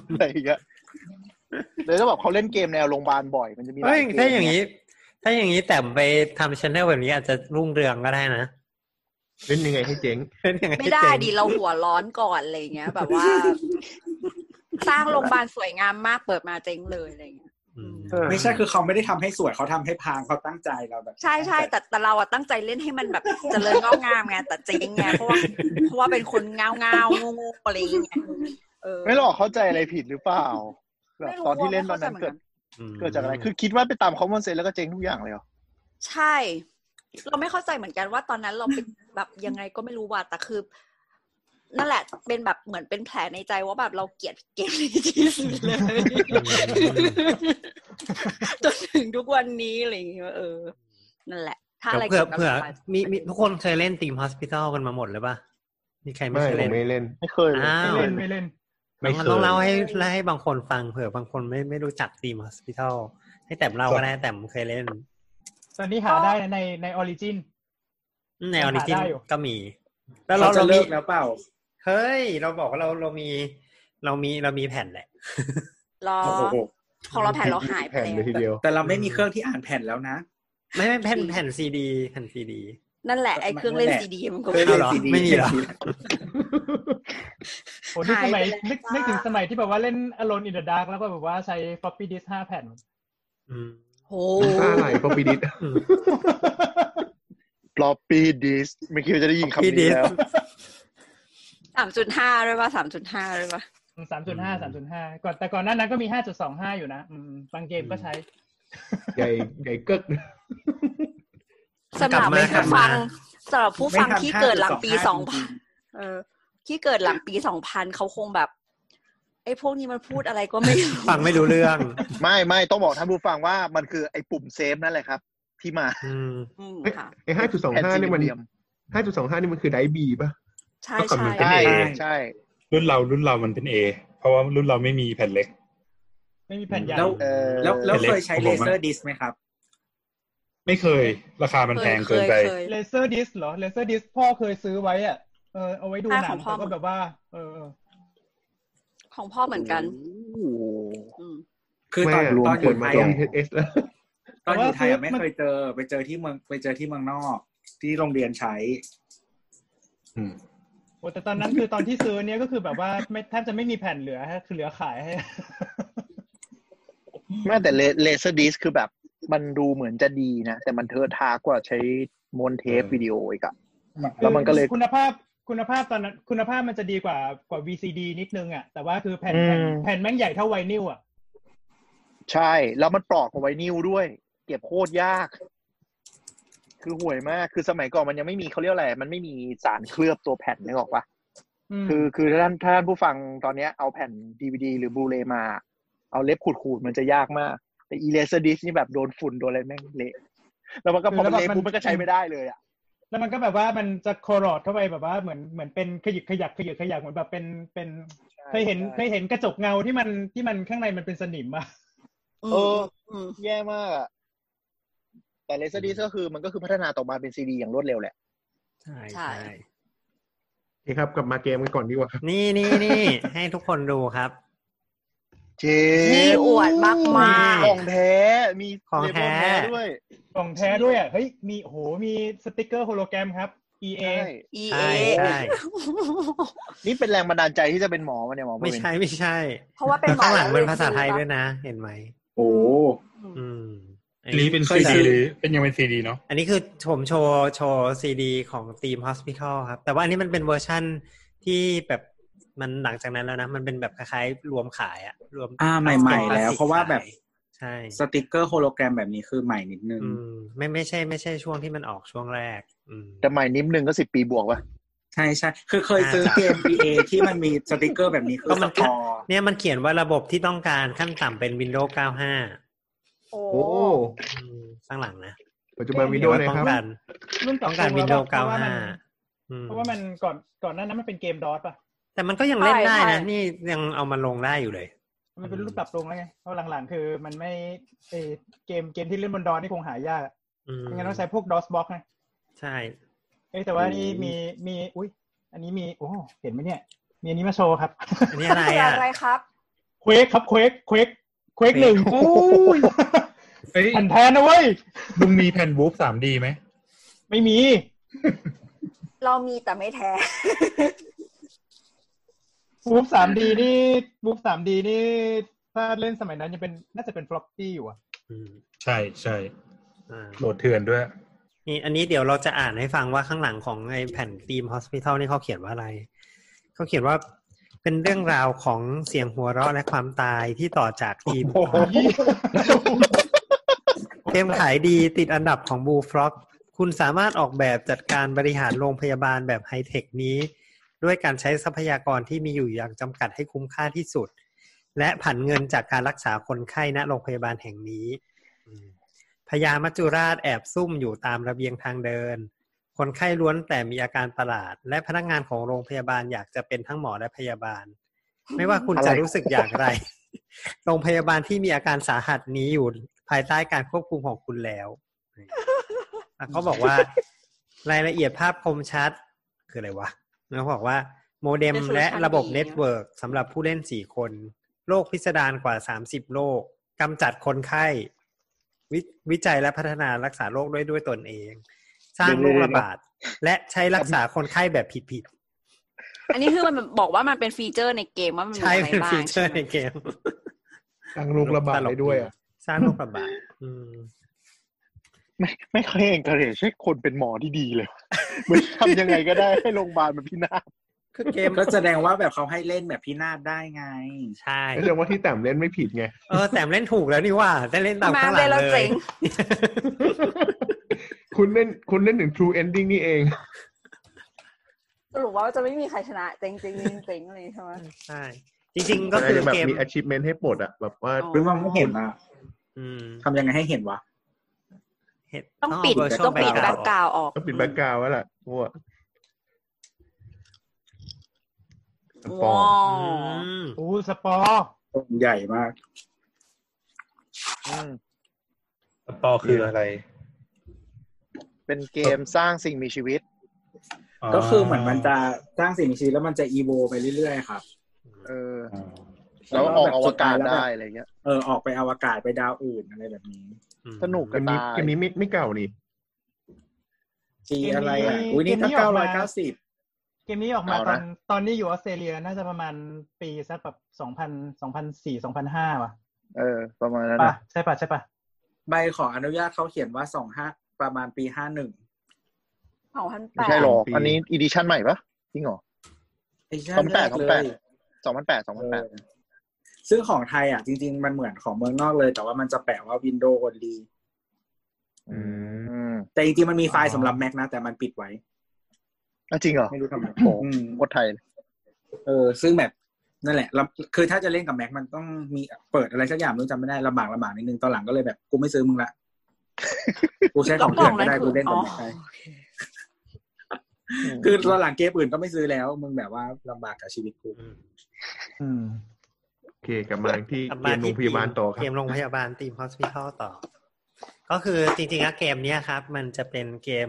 S6: อะไรอย่างเงี้ยเลยต้องบอกเขาเล่นเกมแนวโรงพยาบาลบ่อยมันจะมีหลา
S3: เฮ้ย
S6: ยเกม
S3: ถ้าอย่างนี้
S6: นี้
S3: ถ้าอย่างนี้แต่ไปทำชแนลแบบนี้อาจจะรุ่งเรืองก็ได้นะ
S5: เล่นยังไงให้เจ๊ง
S3: เป็นอย่างนั้น
S2: ไม่ได้
S3: เจ๋ง
S2: ดิเราหัวร้อนก่อนอะไรเงี้ย แบบว่า สร้างโรงพยาบาลสวยงามมากเปิดมาเจ๊งเลยอะไรเงี้ย อืม
S6: เออ
S1: ไม่ใช่คือเขาไม่ได้ทำให้สวยเขาทำให้พังเขาตั้งใจเราแบบ
S2: ใช่ใช่แต่แต่เราอะตั้งใจเล่นให้มันแบบเจริญงอกงามไงแต่เจ๊งไงเพราะว่าเพราะว่าเป็นคนเงาเงางูงูอะไรอย่างเงี้ยเออ
S6: ไม่หรอกเข้าใจอะไรผิดหรือเปล่าแบบตอนที่เล่นตอนนั้นเกิด เกิดจากอะไร คือคิดว่าไปตามคอมมอนเซนแล้วก็เจ๊งทุกอย่างเลยเหรอ
S2: ใช่ เราไม่เข้าใจเหมือนกันว่าตอนนั้นเราเป็น แบบยังไงก็ไม่รู้ว่าแต่คือ นั่นแหละ เป็นแบบเหมือนเป็นแผลในใจว่าแบบเราเกลียดเกมนี้ที่สุดเลย จนถึงทุกวันนี้อะไรอย่างเงี้ยเออ นั่นแหละ ถ้าอะไร
S3: เผื่อ
S2: กี่ยวกับ
S3: เผื่อ
S2: สาย
S3: มีมีทุกคนเคยเล่นทีม Hospital กันมาหมดหรือเปล่ามีใครไม่
S5: ไม่
S3: เคย
S5: ผ
S3: เล่น
S5: มไม่เล่น
S6: ไม่เคยเลย
S3: อ้าว
S4: ไม่เล่นไม่เล่น
S3: ต้
S8: ไม่
S3: อง
S8: เคย
S3: ต้องเล่าให้ให้บางคนฟังเผื่อบางคนไม่ไม่รู้จักทีม Hospital ให้แต้มเล่าก็ได้แต้มเคยเล่น
S4: ตอนนี้หาได้ในในออริจิน
S3: ในออริจิน
S4: หาได้อยู่
S3: ก็มี แล้
S1: แล้ว
S3: ว
S1: เรา
S3: เรา
S1: จะ
S3: เรา
S1: เลิ
S3: มี
S1: กแล้วเปล่า
S3: เฮ้ย เราบอกว่าเราเรามี เรามีเรามีแผ่นแหละ
S2: รอ
S1: โอ้โห
S2: ของเราแผ่นเราหายไป
S5: แผ่น
S2: แล้
S5: เลยว ทีเดียว
S1: แต่เราไม่มีเครื่องที่อ่านแผ่นแล้วนะ
S3: ไม่ไม่แผ่นแผ่นซีดีแผ่นซีดี
S2: นั่นแหละไอ้เครื่องเล่น
S1: นั่นแหละ
S2: ซีดีมันก็
S1: เคย
S3: อา
S1: เล่
S3: ห
S1: น
S3: รอ
S1: ซีดี
S3: ไม่มีเหรอ
S4: โอ้นี่สมัยนึก
S2: จ้า
S4: นึกถึงสมัยที่แบบว่าเล่น Alone in the Dark แล้วก็แบบว่าใช้ floppy disk ห้าแผ่น
S3: อืม
S2: โห
S5: ค่าไหลก็ปีดิ (laughs) ด
S3: อืม
S6: ฟลอปปี้ดิสไม่คิดว่าจะได้ยินคำ
S3: พี่ดิ
S6: นี้
S3: ส
S6: แล้ว
S2: สามจุดห้าด้วยป่ะสามจุดห้าด้วยป่ะ
S4: สามจุดห้าสามจุดห้าก่อนแต่ก่อนหน้านั้นก็มีห้าจุดสองห้าอยู่นะอืมบางเกมก็ใช้
S5: ใหญ่ใหญ่เกิก (laughs)
S2: สำหรับผู้ฟังสำหรับผู้ฟังที่เกิดหลังปีสองพัน เออที่เกิดหลังปีสองพันเขาคงแบบไอ้พวกนี้มันพูดอะไรก็ไม่รู้
S3: ฟังไม่รู้เรื่อง
S6: ไม่ไม่ต้องบอกท่านผู้ฟังว่ามันคือไอ้ปุ่มเซฟนั่นแหละครับ ที่มา
S3: อืม
S2: อืมค่ะ
S5: ไอ้ห้าจุดสอง
S6: แผ่น
S5: ห้า
S6: สี่
S5: นี่มัน
S6: เหลี่ยม
S5: ห้าจุดสองห้านี่มันคือไดบีป่ะ
S2: ใช่
S5: ก็คำนึ
S2: ใช่
S5: งกั
S6: ใช่
S5: นเอง
S6: ใช่
S8: รุ่นเรารุ่นเรามันเป็นเอเพราะว่ารุ่นเราไม่มีแผ่นเล็ก
S4: ไม่มีแผ่นใหญ่
S1: แล้ว
S6: เออ
S1: แล้วแล้วเคยใช้
S8: ผ
S1: เล
S8: มอะ
S1: เซอร์ดิสไหมครับ
S8: ไม่เคย ราคามันแพง
S2: เค
S8: เกิน
S2: ย
S8: ไป
S2: เคย
S4: เลเซอร์ดิสเหรอเลเซอร์ดิสพ่อเคยซื้อไว้อ่ะเออเอาไว้ดูหนั
S2: อ่าของ
S4: ง
S2: พ่อ
S4: แต่ก็แบบว่า เออเออ
S2: ของพ่อเหมือนกัน
S6: โอ้โห
S2: อืม
S1: คือต
S5: แม่
S1: อน
S5: รวม
S1: ตอนอ
S5: เกิด
S1: ยู่ไท
S5: มาย ก็
S1: อะ
S5: มีเอส (laughs) แล้ว
S1: ตอนอยู่ไทยอะไม่เคยเจอ ไปเจอที่เมืองไปเจอที่เมืองนอก ที่โรงเรียนใช้
S8: อืม
S4: โอ้แต่ตอนนั้นคือตอนที่ซื้อเนี่ยก็คือแบบว่าไม่แทบจะไม่มีแผ่นเหลือฮะคือเหลือขายให้
S6: แม่แต่เลเซอร์ดิสคือแบบมันดูเหมือนจะดีนะ แต่มันเทอะทากว่าใช้มวนเทปวิดีโออีกอะ แล้วมันก็เลย
S4: คุณภาพคุณภาพตอนนั้นคุณภาพมันจะดีกว่ากว่า VCD นิดนึงอ่ะแต่ว่าคือแผ่นแผ่น
S6: อืม
S4: แผ่นแม่งใหญ่เท่าไวนิลอ่ะ
S6: ใช่ แล้วมันปลอกเอาไว้นิ้วด้วย เก็บโคตรยาก คือห่วยมาก คือสมัยก่อนมันยังไม่มีเขาเรียกอะไร มันไม่มีสารเคลือบตัวแผ่นนึกออกปะ
S4: ม
S6: คือคือถ้าท่านถ้าท่านผู้ฟังตอนเนี้ยเอาแผ่นดีวดีหรือบลูเรย์มา เอาเล็บขูดขูดๆมันจะยากมาก แต่อีเลเซอร์ดิสนี่แบบโดนฝุ่นโดนอะไรแม่งเละแล้วมันก็พอมันเละปุ๊บมันก็ใช้ไม่ได้เลยอะ
S4: แล้วมันก็แบบว่ามันจะโครอดเข้าไปแบบว่าเหมือนเหมือนเป็นขยิกขยักขยิกขยักเหมือนแบบเป็นเป็นเคยเห็นเคยเห็นกระจกเงาที่มันที่มันข้างในมันเป็นสนิมอ่ะ
S2: อื
S6: เออ
S2: มอืม
S6: แย่มากอะแต่เลเซอร์ดิสก็คือมันก็คือพัฒนาต่อมาเป็นซีดีอย่างรวดเร็วแหละ
S3: ใช่ใช่
S5: โอเคครับกลับมาเกมกันก่อนดีกว่าครับ
S3: นี่นี่นี่ให้ทุกคนดูครับ
S6: เจ
S2: นี่อวดมากมาย
S6: ของแท้มี
S3: ของ
S6: เล
S3: แท้
S6: เวลด้วย
S4: กล่องแท้ด้วยอ่ะ เฮ้ย มีโห มีสติกเกอร์โฮโลแกรมครับ EA
S6: ใช่
S2: อีเอ
S3: ใช่ใช่
S6: นี่เป็นแรงบันดาลใจที่จะเป็นหมอมาเนี่ยหมอ
S3: ไม่ใช่ไม่ใช่
S2: (laughs) เพราะว่าเป็น
S3: แล้ว
S2: หมอ
S3: ข้างหลัง
S2: แว
S3: เป็น
S2: ย
S3: ภาษาไทย
S2: ใช่ปะ
S3: ด้วยนะ เห็นไหม
S1: โอ้
S3: อืม
S8: อันนี้เป็น
S1: เค
S8: ซี
S1: ย
S8: ดี
S1: ซื้อ
S8: หรือเป็นยังเป็นซีดีเนาะ
S3: อันนี้คือผมโชว์โชว์ซีดีของทีม Hospital ครับ แต่ว่าอันนี้มันเป็นเวอร์ชั่นที่แบบมันหลังจากนั้นแล้วนะ มันเป็นแบบคล้ายๆรวมขายอะรวม
S1: อ่าใหม่ๆ
S3: พาสติก
S1: แล้วเพราะว่าแบบ
S3: ใช่
S1: สติกเกอร์โฮโลแกรมแบบนี้คือใหม่นิดนึง
S3: อืมไม่ไม่ใช่ไม่ใช่ช่วงที่มันออกช่วงแรก อืม
S6: แต่ใหม่นิดนึงก็สิบปีบวกวะ
S1: ใช่ใช่คือเคยซื้อเกม EA ที่มันมีสติกเกอร์แบบนี้คือ
S3: ก็
S1: ส
S3: มัน
S1: ตอ
S3: เนี่ยมันเขียนว่าระบบที่ต้องการขั้นต่ำเป็น Windows 95
S2: โอ้
S5: โอ้
S3: อืมข้างหลังนะ
S5: ปัจจุบันวิดีโอเลย
S3: ต้อ
S5: ครั
S3: ง
S5: บ
S3: การ
S4: รุ่นเก่า
S3: ต้องการ
S4: ๆแล้ว
S3: Windows
S4: เพราะว่ามัน
S3: 95อืม
S4: เพราะว่ามันก่อนก่อนหน้านั้นมันเป็นเกมดอทป่ะ
S3: แต่มันก็ยังเล่นได้นะ นี่ยังเอามาลงได้อยู่เลย
S4: มันเป็นรุ่นปรับปรุงแล้วไง เพราะหลังๆ คือมันไม่เออเกมเกมที่เล่นบนดอทนี่คงหายาก
S3: อืม
S4: ไม่งั้นต้องใช้พวกดอสบ็อกไง
S3: ใช่
S4: เอ้ยแต่ว่านี่มีมี อุ้ยอันนี้มี โอ้เห็นไหมเนี่ย มีอันนี้มาโชว์ครับ
S3: อันนี้อะไร
S2: คือ
S3: อ่ะ
S2: อะไรครับ
S4: เควกครับเควกเควกเควกหนึ่ง
S6: โอ้ย
S8: เอ้ย
S4: (laughs) อันแทนนะเว้ย
S8: มึงมีแผ่นบูฟสามดีไหม
S4: ไม่มี
S2: เรามีแต่ไม่แท้
S4: บูฟสามดีนี่บูฟสามดีนี่ ถ้าเล่นสมัยนั้นยังเป็นน่าจะเป็นฟล็อปปี้อยู่อะ
S3: อืม
S8: ใช่ใช่
S3: อ่า
S8: โหลดเถื่อนด้วย
S3: นี่อันนี้เดี๋ยวเราจะอ่านให้ฟังว่าข้างหลังของไอ้แผ่นทีม Hospital นี่เขาเขียนว่าอะไร เขาเขียนว่าเป็นเรื่องราวของเสียงหัวเราะและความตายที่ต่อจากทีมเกมขายดีติดอันดับของบูฟล็อกคุณสามารถออกแบบจัดการบริหารโรงพยาบาลแบบไฮเทคนี้ ด้วยการใช้ทรัพยากรที่มีอยู่อย่างจำกัดให้คุ้มค่าที่สุด และผันเงินจากการรักษาคนไข้ณโรงพยาบาลแห่งนี้อืม พญามัจจุราชแอบซุ่มอยู่ตามระเบียงทางเดิน คนไข้ล้วนแต่มีอาการประหลาด และพนักงานของโรงพยาบาลอยากจะเป็นทั้งหมอและพยาบาล ไม่ว่าคุณจะ
S6: อะไร
S3: รู้สึกอย่างไร โรงพยาบาลที่มีอาการสาหัสนี้อยู่ภายใต้การควบคุมของคุณแล้วแล้วเขาบอกว่า รายละเอียดภาพคมชัด คืออะไรวะแล้วเขาบอกว่า โมเด็ม
S2: เป็น solution
S3: และระบบ
S2: ดี
S3: เน็ต
S2: เนอะ
S3: เวิร์กสำหรับผู้เล่นสี่คน โรคพิสดารกว่าสามสิบโรคกำจัดคนไข้ววิจัยและพัฒนารักษาโรคด้วยด้วยตนเอง สร้างโรคระบาด และใช้รักษาคนไข้แบบผิด
S2: อันนี้คือมันบอกว่ามันเป็นฟีเจอร์ในเกมว่ามัน
S3: ๆ
S2: มี
S3: ใช้
S2: อะไร
S3: เป็น
S2: บ้าง
S3: ฟีเจอร์ใน
S2: ใช่ไหม
S3: เกม
S5: ตั้งลูกระบาดได้ด้วยอ่ะ
S3: สร้างโรคระบาดอืม
S6: ไม่ไม่เคยเอ็นกระเรชให้คนเป็นหมอที่ดีเลย (laughs) เหมันทำยังไงก็ได้ให้โรงพยาบาลมันพินาศ
S3: คือเกม
S1: ก็แสดงว่าแบบเขาให้เล่นแบบพินาศได้ไง
S3: ใช่
S5: แสดงว่าที่แต้มเล่นไม่ผิดไง
S3: เออแต่มเล่นถูกแล้วนี่ว่าได้เล่นตาม
S2: มา
S3: ข้างหลั
S2: ได้
S3: ง
S2: แล้ว
S3: เล
S2: เจ๋
S3: ย
S2: ง
S5: คุณเล่นคุณเล่นถึง true ending นี่เอง
S2: สรุปว่าจะไม่มีใครชนะเจ๋งเจ๋งเจ๋งเจ๋งอะไรใช่ไหม
S3: ใช่จริง ๆ ก็
S5: ก็
S3: คื
S5: คือ อแบบ
S3: เกม
S5: มี achievement ให้ปลดอ่ะ แบบว่า
S2: อ๋อ
S1: เพิ่งมองไม่เห็นอะ
S3: อืม
S1: ทำยังไงให้เห็นวะ
S3: เห็น
S2: ต้อง
S3: เา
S2: ปิด
S3: virtual
S2: ต้องปิด
S3: background
S2: แบ็กกราวออก
S5: ก็ปิดแบ็กกราวด์แล้วล่ะพวกสปอ
S2: ว้า
S5: ร์
S2: ว
S3: อืม
S4: อู้สปอร์
S1: ใหญ่มาก
S6: อืม
S8: สปอร์คืออะไร
S6: เป็นเกมสร้างสิ่งมีชีวิต
S1: ก็คือเหมือนมันจะสร้างสิ่งมีชีวิตแล้วมันจะอีโวไปเรื่อยๆครับ
S6: เออ
S8: อ่า
S6: แล้วออกอวกาศ
S1: แล้วแบบ
S6: ได้อะไรเงี้ย
S1: เออออกไปอวกาศไปดาวอื่นอะไรแบบนี้
S3: อืม
S6: สนุก
S5: เก
S6: กัน
S5: มนี้
S6: ตาย
S5: เกมนี้ไม่ไม่เก่านี่
S1: จีอะไรอ่ะอุ้ยนี่ก็เก้าร้อยเก้าสิบ
S4: เกมนี้ออกมาตอนตอนนี้อยู่ออสเตรเลียน่าจะประมาณปีสักแบบสองพันสองพันสี่สองพันห้าป่ะ
S6: เออ ประมาณนั้น
S4: ป่ะ
S6: นะ
S4: ใช่ป่ะใช่ป่ะ
S1: ใบขออนุญาตเขาเขียนว่าสองห้าประมาณปีห้าหนึ่ง
S2: สองพันแป
S6: ไม่
S2: ด
S6: ใช่หรอก
S5: ปี
S6: อันนี้อีดิชั่นใหม่ปะจริงเหรอ
S1: ไอ้ชา
S6: สอ
S1: ติ
S6: ง
S1: แร
S6: แปด
S1: ก
S6: สอ
S1: เล
S6: งแป
S1: ย
S6: ด สองพันแปดสองพันแปด
S1: เออซึ่งของไทยอ่ะ จริง ๆ มันเหมือนของเมืองนอกเลย แต่ว่ามันจะแปะว่า Windows Only
S5: อืม
S6: อืม
S1: แต่จริงๆมันมีไฟล์สำหรับ Mac นะ แต่มันปิดไว้
S6: อ่ะจริงเหรอ
S1: ไม่รู้ทำไม
S6: โอ้
S1: อืม
S6: โคตรไทยเลย
S1: เออซึ่งแบบนั่นแหละแล้วคือถ้าจะเล่นกับแม็กมันต้องมีเปิดอะไรสักอย่างไม่รู้จำไม่ได้ลำบากลำบากนิดนึงตอนหลังก็เลยแบบกูไม่ซื้อมึง
S6: (laughs)
S1: ละกูใช้ของเถื่อนก็ได้กูเล่นกั
S2: อ๋
S1: บ
S2: อ
S1: แม็กได้คือตอนหลังเกมอื่นก็ไม่ซื้อแล้ว มึงแบบว่าลำบากกับชีวิตกู
S3: อืม
S4: อืม
S5: โอเคกลับมาที่
S3: กลับ
S5: เก
S3: มาม
S5: โร
S3: ที่
S5: งพยาบาลต่อครั
S3: เก
S5: บ
S3: มโรงพยาบาลทีม hospital ต่อ ก็คือจริงๆแล้วเกมเนี้ยครับ มันจะเป็นเกม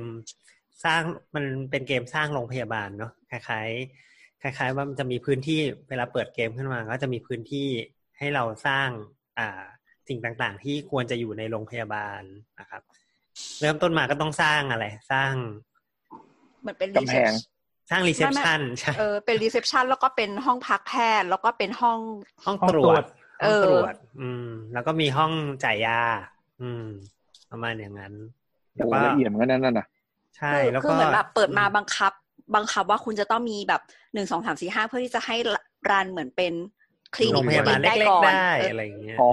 S3: สร้างมันเป็นเกมสร้างโรงพยาบาลเนาะคล้ายๆคล้าย ๆ ว่ามันจะมีพื้นที่เวลาเปิดเกมขึ้นมาก็จะมีพื้นที่ให้เราสร้างอ่าสิ่งต่างๆ ที่ควรจะอยู่ในโรงพยาบาลนะครับ เริ่มต้นมาก็ต้องสร้างอะไร สร้าง
S2: เหมือนเป็น
S6: กำแพง
S3: สร้างรีเซพชันใช่
S2: เออเป็นรีเซพชันแล้วก็เป็นห้องพักแพทย์แล้วก็เป็นห้อง
S3: ห้อง
S4: ห้อง
S3: ตร
S4: ตร
S3: ว
S4: ว
S3: จ
S4: จ
S2: เอ
S3: ห้อง
S2: อ
S3: ตรวจ อืม แล้วก็มีห้องจ่ายยา อืม ประมาณอย่างนั้น
S6: โอ้ละเอียดเหมือนกันนั่นน่ะ
S3: ใช่
S2: คือ
S3: แล้ว
S2: คื
S3: ก็
S2: อเหมือนแบบเปิดมาบังคับ บังคับว่าคุณจะต้องมีแบบหนึ่งสองสามสี่ห้าเพื่อที่จะให้รันเหมือนเป็นคลินิก
S3: โรงพยาบาล
S2: ได้
S3: เล็ก
S2: ก่อน
S3: ๆได้
S2: เออ
S3: อะไรอย่างเงี้ย
S6: อ๋อ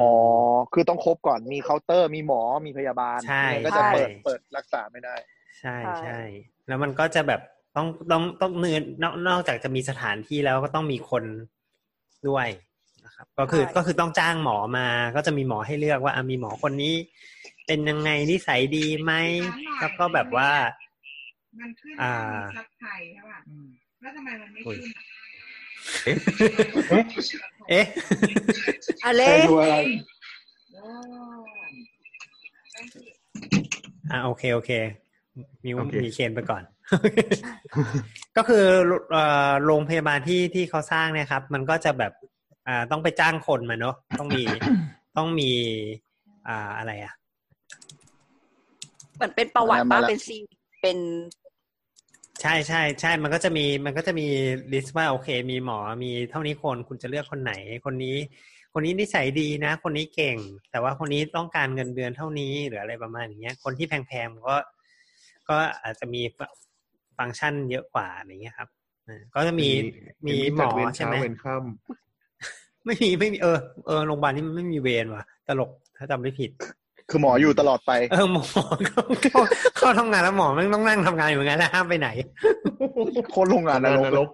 S6: คือต้องครบก่อน มีเคาน์เตอร์ มีหมอ มีพยาบาล
S3: ใช่
S6: ไม่งั้นก็จะ
S2: ใช่
S6: เปิด เปิดรักษาไม่ได้
S3: ใช่
S2: ใช่
S3: ใช่ แล้วมันก็จะแบบต้องต้องต้องเนื้อนอกนอกจากจะมีสถานที่แล้วก็ต้องมีคนด้วยนะครับ ก็คือ
S2: ใช่
S3: ก็คือต้องจ้างหมอมา ก็จะมีหมอให้เลือกว่าอ่ะมีหมอคนนี้ เป็นยังไงนิสัยดีไหมแล้วก็แบบว่า
S9: มันขึ้น
S3: อ่า
S9: ซับไทยใช่ป่ะแล้วทำไมมันไม่ขึ้นอะ
S3: เอ๊ะ
S2: อเล็
S1: ใคร
S2: ก
S1: ดูอะไร
S9: โอ้
S3: อ่าโอเคโอเคมิว
S5: โอเค
S3: มีเคนไปก่อน (laughs) ก็คือเอ่อโรงพยาบาลที่ที่เขาสร้างเนี่ยครับ มันก็จะแบบอ่าต้องไปจ้างคนมาเนอะต้องมี ต้องมี อ่าอะไรอ่ะ
S2: เหมือนเป็นประวัติ
S6: มา
S2: ป้า
S6: ละ
S2: เป็นซีเป็น
S3: ใช่ใช่ใช่มันก็จะมีมันก็จะมีลิสต์ว่าโอเค มีหมอมีเท่านี้คนคุณจะเลือกคนไหน คนนี้ คนนี้นิสัยดีนะ คนนี้เก่ง แต่ว่าคนนี้ต้องการเงินเดือนเท่านี้หรืออะไรประมาณอย่างเงี้ย คนที่แพงๆก็ก็อาจจะมีฟังก์ชันเยอะกว่าอะไรเงี้ยครับอ่าก็จะมีมีหม
S5: จัด
S3: อ
S5: เวร
S3: ใช่
S5: เช้า
S3: ไหม
S5: เวรค่
S3: ไม่มีไม่มีเออเออโรงพยาบาลนี่มันไม่มีเวรว่ะตลกถ้าจำไม่ผิด
S6: คือหมออยู่ตลอดไป (laughs)
S3: เออหมอเขาเขาเขาทำงานแล้วหมอแม่งต้องนั่งทำงานอยู่งั้นนะห้ามไปไหน
S6: โคตรโรง
S5: ำ
S6: งานนรก
S5: น
S6: เล
S5: ร
S6: ย
S5: ก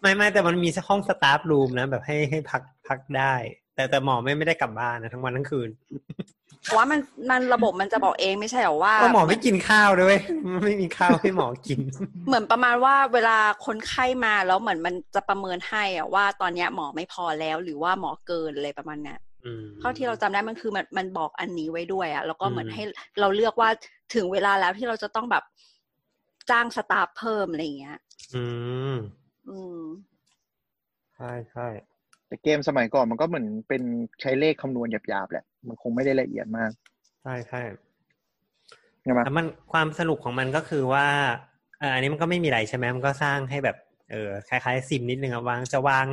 S3: ไม่ไม่แต่มันมีห้องสตาฟรูมนะ แบบให้ให้พักพักได้ แต่แต่หมอไม่ไม่ได้กลับบ้านนะทั้งวันทั้งคืน
S2: เพราะว่ามันมันระบบมันจะบอกเองไม่ใช่หรอว่า
S3: ว่าหมอไม่กินข้าวด้วยเวย (laughs) ไม่มีข้าวให้หมอกิน
S2: เหมือนประมาณว่าเวลาคนไข้มาแล้วเหมือนมันจะประเมินให้อะว่าตอนเนี้ยหมอไม่พอแล้วหรือว่าหมอเกินอะไรประมาณเนี้ย
S3: อืม
S2: เท่าที่เราจำได้มันคือมันมันบอกอันนี้ไว้ด้วยอะแล้วก็เหมือน
S3: อืม
S2: ให้เราเลือกว่าถึงเวลาแล้วที่เราจะต้องแบบจ้างสตาฟเพิ่มอะไรอย่างเงี้ย
S3: อืม
S2: อืม
S3: ใช่ใช่
S6: แต่เกมสมัยก่อนมันก็เหมือนเป็นใช้เลขคำนวณหยาบๆแหละ มันคงไม่ได้ละเอียดมาก
S3: ใช่ใช่
S6: ใช่ไหม
S3: แต่มันความสนุกของมันก็คือว่าเอ่ออันนี้มันก็ไม่มีอะไรใช่ไหมมันก็สร้างให้แบบเออคล้ายๆซิมนิดนึงอะวางจะวาง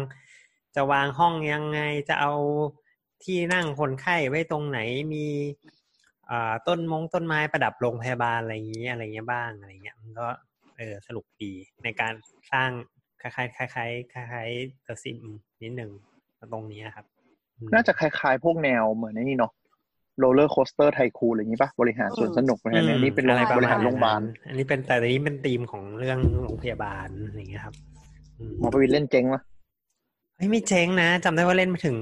S3: จะวางห้องยังไงจะเอาที่นั่งคนไข้ไว้ตรงไหนมีอ่าต้นมงต้นไม้ประดับโรงพยาบาลอะไรอย่างนี้อะไรเงี้ยบ้างอะไรเงี้ยมันก็เออสนุกดีในการสร้างคล้ายๆคล้ายๆคล้ายๆเดอะซิมนิดนึงตรงเนี้ยครับอืม
S6: น่าจะคล้ายๆ พวกแนวเหมือนไอ้นี่เนาะโรลเลอร์โคสเตอร์ไทคูอะไรอย่างนี้ปะบริหารส่วนสนุกนะเนี่ยนี่เป็นโรง
S2: อะไรประมาณ
S6: บริหารโรงพยาบาล
S3: อันนี้เป็นแต่อันนี้เป็นธีมของเรื่องโรงพยาบาลอะไรอย่างเงี้ยครับอืม
S6: หมอประวินเล่นเจ๊งวะ
S3: เฮ้ยไม่เจ๊งนะจำได้ว่าเล่นมาถึง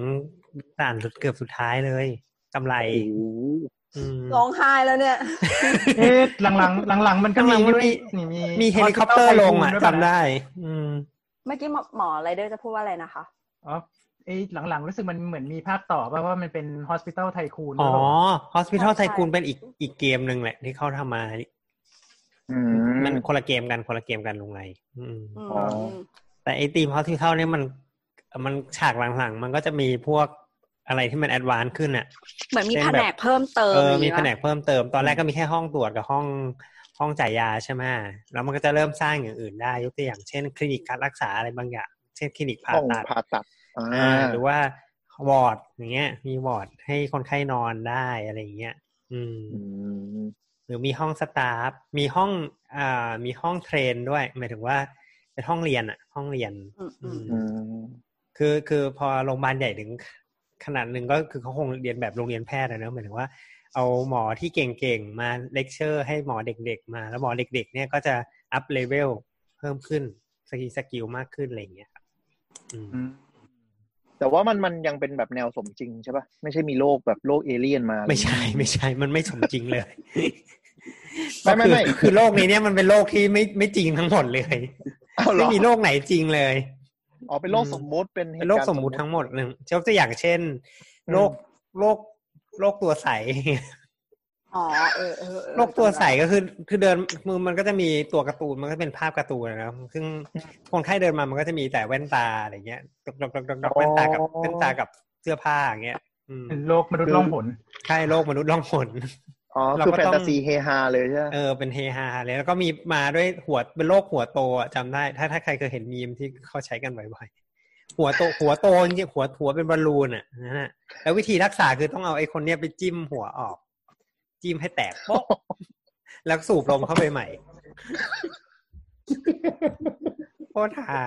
S3: ด่านสุดเกือบสุดท้ายเลยกำไร
S6: โอ้โห
S3: อืม
S2: ร้องไห้แล้วเนี่ย
S4: เอ๊ะหลังหลังหลังหลังๆมันก็
S3: หลั
S4: มี
S3: งๆมันมี
S4: นี่
S3: มีเฮลิคอปเตอร์ลงอ่ะจำได้ อืม
S2: เมื่อกี้หมอหมอไรเดอร์จะพูดว่าอะไรนะคะ
S4: อ๋อไอ้หลังหลังๆรู้สึกมันเหมือนมีภาคต่อป่ะเพราะว่ามันเป็น hospital tycoon
S3: อ๋อ
S4: ด้วยป่ะ
S3: Hospital
S2: ใช่
S3: Tycoon เป็นอีกอีกเกมหนึ่งแหละ ที่เขาทำมา
S6: อืม
S3: มันคนละเกมกันคนละเกมกันลงไรอืม
S2: อืม
S6: อ๋อ
S3: แต่ไอทีม Hospital เนี่ยมันมันฉากหลังๆ มันก็จะมีพวกอะไรที่มันแอดวานซ์ขึ้นอ่ะ
S2: เหมือนมี
S3: เป็น
S2: แผ
S3: แบบ
S2: นกเพิ่มเติม
S3: เออ
S2: ย่าง
S3: มี
S2: งี้
S3: แผนก
S2: ปะ
S3: เพิ่มเติม ตอนแรกก็มีแค่ห้องตรวจกับห้องห้องจ่ายยาใช่ไหมแล้วมันก็จะเริ่มสร้างอย่างอื่นได้ ยกตัวอย่างเช่น คลินิกการรักษาอะไรบางอย่าง เช่นคลินิกผ่า
S6: ห้อง
S3: ตัด
S6: ผ่าตัดอ่า
S3: อ่าหรือว่าวอร์ดอย่างเงี้ย มีวอร์ดให้คนไข้นอนได้อะไรอย่างเงี้ย อืม
S6: อืม
S3: หรือมีห้องสตาฟ มีห้องอ่ามีห้องเทรนด้วย หมายถึงว่าเป็นห้องเรียนอะห้องเรียน
S2: อืมอืม
S6: อืม
S3: คือคือพอโรงพยาบาลใหญ่ถึงขนาดหนึ่งก็คือเขาคงเรียนแบบโรงเรียนแพทย์นะเนอะหมายถึงว่าเอาหมอที่เก่งๆ มาเลคเชอร์ให้หมอเด็กๆ มา แล้วหมอเด็กๆ เนี่ยก็จะอัพเลเวลเพิ่มขึ้นสกิลสกิลมากขึ้นอะไรอย่างเงี้ยครับอืม
S6: แต่ว่ามันมันยังเป็นแบบแนวสมจริงใช่ปะไม่ใช่มีโลกแบบโลกเอเลี่ยนมา
S3: ไม่ใช่ไม่ใช่มันไม่สมจริงเลย
S6: ไม่ไม่ไม่
S3: ก็คือคือโลกนี้เนี่ยมันเป็นโลกที่ไม่ไม่จริงทั้งหมดเลย
S6: เอาเหร
S3: ไม่
S6: อ
S3: มีโลกไหนจริงเลย
S6: อ๋อเป็นโลกสมมุติเป็น
S3: เป็นโลกสมมุติทั้งหมดหนึ่งยกตัวอย่างเช่นโลกโลกโลกตัวใส
S2: อ๋อเออเออเออ
S3: โลกตัวใสก็คือคือเดินมือมันก็จะมีตัวการ์ตูนมันก็เป็นภาพการ์ตูนนะ ซึ่งคนไข้เดินมามันก็จะมีแต่แว่นตาอะไรเงี้ยดอกดอกดอกดอกดอกแว่นตากับแว่นตากับเสื้อผ้าอย่างเงี้ยอืม
S4: เป็นโลกมนุษย์ล่องหน
S3: ใช่โลกมนุษย์ล่องหน
S6: อ๋อ
S3: เรา
S6: คือ
S3: ก็
S6: แฟ
S3: ต้อ
S6: น
S3: ง
S6: ตาซีเฮฮาเลยใช่ปะ
S3: เออเป็นเฮฮาเลยแล้วก็มีมาด้วยหัวเป็นโลกหัวโตอะจำได้ ถ้าถ้าใครเคยเห็นมีมที่เขาใช้กันบ่อยๆหัวโตหัวโตจริงๆหัวหัวเป็นบอลลูนอ่ะนั่นน่ะแล้ววิธีรักษาคือต้องเอาไอ้คนเนี้ยไปจิ้มหัวออก จิ้มให้แตก (laughs) โป๊ะแล้วสูบลมเข้าไปใหม่ (laughs) โคตรห่า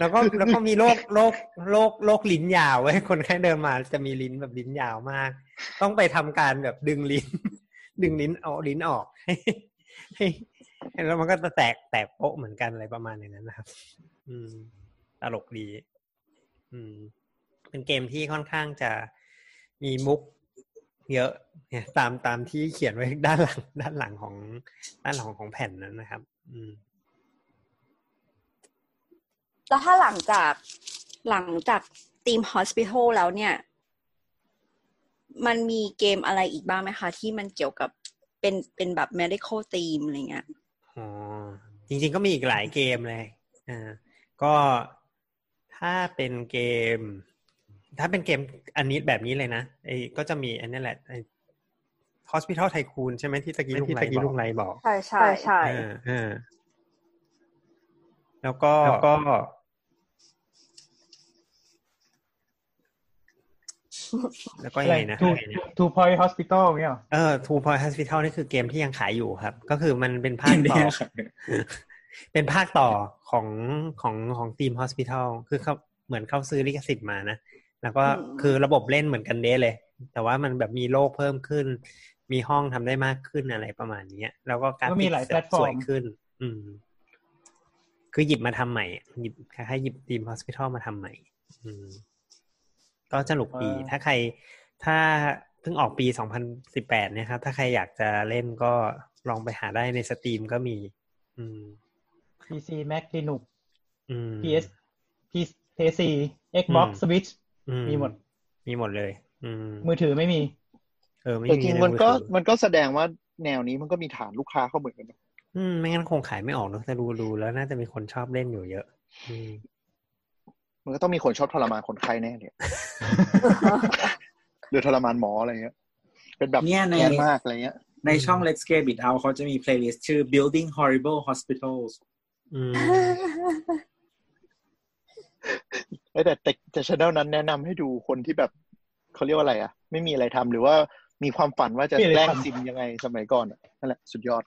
S3: แล้วก็แล้วก็มีโรคโรคโรคโรคลิ้นยาวไว้ยคนไข้เดินมาจะมีลิ้นแบบลิ้นยาวมาก ต้องไปทำการแบบดึงลิ้น ดึงลิ้นเอาลิ้นออก (laughs) ให้ให้ให้แล้วมันก็จะแตกแตกโป๊ะเหมือนกันอะไรประมาณอย่างนั้นนะครับ อืม ตลกดี อืม เป็นเกมที่ค่อนข้างจะมีมุก เยอะ เนี่ย ตามตามที่เขียนไว้ด้านหลัง ด้านหลังของด้านหลังของแผ่นนั้นนะครับ อืม
S2: แล้วถ้าหลังจากหลังจากทีม hospital แล้วเนี่ย มันมีเกมอะไรอีกบ้างไหมคะ ที่มันเกี่ยวกับเป็นเป็นแบบ medical team อะไรเงี้ย
S3: อ๋อจริงๆก็มีอีกหลายเกมเลยอ่าก็ถ้าเป็นเกม ถ้าเป็นเกมอันนี้แบบนี้เลยนะไอ้ก็จะมีอันนี้แหละไอ้ Hospital Tycoon ใช่ไหมที่ตะกี้ลุง
S8: ที่
S3: ไร
S8: ตะกี้
S3: บ
S8: ลุ
S3: อก
S8: งไรบอก
S2: ใช่ใช่ใช่
S3: อ่าอ่าแล้วก็
S8: แล้วก็
S3: แล้วก็ยั
S4: อะ
S3: ง
S4: ไร
S3: ไงนะ
S4: ทูทูพอยต์ฮอสพิทอลเนี่ยเหรอ
S3: เออ Two Point Hospital นี่คือเกมที่ยังขายอยู่ครับ ก็คือมันเป็นภาคต่อ
S1: เนี่ยครับ
S3: (laughs) เป็นภาคต่อของของของทีม Hospital คือเขาเหมือนเขาซื้อลิขสิทธิ์มานะ แล้วก็
S2: อืม
S3: คือระบบเล่นเหมือนกันเด้เลย แต่ว่ามันแบบมีโลกเพิ่มขึ้น มีห้องทำได้มากขึ้นอะไรประมาณเนี้ย แล้วก็การ
S4: ก็มีหลายแพลตฟ
S3: ส
S4: อ
S3: ว
S4: ร์
S3: ย
S4: ม
S3: ขึ้น อืม คือหยิบมาทำใหม่หยิบคล้ายๆหยิบทีม Hospital มาทำใหม่ อืม ก็สนุกดีถ้าใครถ้า เพิ่งออกปี 2018นะครับ ถ้าใครอยากจะเล่นก็ลองไปหาได้ในสตรีมก็มี อืม
S4: PC Mac Linux
S3: อืม
S4: PS PS4 Xbox
S3: อืม
S4: Switch
S3: อื
S4: มีหมด
S3: มีหมดเลย อืม
S4: มือถือไม่มี
S3: เออไม่
S6: แต่
S3: มี
S6: จริง
S3: ใ
S6: ๆมันก็
S3: อถือ
S6: มันก็แสดงว่าแนวนี้มันก็มีฐานลูกค้าเข้าเหมือนกันนะ
S3: อืมไม่งั้นคงขายไม่ออกเนอะแต่ดูดูแล้วน่าจะมีคนชอบเล่นอยู่เยอะ อืม
S6: มันก็ต้องมีคนชอบทรมานคนไข้แน่เลยหรือทรมานหมออะไรเงี้ย เป็นแบบ
S1: เนี่ยใน
S6: แย่มากอะไรเงี้ย
S1: ในช่อง Let's Get It Out เขาจะมี playlist ชื่อ Building Horrible Hospitals
S3: อืม
S6: (laughs) เอ้ยแต่แต่แต่ช anel นั้นแนะนำให้ดูคนที่แบบเขาเรียกว่าอะไรอ่ะ ไม่มีอะไรทำหรือว่ามีความฝันว่าจะ
S4: มีอะไร
S6: แกล้ง
S4: ทำ
S6: ซิมยังไงสมัยก่อนอะนั่นแหละสุดยอด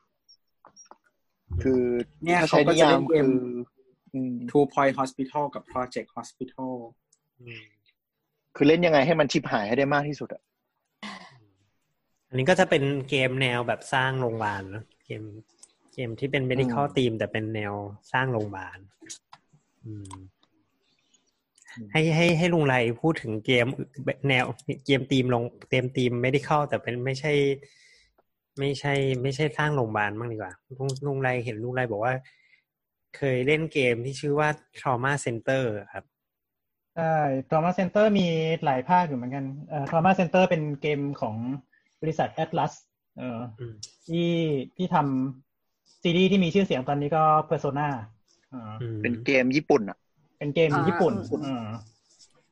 S6: คือ
S1: เนี่ย
S6: ถ้า
S1: เขา
S6: ใช้
S1: ก็
S6: นิ
S1: จะ
S6: ยา
S1: เล่
S6: ม
S1: นเก
S6: คือ
S1: ม
S6: อืม
S1: 2 Point Hospital กับ Project Hospital
S3: อืม
S6: คือเล่นยังไงให้มันชิบหายให้ได้มากที่สุดอ่ะ
S3: อันนี้ก็จะเป็นเกมแนวแบบสร้างโรงพยาบาลเนอะเกมเกมที่เป็น medical team แต่เป็นแนวสร้างโรงพยาบาลอืมให้ให้ให้ลุงไรพูดถึงเกมแนวเกมทีมลงเกมทีม medical แต่เป็นไม่ใช่ ไม่ใช่ ไม่ใช่สร้างโรงพยาบาลบ้างดีกว่าลุงลุงไรเห็นลุงไรบอกว่า เคยเล่นเกมที่ชื่อว่า trauma center ครับ
S4: ใช่ Trauma Center มีหลายภาคอยู่เหมือนกันเอ่อ Trauma Center เป็นเกมของบริษัท Atlas เอ่อ
S3: อืม
S4: ที่ที่ทำซีรีส์ที่มีชื่อเสียงตอนนี้ก็ Persona เอ่อ
S3: อืม
S6: เป็นเกมญี่ปุ่นอ่ะ
S4: เป็นเกมญี่ปุ่นเอ่อ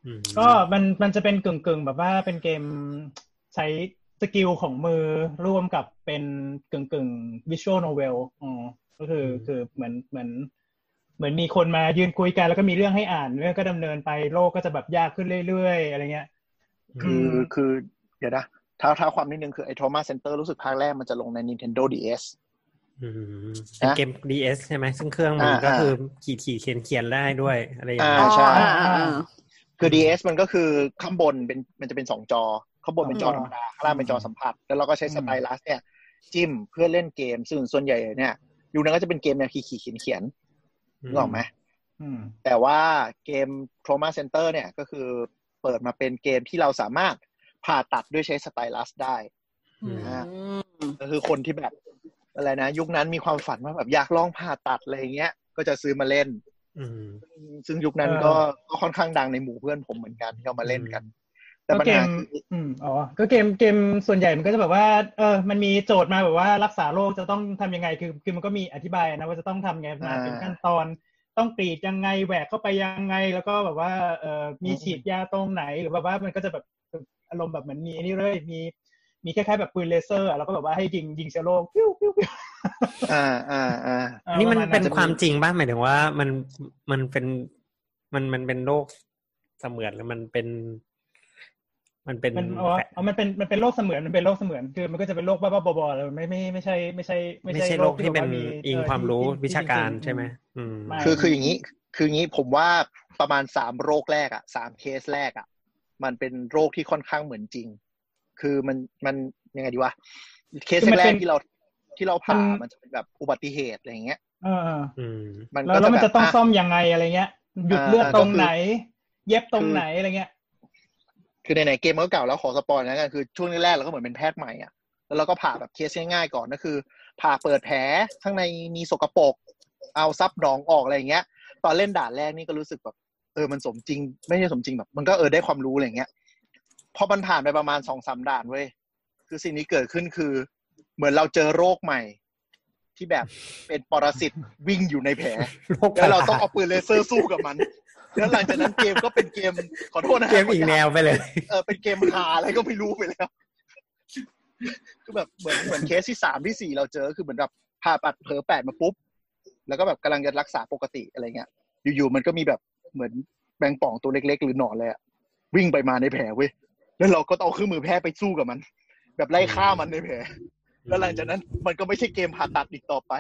S3: อืม
S4: ก็มันมันจะเป็นกึ่งกึ่งๆแบบว่าเป็นเกมใช้สกิลของมือร่วมกับเป็นกึ่งกึ่งวิชวลโนเวลอ๋อก็คือคือเหมือนเหมือน เหมือนมีคนมายืนคุยกันแล้วก็มีเรื่องให้อ่านเรื่องก็ดำเนินไปโลกก็จะแบบยากขึ้นเรื่อยๆ อะไรเงี้ย
S6: คือ
S4: อืม
S6: คือเดี๋ยวนะเท้าเท้าความนิดนึงคือไอ้ trauma center รู้สึกภาคแรกมันจะลงใน Nintendo DS
S3: อืมเป็นเกม DS ใช่ไหมซึ่งเครื่องมัน
S6: อ่า
S3: ก็
S6: อ่า
S3: คือขีดขีดเขียนเขียนได้ด้วยอะไรอย่าง
S6: อ่า
S3: เงี้ย
S6: ใช่
S2: อ๋ออ่าอ่า
S6: คือ DS มันก็คือข้างบนเป็นมันจะเป็นสองจอ ข้างบนเป็นจอธรรมดาข้างล่างเป็นจอสัมผัส แล้วเราก็ใช้สไตลัสเนี่ย จิ้มเพื่อเล่นเกม ซึ่งส่วนใหญ่เนี่ยยูนั้นก็จะเป็นเกมแนวขีดขีดเขียนเขียนๆนึกออกไหม
S4: อืม
S6: แต่ว่าเกม Trauma Center เนี่ยก็คือเปิดมาเป็นเกมที่เราสามารถผ่าตัดด้วยใช้สไตลัสได้
S3: อืม
S6: อ่า ก็คือคนที่แบบอะไรนะ ยุคนั้นมีความฝันว่าแบบอยากลองผ่าตัดอะไรอย่างเงี้ยก็จะซื้อมาเล่น
S3: อืม
S6: ซึ่งยุคนั้นก็
S4: เออ
S6: ก็ค่อนข้างดังในหมู่เพื่อนผมเหมือนกันที่เอามาเล่นกัน แต่
S4: ก็
S6: ปัญ
S4: เก
S6: หาม คือ
S4: อืมอ๋อ ก็เกมเกมส่วนใหญ่มันก็จะแบบว่า เออ มันมีโจทย์มาแบบว่ารักษาโรคจะต้องทำยังไง คือคือมันก็มีอธิบายนะว่าจะต้องทำไงมา
S6: อ่า
S4: เป็นขั้นตอน ต้องกรีดยังไงแหวกเข้าไปยังไง แล้วก็แบบว่า เออมี
S6: อืม
S4: ฉีดยาตรงไหน หรือแบบว่ามันก็จะแบบอารมณ์แบบเหมือนมีอันนี้เลย มีมีคล้ายๆแบบปืนเลเซอร์อะแล้วก็แบบว่าให้ยิงยิงเชื้อโรคปิ้วปิ้วปิ้ว
S6: อ่าอ่าอ่า
S4: เออ
S3: นี่มัน
S4: ระาณ
S3: เป็น
S4: จะ
S3: ความจริงป่ะหมายถึงว่ามันมันเป็นมันมันเป็นโรคเสมือนหรือมันเป็น มันเป็น
S4: มันอ๋ออ๋อมันเป็นมันเป็นโรคเสมือนมันเป็นโรคเสมือนคือมันก็จะเป็นโรคบ้าๆบอๆเลยไม่ไม่ไม่ใช่ ไม่ใช่
S3: ไม่ใช่โรคที่เป็น
S4: แบบ
S3: อิง
S4: เ
S3: ความรู้
S4: ที่
S3: วิชาการ
S4: ที่จงๆ
S3: ใช่ไหมอืม
S4: ไม่
S6: คือคืออย่างนี้ คืออย่างนี้ผมว่าประมาณสามโรคแรกอ่ะสามเคสแรกอ่ะ มันเป็นโรคที่ค่อนข้างเหมือนจริง คือมันมันยังไงดีวะเคส
S4: คือมัน
S6: แร
S4: เป็
S6: ก
S4: น
S6: ๆที่เราที่เราผ่าม
S4: มัน
S6: มันจะเป็นแบบอุบัติเหตุอะไรอย่างเงี้ย
S4: เออ
S3: อืม
S6: มัน
S4: แล้ว
S6: ก็
S4: แล้วมันจะต้อง
S6: ะ
S4: ซ่อมยังไงอะไรเงี้ย หยุด
S6: อ่า
S4: เลือดตรง
S6: ก็คือ
S4: ไหน เย็บตรง
S6: คือ
S4: ไหนอะไรเงี้ย
S6: คือในไหนๆเกมมันก็เก่าแล้วขอสปอยล์แล้วกันคือช่วงแรกๆเราก็เหมือนเป็นแพทย์ใหม่อ่ะแล้วเราก็ผ่าแบบเคสง่ายๆก่อนก็คือ ผ่าเปิดแผลข้างในมีสกปรกเอาซับหนองออกอะไรอย่างเงี้ย ตอนเล่นด่านแรกนี่ก็รู้สึกแบบเออมันสมจริง ไม่ใช่สมจริงแบบ มันก็เออได้ความรู้อะไรอย่างเงี้ยพอมันผ่านไปประมาณสองสามด่านเว้ยคือสิ่งที่เกิดขึ้นคือ เหมือนเราเจอโรคใหม่ ที่แบบเป็นปรสิตวิ่งอยู่ในแผล
S3: โรค
S6: แล้วเราต้องเอาปืนเลเซอร์สู้กับมัน แล้วหลังจากนั้นเกมก็เป็นเกมขอโทษนะฮะ
S3: เกมอีกแนวไปเลย
S6: เออเป็นเกมหาอะไรก็ไม่รู้ไปแล้ว คือแบบเหมือนเหมือนเคสที่สามที่สี่เราเจอคือเหมือนแบบผ่าปัดเผลอแปดมาปุ๊บ แล้วก็แบบกำลังจะรักษาปกติอะไรเงี้ย อยู่ๆมันก็มีแบบเหมือนแบงป่องตัวเล็ก ๆ หรือหนอนเลยอะวิ่งไปมาในแผลเว้ยแล้วเราก็ต้องเอาเครื่องมือแพทย์ไปสู้กับมัน แบบไล่ฆ่ามันในแผลแล้วหลังจากนั้น มันก็ไม่ใช่เกมผ่าตัดอีกต่อไป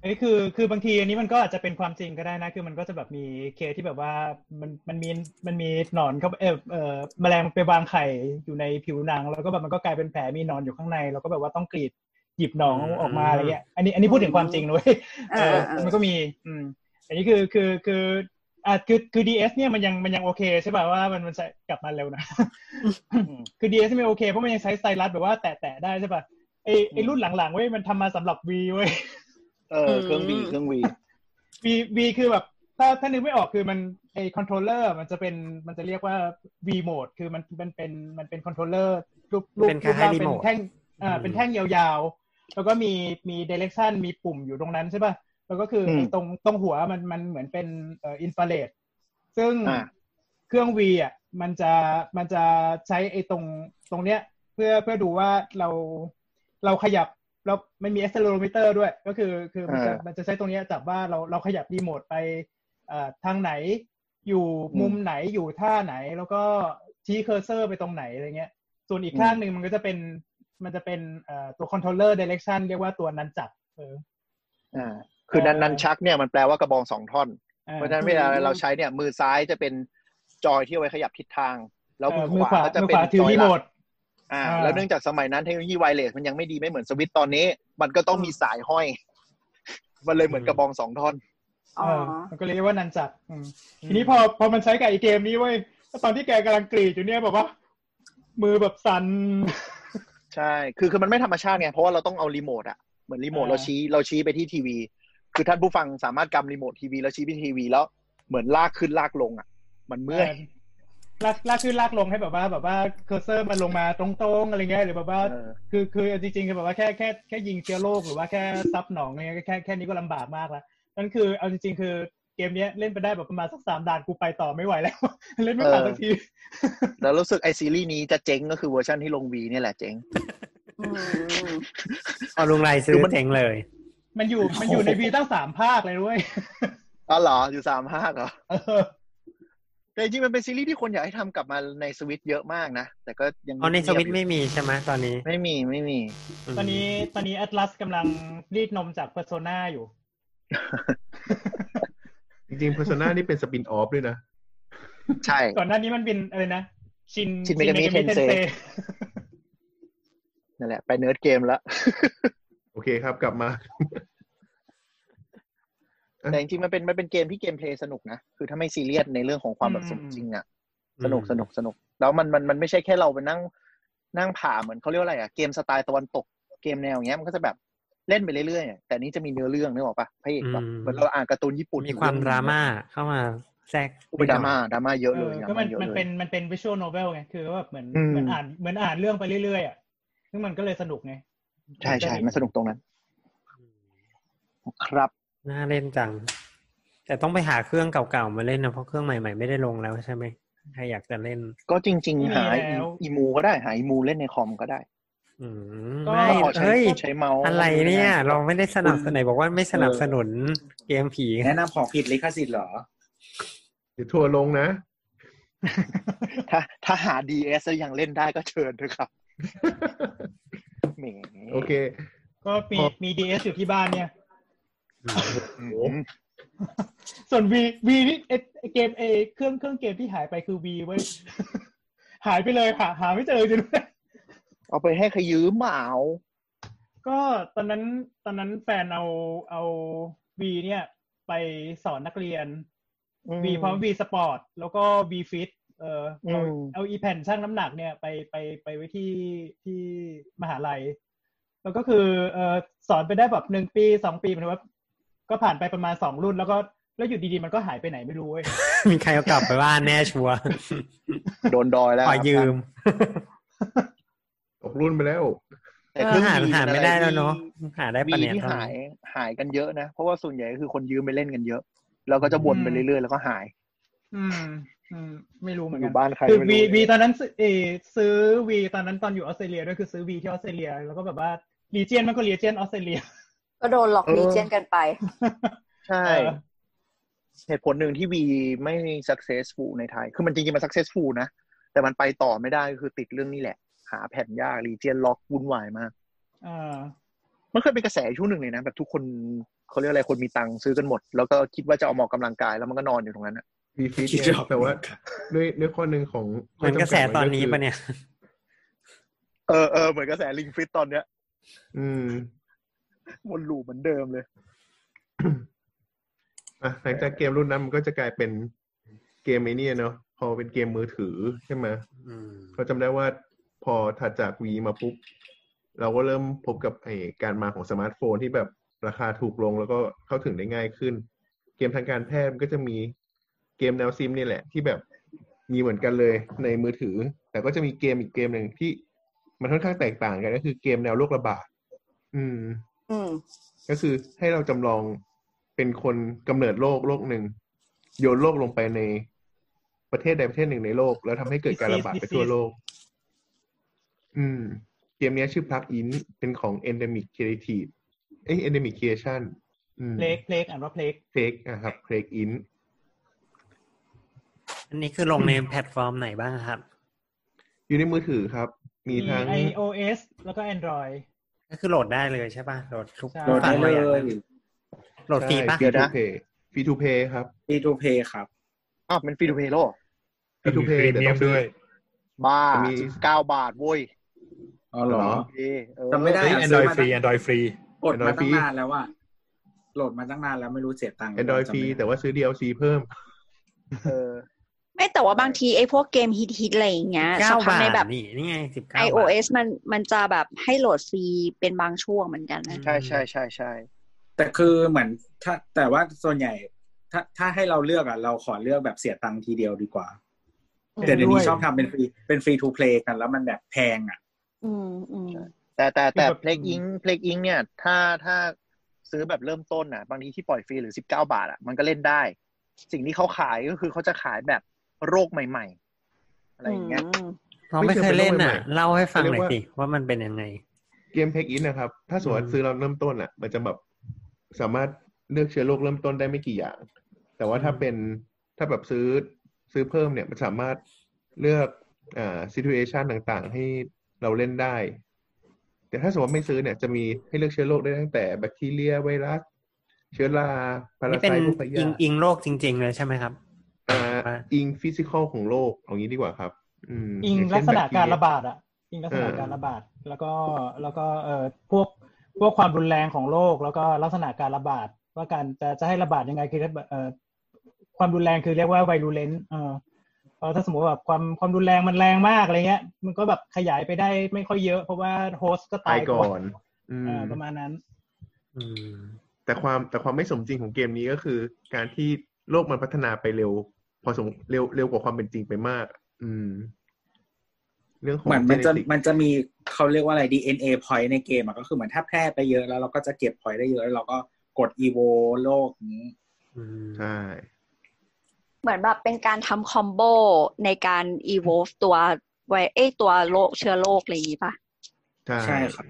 S4: อันนี้คือคือบางทีอันนี้มันก็อาจจะเป็นความจริงก็ได้นะ คือมันก็จะแบบมีเคสที่แบบว่ามันมันมีมันมีหนอนเขาเออเออแมลงไปวางไข่อยู่ในผิวหนัง แล้วก็แบบมันก็กลายเป็นแผลมีหนอนอยู่ข้างใน แล้วก็แบบว่าต้องกรีดหยิบหนอง
S3: อืม
S4: ออกมาอะไรเงี้ยอันนี้อันนี้พูดถึงความจริงนะเลยเอ
S2: เออ
S4: อ
S2: เออ
S4: มันก็มี อืม อันนี้คือคือคือ อ่ะคือคือ DS เนี่ยมันยังมันยังโอเคใช่ป่ะว่ามันมันใช้กลับมาเร็วนะ คือ DS ไม่โอเคเพราะมันยังใช้สไตลัสแบบว่าแตะแตะๆได้ใช่ป่ะไอไอรุ่นหลังๆเว้ยมันทำมาสำหรับ V เว้ย
S6: เออเครื่องวีเครื่องวี
S4: V V คือแบบ ถ้าถ้านึกไม่ออกคือมันไอคอนโทรลเลอร์มันจะเป็นมันจะเรียกว่า V โหมดคือมันมันเป็นมันเป็นคอนโทรลเลอร์รูปรูป
S3: เป็นค
S4: รูป
S3: ล้ายๆ
S4: ร่าง
S3: remote
S4: เป็นแท่งอ่าเป็นแท่งยาวๆ แล้วก็มีมีเดเรคชันมีปุ่มอยู่ตรงนั้นใช่ป่ะ แล้วก็คืออ
S6: ม
S4: ไอ้ตรงตรงหัวมันมันเหมือนเป็นเอ่ออินฟราเรดซึ่ง
S6: อ่า
S4: เครื่อง V อ่ะมันจะมันจะใช้ไอ้ตรงตรงเนี้ย เพื่อเพื่อดูว่าเราเราขยับแล้วไม่มี a อ c e l e r o m e t e r ด้วย ก็คือคือมันจะ
S6: อ่ามั
S4: มันจะใช้ตรงเนี้ยจับว่าเราเราขยับรีโมทไปเอ่อทางไหนอยู่มุม
S6: อืม
S4: ไหนอยู่ท่าไหน แล้วก็ชี้เคอร์เซอร์ไปตรงไหนอะไรเงี้ย ส่วนอีก
S6: อืม
S4: ข้างหนึ่งมันก็จะเป็นมันจะเป็นเอ่อตัว controller direction เรียกว่าตัวนั้นจับเออ
S6: อ่า คือนันนันชักเนี่ยมันแปลว่ากระบองสองท่อน
S4: อ่า
S6: เพราะฉะนั้นเวลาเราใช้เนี่ย มือซ้ายจะเป็นจอยที่เอาไว้ขยับทิศทาง แล้วมือขวาก็จะเป็น
S4: มือขวาถือ
S6: จอย
S4: รี
S6: ห
S4: โม
S6: ลั
S4: ท
S6: กอ่า
S4: อ่า
S6: แล้วเนื่องจากสมัยนั้นเทคโนโลยีไวเลสมันยังไม่ดีไม่เหมือนสวิตช์ตอนนี้ มันก็ต้องมีสายห้อย (laughs) มันเลยเหมือนกระบองสองท่อน
S2: อ๋อ
S4: เออมันก็เลยเรียกว่านันจักรอืมทีนี้พอพอมันใช้กับไอเกมนี้เว้ยแล้วตอนที่แกกำลังกรีดอยู่เนี่ยแบบว่า มือแบบสั่น
S6: ใช่ คือคือมันไม่ธรรมชาติไง เพราะว่าเราต้องเอารีโมทอะเหมือนรีโมท
S4: อ่า
S6: เราชี้เราชี้ไปที่ทีวี คือท่านผู้ฟังสามารถกำรีโมททีวีแล้วชี้ไปทีวีแล้วเหมือนลากขึ้นลากลงอะมันเมื่อย
S4: ลากลากขึ้นลากลงให้แบบว่า แบบว่าเคอร์เซอร์มันลงมาตรงๆอะไรเงี้ยหรือแบบว่า
S6: เออ
S4: คือคือจริงๆคือแบบว่าแค่แค่แค่ยิงเชื้อโรคหรือว่าแค่ซับหนองอะไรเงี้ยแค่แค่นี้ก็ลำบากมากแล้วนั่นคือเอาจริงๆคือเกมเนี้ยเล่นไปได้แบบประมาณสักสามด่านกูไปต่อไม่ไหวแล้ว (laughs) เล่นไม่ผ่านสักที
S6: แล้วรู้สึกไอซีรีส์นี้จะเจ๊งก็คือเวอร์ชันที่ลงวีเนี่ยแหละเจ๊ง
S2: อืม
S3: พอลุงไรซื้
S6: คือ อมัน
S3: เจ๋งเลย
S4: มันอยู่มันอยู่ในวีตั้งสามภาคเลย
S6: (laughs)
S4: ด้วย
S6: อ๋อเหรออยู่สามภาคเหรอ
S4: เออ
S6: แต่จริงๆมันเป็นซีรีส์ที่คนอยากให้ทำกลับมาในสวิตช์เยอะมากนะ แต่ก็ยัง
S3: เอาในสวิตช์ไม่
S6: เงียบ
S3: มีใช่ไหมตอนนี้
S6: อยู่ไม่มีไม่มี
S4: ตอนนี้ตอนนี้แอตลัสกำลังรีดนมจากเพอร์โซนาอยู่
S5: จริงๆ Persona นี่เป็นสปินออฟด้วยนะ
S6: ใช่
S4: ก่อนหน้านี้มันเป็นอะไรนะ ชิน
S6: Shin Megami Tensei นั่นแหละ (laughs) ไปเนิร์ดเกมแล้ว
S5: โอเคครับกลับมา
S6: แต่จริงๆมันเป็นมันเป็นเกมที่เกมเพลย์สนุกนะ คือถ้าไม่ซีเรียสในเรื่องของความแบบ
S4: อืม
S6: สมจริงอ่ะ สนุกสนุกสนุก แล้วมันมันมันไม่ใช่แค่เราไปนั่งนั่งผ่าเหมือนเขาเรียกว่าอะไรอ่ะ เกมสไตล์ตะวันตกเกมแนวอย่างเงี้ยมันก็จะแบบเล่นไปเรื่อยๆอะแต่นี้จะมีเนื้อเรื่องนึกออกปะพระเอกแบบ
S3: อืม
S6: เหมือนเราอ่านการ์ตูนญี่ปุ่น
S3: มีความ
S6: เอง
S3: ด
S6: หนึ่ง
S3: ราม่าเข้ามาแทรก
S6: โอ้ยดราม่าดราม่าเยอะเลย
S4: เออ
S6: ดรา
S4: ก็มั
S6: ม่าน เยอะ
S4: มัน
S6: เล
S4: เป็
S6: ย
S4: นมันเป็นวิชวลโนเวลไง คือว่าแบบเหมือน
S6: อืม
S4: เหมือนอ่านเหมือนอ่านเรื่องไปเรื่อยๆอ่ะซึ่งมันก็เลยสนุกไง
S6: ใช่ใช่มันสนุกตรงนั้น ครับ
S3: น่าเล่นจัง แต่ต้องไปหาเครื่องเก่าๆมาเล่นนะเพราะเครื่องใหม่ๆไม่ได้ลงแล้วใช่ไหมใครอยากจะเล่น
S6: ก็จริง
S4: ไม่มี
S6: ๆ หา
S4: แล้ว
S6: อีมูก็ได้หาอีมูเล่นในคอมก็ได้
S3: อืม
S4: ก็
S3: ไม่
S6: ก็ใช้
S3: เฮ้ย
S6: ใช้เมาส์
S3: อะไรเนี่ย เราไม่ได้สนับสนุนบอกว่าไม่สนับ
S1: เออ
S3: สนุนเกมผี
S1: แนะนำของผิดลิขสิทธิ์เหรอ
S5: เดี๋ยวทัวร์ลง
S3: (laughs)
S5: นะ
S6: ถ้าถ้าหา DS แล้วยังเล่นได้ก็เชิญเถอะครับแหม
S5: โอเค
S4: ก็มีมีดีเอสอยู่ที่บ้านเนี่ย
S6: อืม
S4: (laughs) ส่วนวีวีนี่เอไอ้เกมเอเครื่องเครื่องเกมที่หายไปคือวีเว้ย (laughs) หายไปเลยหาหาไม่เจอจริงด้วย
S6: เอาไปให้ใครยืมเมาเอา
S4: ก็ตอนนั้นตอนนั้นแฟนเอาเอาวีเนี่ย ไปสอนนักเรียน
S6: อืม
S4: วีพร้อมวีสปอร์ตแล้วก็วีฟิตเออเอา
S6: อืม
S4: เอาอีแผ่นชั่งน้ำหนักเนี่ยไปไปไปไว้ที่ที่มหาลัย แล้วก็คือเออสอนไปได้แบบหนึ่งปีสองปีหมันว่า ก็ผ่านไปประมาณสองรุ่น แล้วก็แล้วอยู่ดีๆ มันก็หายไปไหนไม่รู้เว้ย
S3: มีใครเอากลับไปบ้านแน่ชัวร์
S6: โดนดอยแล้ว
S3: ขอยืม
S5: ตกรุ่นไปแล้ว
S6: แต่เครื่อง
S3: หา
S6: วี
S3: หาไม่ได้แล้วเนาะหาได้
S6: วี
S3: ปะเนี่ย
S6: ที่
S3: ตอน
S6: หาย
S3: นี้
S6: หายกันเยอะนะ เพราะว่าส่วนใหญ่ก็คือคนยืมไปเล่นกันเยอะ แล้วก็จะวนไปเรื่อยๆแล้วก็หาย
S4: อืม อืม ไม่รู้เหมือน
S6: อ
S4: กั
S6: ยู่
S4: น
S6: บ้านใคร
S4: คือ
S6: ไม่
S4: วี
S6: รู้
S4: วีตอนนั้นซื้อเออซื้อวีตอนนั้นตอนอยู่ออสเตรเลียด้วยคือซื้อวีที่ออสเตรเลีย แล้วก็แบบว่าลีเจียนมันก็ลีเจียนออสเตรเลีย
S2: ก็โดนหลอกมีเจียนกันไป
S6: ใช่ เหตุผลหนึ่งที่วีไม่ successful ในไทย คือมันจริงๆ มัน successful นะ แต่มันไปต่อไม่ได้ก็คือติดเรื่องนี้แหละ หาแผ่นยากรีเจียนล็อกวุ่นวายมาก
S4: เออ
S6: มันเคยเป็นกระแสช่วงหนึ่งเลยนะ แบบทุกคนเขาเรียกอะไรคนมีตังค์ซื้อกันหมด แล้วก็คิดว่าจะเอาหมอกกำลังกายแล้วมันก็นอนอยู่ตรงนั้นอะ
S5: มีฟีด
S1: คิดออก
S5: แต่ว่าด้วยด้วยข้อหนึ่งของ
S3: เหมือนกระแสตอนนี้ปะเนี่ย
S6: เออเออเหมือนกระแสลิงฟิตตอนเนี้ย
S5: อืม
S6: วนลูปเหมือนเดิมเลย
S5: อ่ะหลังจากเกมรุ่นนั้นมันก็จะกลายเป็นเกมไอเนี่ยเนาะพอเป็นเกมมือถือใช่ไหม
S7: อืม
S5: เราจำได้ว่าพอถัดจากวีมาปุ๊บ เราก็เริ่มพบกับไอการมาของสมาร์ทโฟนที่แบบราคาถูกลงแล้วก็เข้าถึงได้ง่ายขึ้น เกมทางการแพทย์มันก็จะมีเกมแนวซิมนี่แหละ ที่แบบมีเหมือนกันเลยในมือถือ แต่ก็จะมีเกมอีกเกมหนึ่งที่มันค่อนข้างแตกต่างกันก็คือเกมแนวโรคระบาดอืม
S2: อืม
S5: ก็คือให้เราจำลองเป็นคนกำเนิดโลกโลกหนึ่งโยนโลกลงไปในประเทศใดประเทศหนึ่งในโลก แล้วทำให้เกิดการระบาดไปทั่วโลก อืม เกมเนี้ยชื่อ Plug In เป็นของ Endemic Creative เอ้ย Endemic Creation อืม
S4: เพลกเพลกอ่านว่าเพลก
S5: Plague นะครับ Plague In
S3: อันนี้คือลงในแพลตฟอร์มไหนบ้างครับ
S5: อยู่ในมือถือครับ มี
S4: มี
S5: ทั้ง
S4: iOS แล้วก็ Android
S3: ก็คือโหลดได้เลยใช่ป่ะโหลดทุก
S4: ใช่
S1: โหลดได้เลย
S3: โหลดฟรีป่ะ
S5: ฟรีทู
S6: นะ
S5: เพย์ฟรีทูเพย์ครับ
S1: free to play ครับ
S6: อ้าวมันฟรีดูเพลโลก
S5: ฟรีทูเพย์
S8: มี
S5: แต่
S8: รี
S5: ต้
S8: ย
S5: อ
S8: ม
S5: งซื้อ
S8: ด้วย
S6: บ้า
S5: มี
S6: สิบเก้าบาทโว้ย
S1: อ๋อเหรอ
S5: เหรอ
S6: เอ้ยเออ
S1: จำไม่ได้
S8: เฮ้ย
S1: อ่ะ
S8: Android
S1: ซื้อมา
S8: ฟรี
S1: ตั้ง
S8: Android ฟรี
S1: กดมาตั้งนานแล้วว่าโหลดมาตั้งนานแล้วไม่รู้เสียตังค์
S5: แอนดรอยฟรีแต่ว่าซื้อ DLC เพิ่ม
S6: เออ
S2: ไม่แต่ว่าบางทีไอ้พวกเกมฮิตๆอะไรอย่างเงี้ย
S3: เก้า
S2: สักพัก
S3: บาท
S2: ในแบบ
S3: นี่นี่ไงสิบเก้า
S2: iOS มันมันจะแบบให้โหลดฟรีเป็นบางช่วงเหมือนกันนะ
S6: ใช่ใช่ใช่ใช่
S1: แต่คือเหมือนถ้าแต่ว่าส่วนใหญ่ ถ้าถ้าให้เราเลือกอ่ะเราขอเลือกแบบเสียตังค์ทีเดียวดีกว่า
S2: อืม
S1: แต่เดี๋ยวนี้
S4: ด้วย
S1: ชอบทำเป็นฟรีเป็นฟรีทูเพลย์กันแล้วมันแบบแพงอ่ะ
S2: อืมอืม
S6: แต่แต่แต่
S4: คือแบบ
S6: เพลกอิงเพลกอิงเนี่ย ถ้าถ้าซื้อแบบเริ่มต้นน่ะ บางทีที่ปล่อยฟรีหรือสิบเก้าบาทอ่ะมันก็เล่นได้ สิ่งที่เขาขายก็คือเขาจะขายแบบโรคใหม่ ๆ อะไรอย่างเงี้ย
S2: ม
S3: เราไม่เคยเล่นอ่ะ
S5: ไม่เคยเล่นใหม่
S3: เล่าให้ฟังหน่อย
S5: เขาเรี
S3: สิ
S5: ยกว่า
S3: ว่ามันเป็นยังไง
S5: เกมเพกอินนะครับ ถ้าสมมติ
S3: อื
S5: ว่าม ซื้อเราเริ่มต้นอ่ะ มันจะแบบสามารถเลือกเชื้อโรคเริ่มต้นได้ไม่กี่อย่าง แต่ว่าถ้าเป็นถ้าแบบซื้อซื้อเพิ่มเนี่ย มันสามารถเลือกอ่าซิทูเอชันต่างๆ ให้เราเล่นได้ แต่ถ้าสมมติว่าไม่ซื้อเนี่ย จะมีให้เลือกเชื้อโรคได้ตั้งแต่แบคทีเรียไวรัส เชื้อราพารา
S3: นี่
S5: ไซ
S3: เป็น
S5: ต์พวกพ
S3: อิ
S5: ยาง ธิ
S3: อิงโลกจริง ๆ เลยใช่ไหมครับ
S5: อ่าอิงฟิสิกอลของโลกเอางี้ดีกว่าครับ อืม
S4: อิง
S5: ย่า
S4: ลั
S5: เช่
S4: ก
S5: น
S4: ษณะ
S5: แคที
S4: การ
S5: เย
S4: ระบาดอ่ะ อิงลักษณะการระบาด แล้วก็แล้วก็เอ่อพวกพวกความรุนแรงของโรคแล้วก็ลักษณะการระบาด ว่าการจะจะให้ระบาดยังไงคือเอ่อความรุนแรงคือเรียกว่าไวรูเลนเออเพราะถ้าสมมติว่าแบบความความรุนแรงมันแรงมากอะไรเงี้ย มันก็แบบขยายไปได้ไม่ค่อยเยอะ เพราะว่าโฮสต์ก็
S5: ตา
S4: ตาย ย
S5: ก่
S4: ก่
S5: อ
S4: อน น
S5: อืม
S4: เออประมาณนั้น
S3: อืม
S5: แต่ความแต่ความไม่สมจริงของเกมนี้ก็คือ การที่โลกมันพัฒนาไปเร็ว พอสมเร็วเร็วกว่าความเป็นจริงไปมาก อืม เรื่องของ
S1: เหมือนมันจะ
S5: เนติก
S1: มันจะมีเขาเรียกว่าอะไร DNA point ในเกมอะก็คือเหมือนถ้าแพร่ไปเยอะแล้วเราก็จะเก็บ point ได้เยอะแล้วเราก็กด evo โลกนี้
S3: อืม
S5: ใช่
S2: เหมือนแบบเป็นการทำคอมโบในการ evolve ตัวไวเอ้ยตัวโรคเชื้อโรคอะไรอย่างงี้ป่ะ
S5: ใช่
S1: ใช่ครับ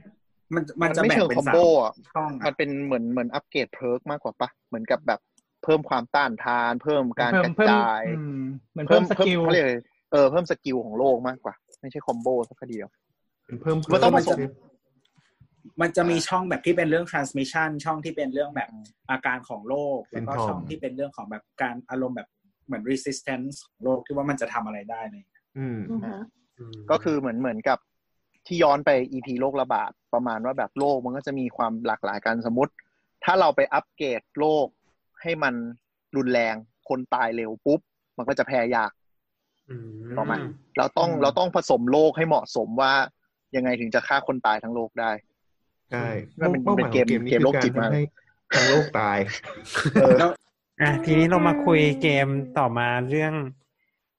S1: มันมันจะ
S6: มันไม่
S1: แบ่ง
S6: เชิง
S1: เป็น
S6: คอม
S1: สา
S6: โบ
S1: ม
S6: อ่ะ
S1: ช่อง
S6: มั
S1: อะ
S6: นเป็นเหมือนเหมือนอัปเกรดเพิร์กมากกว่าปะเหมือนกับแบบเพิ่มความต้านทาน เพิ่มการ
S4: เพิ่
S6: ก
S4: ม
S6: ระ
S4: เพิ่ม
S6: จาย
S4: อืมเหมือนเพิ่มสกิล
S6: เขาเรียกอะไรเออเพิ่มสกิลของโลกมากกว่า ไม่ใช่คอมโบสักทีเดียว
S5: เป็นเพิ่ม
S6: มันต้องผสม
S1: มันจะมีช่องแบบที่เป็นเรื่อง transmission ช่องที่เป็นเรื่องแบบอาการของโรคแล้วก็ช่องที่เป็นเรื่องของแบบการอารมณ์แบบเหมือน resistance ของโรคที่ว่ามันจะทำอะไรได้
S8: (laughs)
S1: เลย
S5: อืม
S6: ก็คือเหมือนเหมือนกับที่ย้อนไป EP โรคระบาดประมาณว่าแบบโลกมันก็จะมีความหลากหลายกันสมมติ ถ้าเราไปอัปเกรดโลกให้มันรุนแรงคนตายเร็วปุ๊บ มันก็จะแพร่ยาก
S3: อืม
S6: ออกมา เราต้องเราต้องผสมโลกให้เหมาะสมว่ายังไงถึงจะฆ่าคนตายทั้งโลกได้
S5: ใช่
S6: มันเป็น
S5: เป้าหมายของเกมนี้
S6: เกม
S5: คือ
S6: โรค
S5: การ
S6: จิตมาก
S5: ทำให้ทั้งโลกตาย
S3: อ่ะทีนี้เรามาคุยเกมต่อมาเรื่อง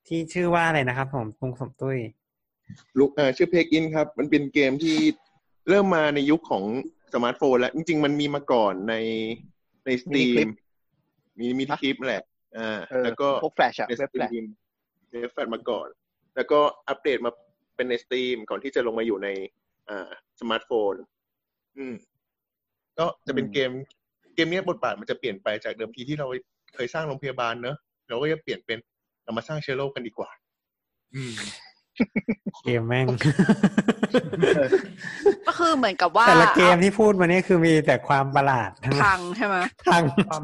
S3: ที่ชื่อว่าอะไรนะครับ ผมตุงสมตุ้ย
S5: ลุกเอ่อชื่อเพกอินครับ มันเป็นเกมที่เริ่มมาในยุคของสมาร์ทโฟนแล้ว จริง ๆ มันมีมาก่อนในในสตรี
S6: มีคลิ
S5: ม
S6: ป
S5: มีมีที่คลิปแหละอ่า
S6: เออ
S5: แล้วก็
S6: พวกแฟลชอะ
S5: ในส
S6: เว็บ
S5: ต
S6: แฟลช
S5: รีมในแฟลชมาก่อน แล้วก็อัปเดตมาเป็นในสตรีมก่อนที่จะลงมาอยู่ในอ่าสมาร์ทโฟน อืม ก็จะเป็นเกม เกมเนี้ยบทบาทมันจะเปลี่ยนไปจากเดิมทีที่เราเคยสร้างโรงพยาบาลเนอะเราก็จะเปลี่ยนเป็นเรามาสร้างเชื้อโรคกันดีกว่า อืม
S3: เกมแม่ง
S2: ก็คือเหมือนกับว่า
S3: แต่ละเกมที่พูดมาเนี่ยคือมีแต่ความประหลาดทั้งนั้น
S2: พังใช่ไหม
S3: ทั้ง
S4: ความ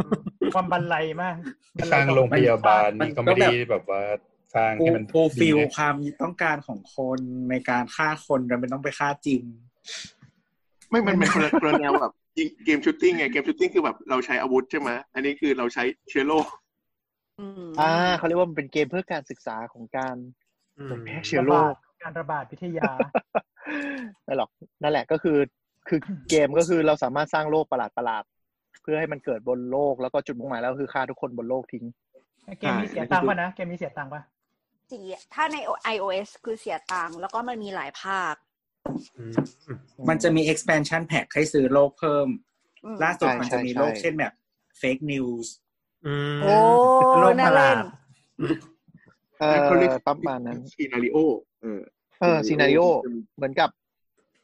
S4: ความบันไลมากบัน
S8: ส
S4: ไล
S8: ร้าง
S4: ของ
S8: โรงพยาบาล
S1: มัน
S8: นี่ก็ไม่
S1: ก็แบบ
S8: ได้แบบว่าสร้าง
S1: กู
S8: ให้มัน
S1: กู
S8: ดี
S1: ฟิล
S8: นะ
S1: ความต้องการของคนในการฆ่าคนจำเป็นต้องไปฆ่าจริง
S5: ไม่ มันเป็นคนละคนละแนวแบบ เก ยิง (laughs) เกมชูตติ้งไงเกมชูตติ้งคือแบบเราใช้อาวุธใช่ไหมอันนี้คือเราใช้เชื้อโรค
S2: อืม
S6: อ่าเขาเรียกว่ามันเป็นเกมเพื่อการศึกษาของการ
S3: อืม
S6: เผยแพร่เชื้อโรค
S4: การระบาดวิทยา
S6: นั่นหรอกนั่นแหละก็คือคือเกมก็คือเราสามารถสร้างโลกประหลาดประหลาดๆเพื่อให้มันเกิดบนโลกแล้วก็จุดมุ่งหมายแล้วคือฆ่าทุกคนบนโลกทิ้ง
S4: เกมมีเสียตังค์ป่ะนะ เกมมีเสียตังค์ป่ะ
S2: สีถ้าใน iOS คือเสียตังค์แล้วก็มันมีหลายภาค
S3: อืม
S1: มันจะมี expansion pack ให้ซื้อโลกเพิ่ม
S2: อืม
S1: ล่าสุด
S6: ใช่
S1: มันจะมี
S6: ใช่
S1: โลก
S6: ใช่
S1: เช่นแบบ fake news
S3: อืม
S2: โอ้
S3: โลก
S2: น่า
S3: ประหลา
S2: เล่
S3: ด
S2: น
S6: เออประมาณนั้น
S5: ซีนาริโอเออ
S6: เออซีนาริโอเหมือนกับ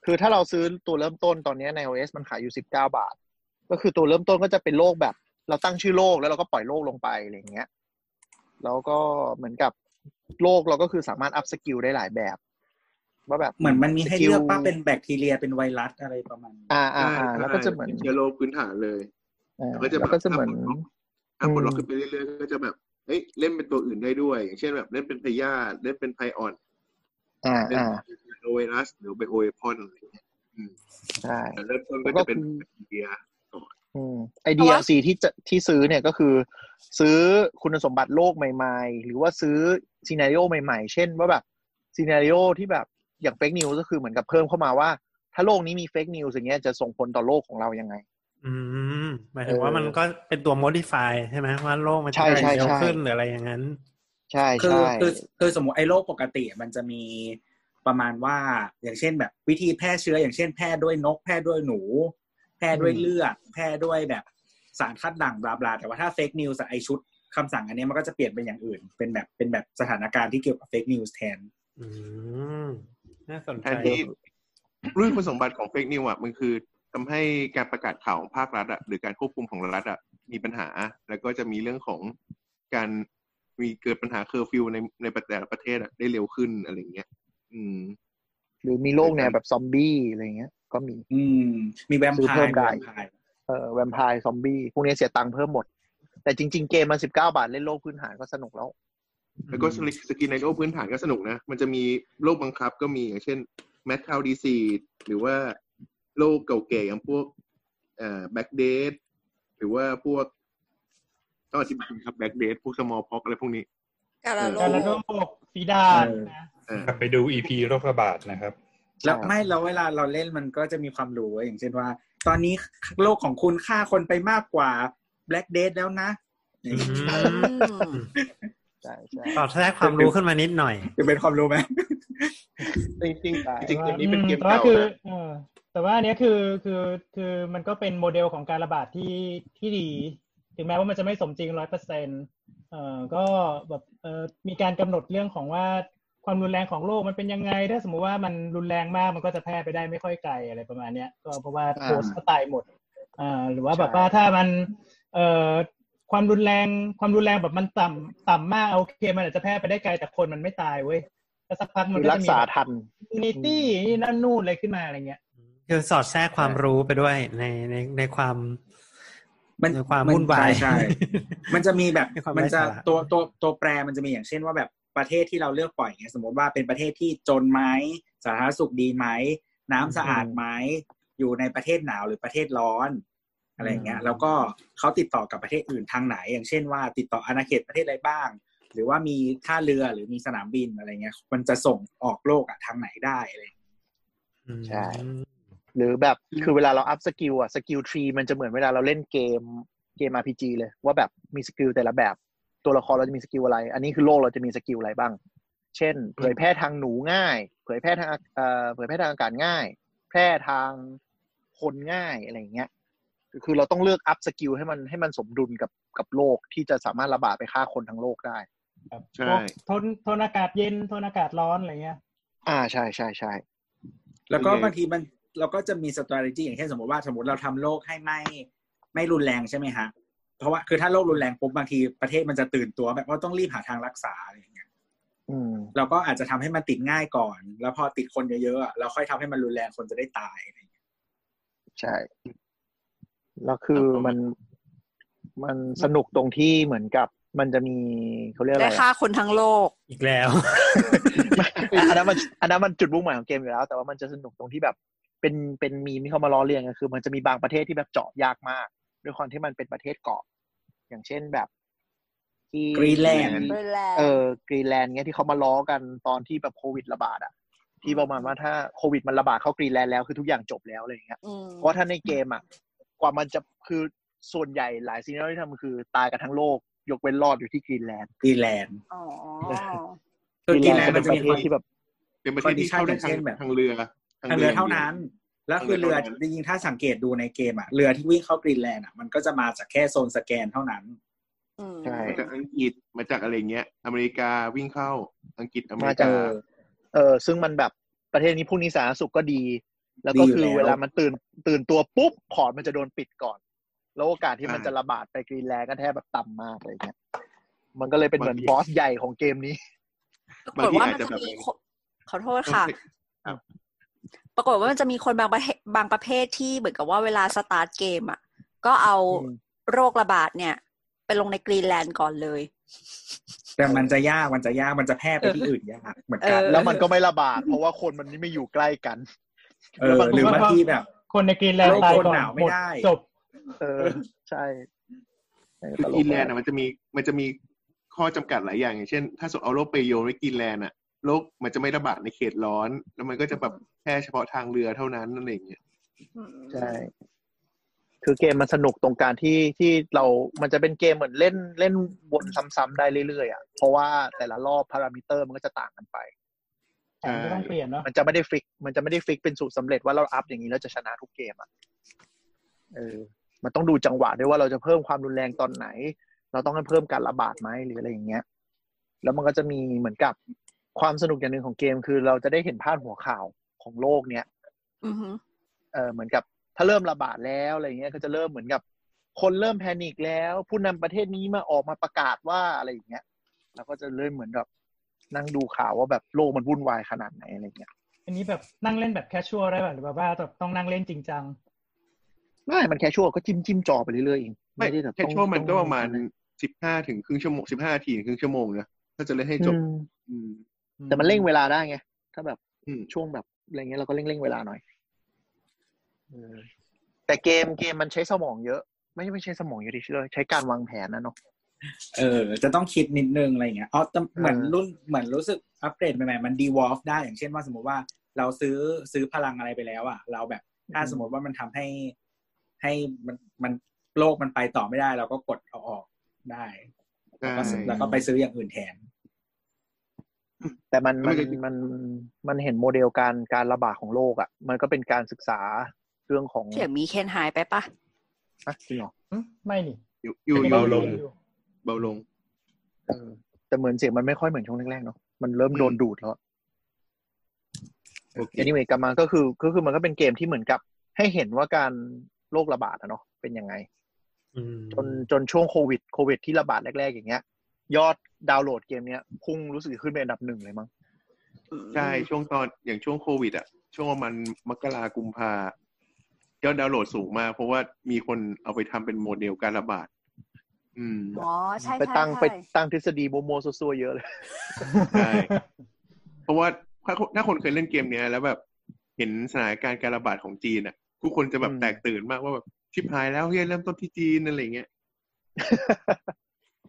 S6: คือถ้าเราซื้อตัวเริ่มต้นตอนนี้ใน iOS มันขายอยู่สิบเก้าบาท ก็คือตัวเริ่มต้นก็จะเป็นโลกแบบ เราตั้งชื่อโลกแล้วเราก็ปล่อยโลกลงไปอะไรอย่างเงี้ย แล้วก็เหมือนกับโลกเราก็คือสามารถอัพสกิลได้หลายแบบว่าแบบ
S1: เหมือนมันมีให้
S6: สกิล
S1: เลือกป้าเป็นแบคทีเรียเป็นไวรัสอะไรประมาณนี้
S6: อ่าอ่าอ่าแล้วก็จะเหมือน
S5: ป็เชื้อโรคพื้นฐานเลย
S6: อ่า
S5: ก็จะแบบ
S6: แล้วก็จะเหมือน
S5: ถ้าปลดล็อก
S6: อืม
S5: ขึ้นไปเรื่อยๆ ก็จะแบบเอ้ยเล่นเป็นตัวอื่นได้ด้วย อย่างเช่นแบบเล่นเป็นพยาธิเล่นเป็นไพออน
S6: อ่า
S5: เล่น
S6: อ่า
S5: เป็นไวรัสหรือไบโอเอพอนอะไรอย่างเงี้ยอืม
S6: ใช่
S5: แต่เริ่มต้นก็จะเป็นแบคทีเรีย
S6: อืมไอ
S2: เพราะว่า
S6: DLC ที่จะที่ซื้อเนี่ยก็คือ ซื้อคุณสมบัติโลกใหม่ ๆ หรือว่าซื้อซีนารีโอใหม่ๆ เช่นว่าแบบซีนารีโอที่แบบอย่างเฟกนิวก็คือเหมือนกับเพิ่มเข้ามาว่า ถ้าโลกนี้มีเฟกนิวอย่างเงี้ยจะส่งผลต่อโลกของเรายังไง
S3: อืมหมายถึงว่ามันก็เป็นตัว modify ใช่ไหมว่าโลกมันจะ
S6: ใช่ใช่
S3: เร็ว
S6: ใช่
S3: ขึ้นหรืออะไรอย่างนั้น
S6: ใช่
S1: คือ
S6: ใช่
S1: คือคือสมมติไอ้โรคปกติมันจะมีประมาณว่าอย่างเช่นแบบวิธีแพร่เชื้อ อย่างเช่นแพร่ด้วยนกแพร่ด้วยหนู แพร่ด้วยเลือดแพร่ด้วยแบบสารคัดหลั่งบลาบลาแต่ว่าถ้าเฟกนิวส์ไอชุดคำสั่งอันเนี้ยมันก็จะเปลี่ยนเป็นอย่างอื่น เป็นแบบเป็นแบบสถานการณ์ที่เกี่ยวกับเฟกนิวส์แทน
S3: อืมน่าสน
S5: แท
S3: ใจ
S5: นที่เรื่องคุณสมบัติของเฟกนิวอ่ะมันคือทำให้การประกาศข่าวของภาครัฐอ่ะหรือการควบคุมของรัฐอ่ะมีปัญหา แล้วก็จะมีเรื่องของการมีเกิดปัญหาเคอร์ฟิวในในแต่ละประเทศอ่ะได้เร็วขึ้นอะไรอย่างเงี้ย อืม
S6: หรือมีโลกแนวแบบซอมบี้อะไรเงี้ยก็มี
S1: อืม มีแวม
S6: ซื้อ
S1: ไพ
S6: เพิ่
S1: ร์
S6: ม
S1: มี
S6: ได้
S1: แวมไพร์
S6: เออแวมไพร์ซอมบี้พวกนี้เสียตังค์เพิ่มหมด แต่จริง ๆ เกมมันสิบเก้าบาทเล่นโลกพื้นฐานก็สนุกแล้ว
S5: แล้วก็สลิกสกินในโลกพื้นฐานก็สนุกนะ มันจะมีโลกบังคับก็มีอย่างเช่นแมทคาวดีซีหรือว่าโลกเก่าแก่อย่างพวกเอ่อแบ็กเดทหรือว่าพวกต้องอธิบายครับแบ็กเดทพวกสมอลพ็อกอะไรพวกนี้
S2: การาโล
S4: การระโรคฝีดาดนะ
S5: เออก
S8: ลับไปดูอีพีโรคระบาดนะครับ
S1: แล้ว
S6: ใช่
S1: ไม่เราเวลาเราเล่นมันก็จะมีความรู้อย่างเช่นว่า ตอนนี้โลกของคุณฆ่าคนไปมากกว่าแบล็กเดทแล้วนะ
S3: อืม
S2: อืม
S6: ใช่ใช่
S3: ตอบแทรกความรู้ขึ้นมานิดหน่อย
S1: จะเป็นความรู้ไหม
S5: จริงจริงจริงๆเกมนี้เป็นเกม
S4: แต่ว่า
S5: เก่า
S4: คือ
S5: นะ
S4: เออแต่ว่าอันเนี้ยคือคือคือมันก็เป็นโมเดลของการระบาดที่ที่ดี ถึงแม้ว่ามันจะไม่สมจริงร้อยเปอร์เซ็นเอ่อก็แบบเอ่อมีการกำหนดเรื่องของว่าความรุนแรงของโรคมันเป็นยังไง ถ้าสมมุติว่ามันรุนแรงมากมันก็จะแพร่ไปได้ไม่ค่อยไกลอะไรประมาณเนี้ยก็เพราะว่า
S6: อ่า
S4: โพสต์ก็ตายหมดอ่าหรือว่าแบบ
S6: ใช่
S4: ว่าถ้ามันเอ่อความรุนแรงความรุนแรงแบบมันต่ำต่ำมากโอเคมันอาจจะแพร่ไปได้ไกลแต่คนมันไม่ตายเว้ยแล้วสักพักมัน
S6: คือ
S4: ก็
S6: รั
S4: จะ
S6: ก
S4: มี
S6: ษา
S4: แบบ
S6: ทัน
S4: อินิตี้นี่นั่นนู่นอะไรขึ้นมาอะไรเงี้ย
S3: คือสอดแทรกความรู้ไปด้วยในในในความ
S1: มัน
S3: ในความ
S1: มัน
S3: วุ่นวาย
S1: ใช่ใช่ มันจะมีแบบ
S3: ให้ความ
S1: มันจะ
S3: ไร้สาระ
S1: ตัวตัวตัวแปรมันจะมีอย่างเช่นว่าแบบประเทศที่เราเลือกปล่อยเนี่ยสมมติว่าเป็นประเทศที่จนไหมสาธารณสุขดีไหมน้ำสะอาดไหมอยู่ในประเทศหนาวหรือประเทศร้อน อะไรอย่างเงี้ย แล้วก็เขาติดต่อกับประเทศอื่นทางไหน อย่างเช่นว่าติดต่ออาณาเขตประเทศอะไรบ้าง หรือว่ามีท่าเรือหรือมีสนามบินอะไรเงี้ย มันจะส่งออกโลกอะทางไหนได้อะไรอย่างเงี้ย
S3: อืม
S6: ใช่ หรือแบบคือเวลาเราอัพสกิลอะสกิลทรีมันจะเหมือนเวลาเราเล่นเกมเกม RPG เลยว่าแบบมีสกิลแต่ละแบบ ตัวละครเราจะมีสกิลอะไร อันนี้คือโลกเราจะมีสกิลอะไรบ้าง เช่น เผยแพร่ทางหนูง่าย เผยแพร่ทางอาเอ่อเผยแพร่ทางอากาศง่าย แพร่ทางคนง่ายอะไรอย่างเงี้ยคือเราต้องเลือกอัพสกิลให้มันให้มันสมดุลกับกับโลกที่จะสามารถระบาดไปฆ่าคนทั้งโลกได้
S4: ครับ
S5: ใช่
S4: พวกทนทนอากาศเย็นทนอากาศร้อนอะไรเงี้ย
S6: อ่าใช่ใช่ใช่
S1: แล้วก็
S5: นี่ไง
S1: บางทีมันเราก็จะมี strategy อย่างเช่นสมมติว่าสมมติเราทำโลกให้ไม่ ไม่รุนแรงใช่ไหมฮะ เพราะว่าคือถ้าโรครุนแรงปุ๊บบางทีประเทศมันจะตื่นตัวแบบว่าต้องรีบหาทางรักษาอะไรอย่างเงี้ย
S6: อืม
S1: เราก็อาจจะทำให้มันติดง่ายก่อน แล้วพอติดคนเยอะๆอะเราค่อยทำให้มันรุนแรงคนจะได้ตายอะไรอย่างเงี้ย
S6: ใช่ แล้วคือ
S5: ครับผม
S6: มันมันสนุกตรงที่เหมือนกับ มันจะมีเขาเรียกอะ
S2: ได้
S6: ไร (laughs)
S2: ฆ่า
S6: อะ
S2: คนทั้งโลก
S3: อีกแล้ว
S6: ไม่อันนั้นมันอันนั้นมันจุดมุ่งหมายของเกมอยู่แล้ว แต่ว่ามันจะสนุกตรงที่แบบ เป็นเป็นมีมที่เขามาล้อเลียนก็คือ มันจะมีบางประเทศที่แบบเจาะยากมาก ด้วยความที่มันเป็นประเทศเกาะ อย่างเช่นแบบที่
S1: Greenland
S6: ที่
S2: เบอร์แลนด์
S6: เออกรีนแลนด์เงี้ยที่เขามาล้อกันตอนที่แบบโควิดระบาดอะที่ประมาณว่าถ้าโควิดมันระบาดเข้ากรีนแลนด์แล้วคือทุกอย่างจบแล้วอะไรอย่างเงี้ย
S2: ม
S6: เพราะถ้าในเกมอะกว่ามันจะคือส่วนใหญ่หลายซีนารที่ทำคือตายกันทั้งโลก ยกเว้นรอดอยู่ที่กรีนแลนด์
S1: กรีนแลนด์
S2: อ๋อ
S1: คือกรีนแลนด์
S6: เป็
S1: มัน
S6: น
S1: จะ
S6: ประ
S1: มี
S6: เท
S1: ค
S6: ศ
S1: น
S6: ที่แบบ
S5: เป็นประเทศที่เข้าได้ทาง
S1: condition แบบ
S5: ทางเรือ
S1: ทางเรือเท่านั้น แล้วคือเรือจริงๆถ้าสังเกตดูในเกมอะเรือที่วิ่งเข้ากรีนแลนด์อะมันก็จะมาจากแค่โซนสแกนเท่านั้น
S2: อืม
S6: ใช่
S5: มาจากอังกฤษมาจากอะไรเงี้ย อเมริกาวิ่งเข้าอังกฤษอเม
S6: มาจาก
S5: ริาก
S6: เออซึ่งมันแบบประเทศนี้พวกนี้สาธารณสุขก็ดี แล้วก็
S1: ดีอยู่
S6: คือ
S1: แล้ว
S6: เวลามันตื่นตื่นตัวปุ๊บพอร์ตมันจะโดนปิดก่อน แล้วโอกาสที่มันจะระบาดไปกรีนแลนด์ก็แทบแบบต่ำมากเลยเนี่ยมันก็เลยเป็นเหมือนบอสใหญ่ของเกมนี้
S2: ปรากฏว่ามันจะมีคนขอโทษค่ะ ปรากฏว่ามันจะมีคนบางประเทศบางประเภทที่เหมือนกับว่าเวลาสตาร์ทเกมอ่ะ ก็เอา
S6: อืม
S2: โรคระบาดเนี่ย ไปลงในกรีนแลนด์ก่อนเลย
S1: แต่มันจะยากมันจะยากมันจะแพร่ไปที่อื่นยากเหมือนกัน
S2: เออ
S6: แล้วมันก็ไม่ระบาด เพราะว่าคนมันนี่ไม่อยู่ใกล้กัน
S1: เออหรือบางทีแบบ
S4: คนในกรีนแลนด์
S1: โลก
S4: ตาย
S1: คน
S4: ก่อน
S1: หนาวไม่
S4: หมด
S1: ได้
S4: จบ
S6: เออ ใช่
S5: คือกรีนแลนด์อะมันจะมีมันจะมีข้อจำกัดหลายอย่างอย่างเช่น ถ้าสมมติเอาโรคไปโยนไว้กรีนแลนด์อะโรคมันจะไม่ระบาดในเขตร้อน แล้วมันก็จะแบบแพร่เฉพาะทางเรือเท่านั้นนั่นเองเนี่ย
S6: ใช่ คือเกมมันสนุกตรงการที่ที่เรามันจะเป็นเกมเหมือนเล่นเล่นวนซ้ำๆได้เรื่อยๆอ่ะเพราะว่าแต่ละรอบพารามิเตอร์มันก็จะต่างกันไป
S4: แต่มันก็ต้องเปลี่ยนเนาะ
S6: มันจะไม่ได้ฟิก มันจะไม่ได้ฟิกเป็นสูตรสำเร็จว่าเราอัพอย่างนี้แล้วจะชนะทุกเกมอ่ะเออ มันต้องดูจังหวะด้วยว่าเราจะเพิ่มความรุนแรงตอนไหน เราต้องให้เพิ่มการระบาดไหมหรืออะไรอย่างเงี้ย แล้วมันก็จะมีเหมือนกับความสนุกอย่างหนึ่งของเกม คือเราจะได้เห็นพาดหัวข่าวของโลกเนี้ย
S2: อือหือ
S6: เออเหมือนกับถ้าเริ่มระบาดแล้วอะไรเงี้ยก็จะเริ่มเหมือนกับ คนเริ่มแพนิคแล้ว ผู้นำประเทศนี้มาออกมาประกาศว่าอะไรอย่างเงี้ยแล้วก็จะเริ่มเหมือนแบบนั่งดูข่าวว่าแบบโลกมันวุ่นวายขนาดไหนอะไรเงี้ย
S4: อันนี้แบบนั่งเล่นแบบแคชชวลได้ป่ะหรือแบบว่าแบบต้องนั่งเล่นจริงจัง
S6: ไม่มันแค่ชั่วก็จิ้มจิ้มจอไปเรื่อยๆเอง
S5: ไม่
S6: ด้แบบ
S5: แค่
S6: ต้อง
S5: ช่วงมันก็
S6: ต้อง
S5: ประมาณสิบห้าถึงครึ่งชั่วโมงสิบห้าทีถึงครึ่งชั่วโมงนะถ้าจะเล่นให้จบ
S6: อืม
S5: อืม
S6: แต่มันเร่งเวลาได้ไงถ้าแบบ
S5: อืม
S6: ช่วงแบบอะไรเงี้ยเราก็เร่งเร่งเวลาหน่อยเออแต่เกมเกมมันใช้สมองเยอะ ไม่ไม่ใช้สมองเยอะดิใช้การวางแผนนะเนาะ
S1: เออ จะต้องคิดนิดนึงอะไรอย่างเงี้ยอ๋อแต่เหมือน
S6: เออ
S1: รุ่นเหมือนรู้สึกอัปเกรดใหม่ๆมันดีวอฟได้อย่างเช่นว่าสมมติว่าเราซื้อซื้อพลังอะไรไปแล้วอ่ะ เราแบบถ้าสมมติว่ามันทำให้ ให้มันมันโลกมันไปต่อไม่ได้ เราก็กดเอาออกได้แล้วก็
S5: ใช่
S1: แล้วก็ไปซื้ออย่างอื่นแทน
S6: แต่มัน
S5: มั
S6: มัน
S5: นก็
S6: มันมันเห็นโมเดลการการระบาดของโรคอ่ะ มันก็เป็นการศึกษาเรื่องของ
S2: เดี๋ยวมีเคนหายไปปะ
S6: อ่ะจริงเหรอ
S4: อืมไม่นี่
S5: อยู่อยู่
S4: ไม่
S5: อ
S4: ได้
S5: ยู่
S4: เล่น
S8: ลง
S4: อยู่
S5: เบาลง
S6: เออแต่เหมือนเสียงมันไม่ค่อยเหมือนช่วงแรกๆเนาะมันเริ่ม
S5: อืม
S6: โดนดูดแล้วอะ
S5: โอเค
S6: anyway กลับมาก็คือก็คือมันก็เป็นเกมที่เหมือนกับ ให้เห็นว่าการโรคระบาดอะเนาะเป็นยังไง
S3: อืม
S6: จนจนช่วงโควิดโควิดที่ระบาดแรกๆอย่างเงี้ย ยอดดาวน์โหลดเกมเนี้ยพุ่งรู้สึกขึ้นเป็นอันดับหนึ่งเลยมั้ง
S5: ใช่ช่วงตอนอย่างช่วงโควิดอ่ะ ช่วงประมาณมกรากุมภายอดดาวน์โหลดสูงมาก เพราะว่ามีคนเอาไปทำเป็นโมเดลการระบาด อืม
S2: อ๋อใช่
S6: ไป
S2: ใช่
S6: ตั้งไป
S2: ใช่
S6: ตั้งทฤษฎีโมโมโซซัวๆเยอะเลย
S5: (laughs) ใช่ (laughs) เพราะว่าถ้าถ้าคนเคยเล่นเกมเนี้ยแล้วแบบเห็นสถานการณ์การระบาดของจีนอ่ะผู้คนจะแบบ
S6: อืม
S5: แตกตื่นมากว่าแบบชิบหายแล้วเฮียเริ่มต้นที่จีนอะไรเงี้ย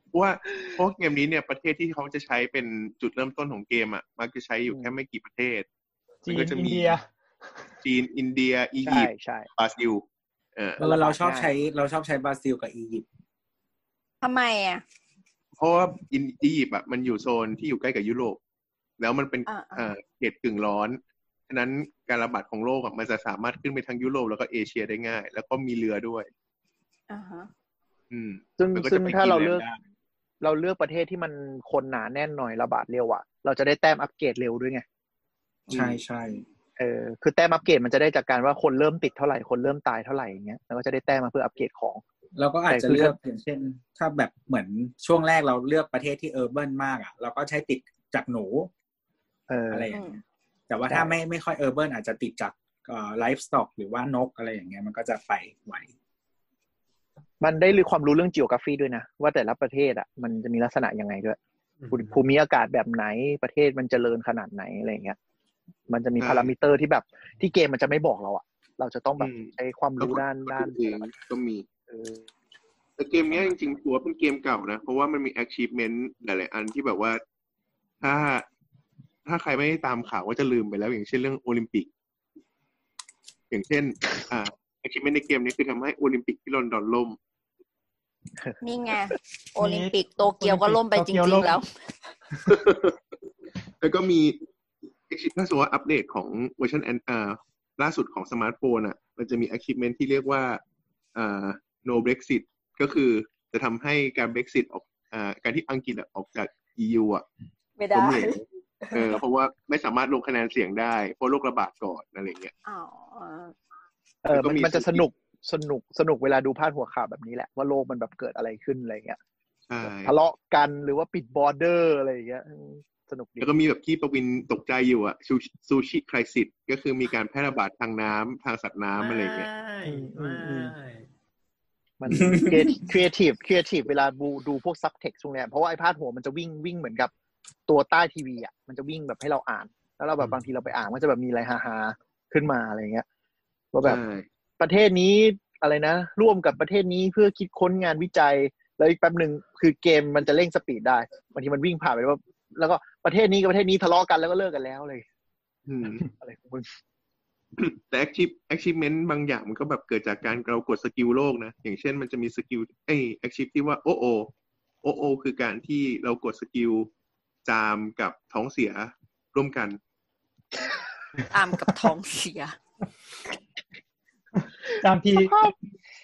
S5: เพราะว่าเพราะเกมนี้เนี่ยประเทศที่เขาจะใช้เป็นจุดเริ่มต้นของเกมอ่ะมักจะใช้อยู่แค่ไม่กี่ประเทศ
S4: จีน
S5: มันก็จะ
S4: อิน
S5: มี
S4: เดีย
S5: จีน อินเดียอี
S6: ใช่
S5: ยิปต์
S6: ใช่
S5: บราซิลเออ
S1: เออเราชอบใช้เราชอบใช้บราซิลกับอียิปต์
S2: ทำไมอ่ะ
S5: เพราะว่าอินอียิปต์อะมันอยู่โซนที่อยู่ใกล้กับยุโรป แล้วมันเป็น
S2: อ่าๆ
S5: เอ่อเขตกึ่งร้อนฉะนั้นการระบาดของโรคอะมันจะสามารถขึ้นไปทางยุโรปแล้วก็เอเชียได้ง่าย แล้วก็มีเรือด้วย
S2: อ่าฮะ
S5: อืม
S6: ซึ่ง
S5: มันก็จะ
S6: ซึ่ง
S5: ไป
S6: ถ้าเราเลือก
S5: กินแรงได้
S6: เราเลือกประเทศที่มันคนหนาแน่นหน่อยระบาดเร็วอ่ะ เราจะได้แต้มอัปเกรดเร็วด้วยไง
S1: ใช่ใช่
S6: เออคือแต้มอัปเกรดมันจะได้จากการว่าคนเริ่มติดเท่าไหร่คนเริ่มตายเท่าไหร่อย่างเงี้ยแล้วก็จะได้แต้มมาเพื่ออัปเกรดของ
S1: เราก็อาจจะ
S6: แต่คือ
S1: เลือกอย่างเช่น ถ้าแบบเหมือนช่วงแรกเราเลือกประเทศที่เออร์เบิร์นมากอ่ะเราก็ใช้ติดจากหนู
S6: เอออ
S1: อะไรอย่างเงี้ยแต่ว่าถ้า
S6: ใช่
S1: ไม่ไม่ค่อยเออร์เบิร์นอาจจะติดจากไลฟ์สต็อกหรือว่านกอะไรอย่างเงี้ยมันก็จะไปไหว
S6: มันได้รู้ความรู้เรื่องจิโอกราฟีด้วยนะ ว่าแต่ละประเทศอ่ะมันจะมีลักษณะยังไงด้วย ภูมิอากาศแบบไหนประเทศมันเจริญขนาดไหนอะไรอย่างเงี้ย มันจะมี
S5: ใช่
S6: พารามิเตอร์ที่แบบที่เกมมันจะไม่บอกเราอะเราจะต้องแบบ
S5: อืม
S6: ใช้ความรู้
S5: แล้ว
S6: ด้าน
S5: ค
S6: ด้าน
S5: อื่นๆก็มีแต่เกมเนี้ยจริงๆถือว่าเป็นเกมเก่านะ เพราะว่ามันมี achievement หลายๆอันที่แบบว่า ถ้าถ้าใครไม่ได้ตามข่าวก็จะลืมไปแล้ว อย่างเช่นเรื่องโอลิมปิก อย่างเช่น อ่า achievement ในเกมนี้คือทำให้โอลิมปิกที่ลอนดอนล่ม
S2: นี่ไง โอลิมปิกโตเกียวก็ล่มไปจริ
S4: โตเกียวล่
S2: ง
S4: ม
S2: ๆแล้ว
S5: (laughs) แล้วก็มี achievement ถ้าสมมติว่าอัปเดตของเวอร์ชันแอนอ่าล่าสุดของสมาร์ทโฟนอ่ะ มันจะมี achievement ที่เรียกว่าอ่า no brexit ก็คือจะทำให้การ brexit ออกอ่าการที่อังกฤษอะออกจาก EU อ่ะ
S2: ไม่ได้
S5: ล้มเหลวเออ เพราะว่าไม่สามารถลงคะแนนเสียงได้ เพราะโรคระบาดก่อนอะไรเงี้ย
S2: อ๋อ
S6: เออ
S5: แล้วก็
S6: มัน
S5: มี
S6: มันจะสนุกสนุกสนุกเวลาดูพาดหัวข่าวแบบนี้แหละว่าโลกมันแบบเกิดอะไรขึ้นอะไรเงี้ย
S5: ใช่
S6: ทะเลาะกันหรือว่าปิดบอร์เดอร์อะไรอย่างเงี้ยอืมสนุกดี
S5: แล้วก็มีแบบที่ประวินตกใจอยู่อ่ะซูชิคริสิตก็คือมีการแพร่ระบาดทางน้ำทางสัตว์น้ำอะไรเงี้ย
S6: อืมอืมอืม มัน ครีเอทีฟ (laughs) ครีเอทีฟเวลาดูดูพวกซับเท็กซ์พวกเนี้ยเพราะว่าไอ้พาดหัวมันจะวิ่งวิ่งเหมือนกับตัวใต้ทีวีอ่ะมันจะวิ่งแบบให้เราอ่าน แล้วเราแบบบางทีเราไปอ่านมันจะแบบมีอะไรฮาๆขึ้นมาอะไรเงี้ยว่าแบบ
S5: ใช่
S6: ประเทศนี้อะไรนะ ร่วมกับประเทศนี้เพื่อคิดค้นงานวิจัย แล้วอีกแป๊บหนึ่งคือเกมมันจะเร่งสปีดได้บางทีมันวิ่งผ่านไปแล้วแล้วก็ประเทศนี้กับประเทศนี้ทะเลาะกันแล้วก็เลิกกันแล้วเลย
S5: อืม
S6: อะไรของมึง
S5: แต่แอคชีพแอคชีพเมนต์บางอย่างมันก็แบบเกิดจากการเรากดสกิลโลกนะ อย่างเช่นมันจะมีสกิลไอแอคชีพที่ว่าโอโอโอโอคือการที่เรากดสกิลจามกับท้องเสียร่วมกัน
S2: ตามกับท้องเสีย
S4: จามที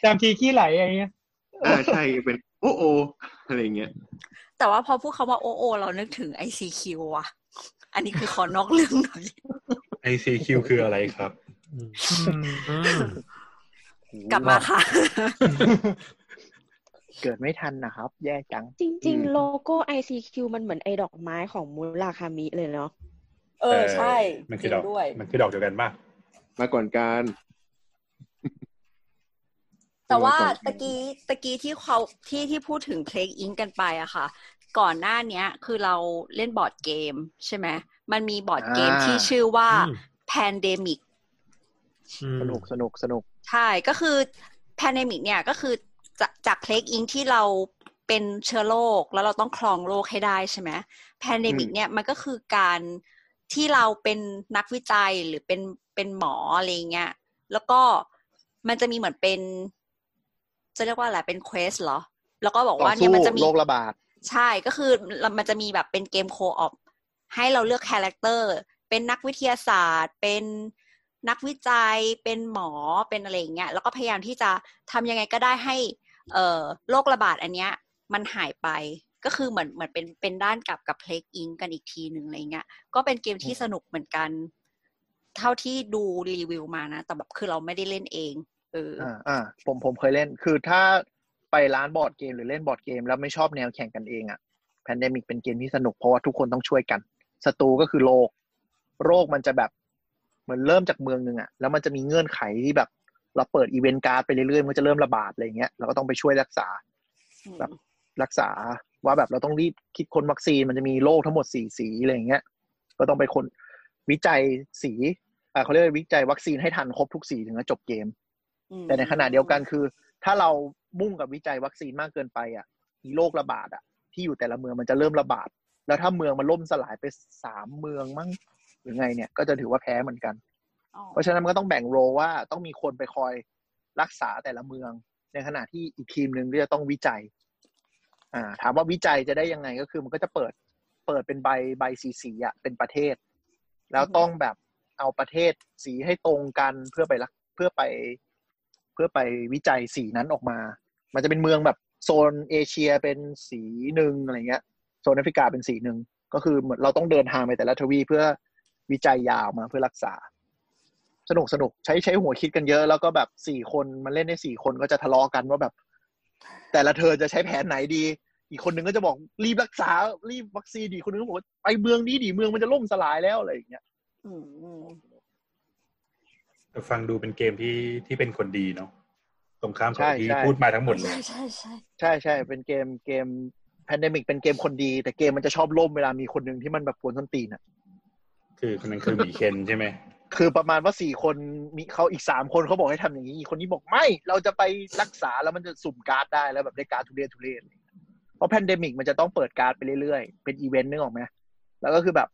S4: จามทีขี้ไหลอะไรเงี้ย
S5: อ่าใช่เป็นโอโออะไรเงี้ย
S2: แต่ว่าพอพูดคำว่าโอโอ เรานึกถึง ICQ อ่ะ อันนี้คือขอนอกเรื่องหน่อย (laughs)
S8: ICQ คืออะไรครับ
S3: อืม
S2: กลับมาค่ะ
S6: เกิดไม่ทันนะครับ แย่จัง
S10: จริง
S5: อืม
S10: ๆ โลโก้ ICQ มันเหมือนไอ้ดอกไม้ของมูราคามิเลยเนาะ
S2: เออ ใช่
S8: มันคือดอก
S2: จริงด้วย
S8: มันคือดอกเดียวกันป่ะ
S5: มาก่อนการ
S2: (laughs) แต่ว่า
S5: ก่อน
S2: ตะกี้ตะกี้ที่เขาที่ที่พูดถึงเพลงอิงกันไปอะค่ะ ก่อนหน้าเนี้ย คือเราเล่นบอร์ดเกม ใช่ไหมมันมีบอร์ดเกมที่ชื่อว่า Pandemic
S3: อืม
S6: สนุกสนุกสนุก
S2: ใช่ ก็คือ Pandemic เนี่ยก็คือจะจากเพลงอิงที่เราเป็นเชื้อโรคแล้วเราต้องครองโรคให้ได้ใช่ไหม Pandemic
S5: อืม
S2: เนี่ยมันก็คือการที่เราเป็นนักวิจัยหรือเป็นเป็นหมออะไรเงี้ย แล้วก็มันจะมีเหมือนเป็น จะเรียกว่าอะไรเป็นเควสเหรอ แล้วก็บอกว่าเนี่ยมันจะมี
S6: ต่อสู้โรคระบาด
S2: ใช่ก็คือมันจะมีแบบเป็นเกมโคออปให้เราเลือกคาแรคเตอร์ เป็นนักวิทยาศาสตร์ เป็นนักวิจัย เป็นหมอเป็นอะไรอย่างเงี้ยแล้วก็พยายามที่จะทำยังไงก็ได้ให้ เอ่อโรคระบาดอันเนี้ย มันหายไปก็คือเหมือนเหมือนเป็นเป็นด้านกลับกับเพลกอิงกันอีกทีหนึ่งอะไรเงี้ยก็เป็นเกมที่สนุกเหมือนกัน เท่าที่ดูรีวิวมานะ แต่แบบคือเราไม่ได้เล่นเองเอออ
S6: อ่าอ่าผมผมเคยเล่นคือถ้าไปร้านบอร์ดเกมหรือเล่นบอร์ดเกมแล้วไม่ชอบแนวแข่งกันเองอะ่ะแพนเดมิกเป็นเกมที่สนุกเพราะว่าทุกคนต้องช่วยกันศัตรูก็คือโรค โรคมันจะแบบเหมือนเริ่มจากเมืองหนึ่งอะ่ะแล้วมันจะมีเงื่อนไขที่แบบ เราเปิดอีเวนต์การ์ดไปเรื่อยๆมันก็จะเริ่มระบาดอะไรอย่างเงี้ยเราก็ต้องไปช่วยรักษา แบบรักษาว่าแบบเราต้องรีบคิดค้นวัคซีนมันจะมีโรคทั้งหมดสี่สีอะไรอย่างเงี้ย ก็ต้องไปคนวิจัยสีอ่าเขาเรียกว่าวิจัยวัคซีนให้ทันครบทุกสีถึงจะจบเกม
S2: อืม
S6: แต่ในขณะเดียวกันคือ ถ้าเรามุ่งกับวิจัยวัคซีนมากเกินไปอ่ะมีโรคระบาดอ่ะ ที่อยู่แต่ละเมืองมันจะเริ่มระบาด แล้วถ้าเมืองมันล่มสลายไปสามเมืองมั้งหรือไงเนี่ย ก็จะถือว่าแพ้เหมือนกัน
S2: อ๋อ
S6: เพราะฉะนั้นมันก็ต้องแบ่งโรลว่าต้องมีคนไปคอยรักษาแต่ละเมือง ในขณะที่อีกทีมหนึ่งก็จะต้องวิจัย อ่า ถามว่าวิจัยจะได้ยังไงก็คือมันก็จะเปิดเปิดเป็นใบใบสีสีๆอ่ะเป็นประเทศ แล้วต้องแบบเอาประเทศสีให้ตรงกันเพื่อไปรักเพื่อไป เพื่อไปวิจัยสีนั้นออกมา มันจะเป็นเมืองแบบโซนเอเชียเป็นสีหนึ่งอะไรเงี้ย โซนแอฟริกาเป็นสีหนึ่งก็คือเหมือนเราต้องเดินทางไปแต่ละทวีปเพื่อวิจัยยาวมาเพื่อรักษา สนุกสนุกใช้ใช้หัวคิดกันเยอะ แล้วก็แบบสี่คนมันเล่นได้สี่คนก็จะทะเลาะกันว่าแบบ แต่ละเธอจะใช้แผนไหนดี อีกคนนึงก็จะบอกรีบรักษารีบวัคซีนดีคนนึงก็บอกว่าไปเมืองนี้ดีเมืองมันจะล่มสลายแล้วอะไรอย่างเงี้ย
S2: อืมอืม
S8: แต่ฟังดูเป็นเกมที่ที่เป็นคนดีเนาะตรงข้ามกับที่พูดมาทั้งหมดเล
S2: ใช่
S8: ย
S2: ใช่ใช่
S6: ใช่ใช่เป็นเกมเกมแพนเดมิกเป็นเกมคนดี แต่เกมมันจะชอบล่มเวลามีคนหนึ่งที่มันแบบกวนส้นตีนอะ
S8: คือคนนั้นคือหมีเคนใช่ไหม
S6: คือประมาณว่าสี่คนมีเขาอีกสามคนเขาบอกให้ทำอย่างนี้อีกคนนี้บอกไม่ เราจะไปรักษาแล้วมันจะสุ่มการ์ดได้แล้วแบบได้การ์ดทุเรศทุเรศเพราะแพนเดมิกมันจะต้องเปิดการ์ดไปเรื่อยๆ เป็นอีเวนต์นึกออกไหมแล้วก็คือแบบ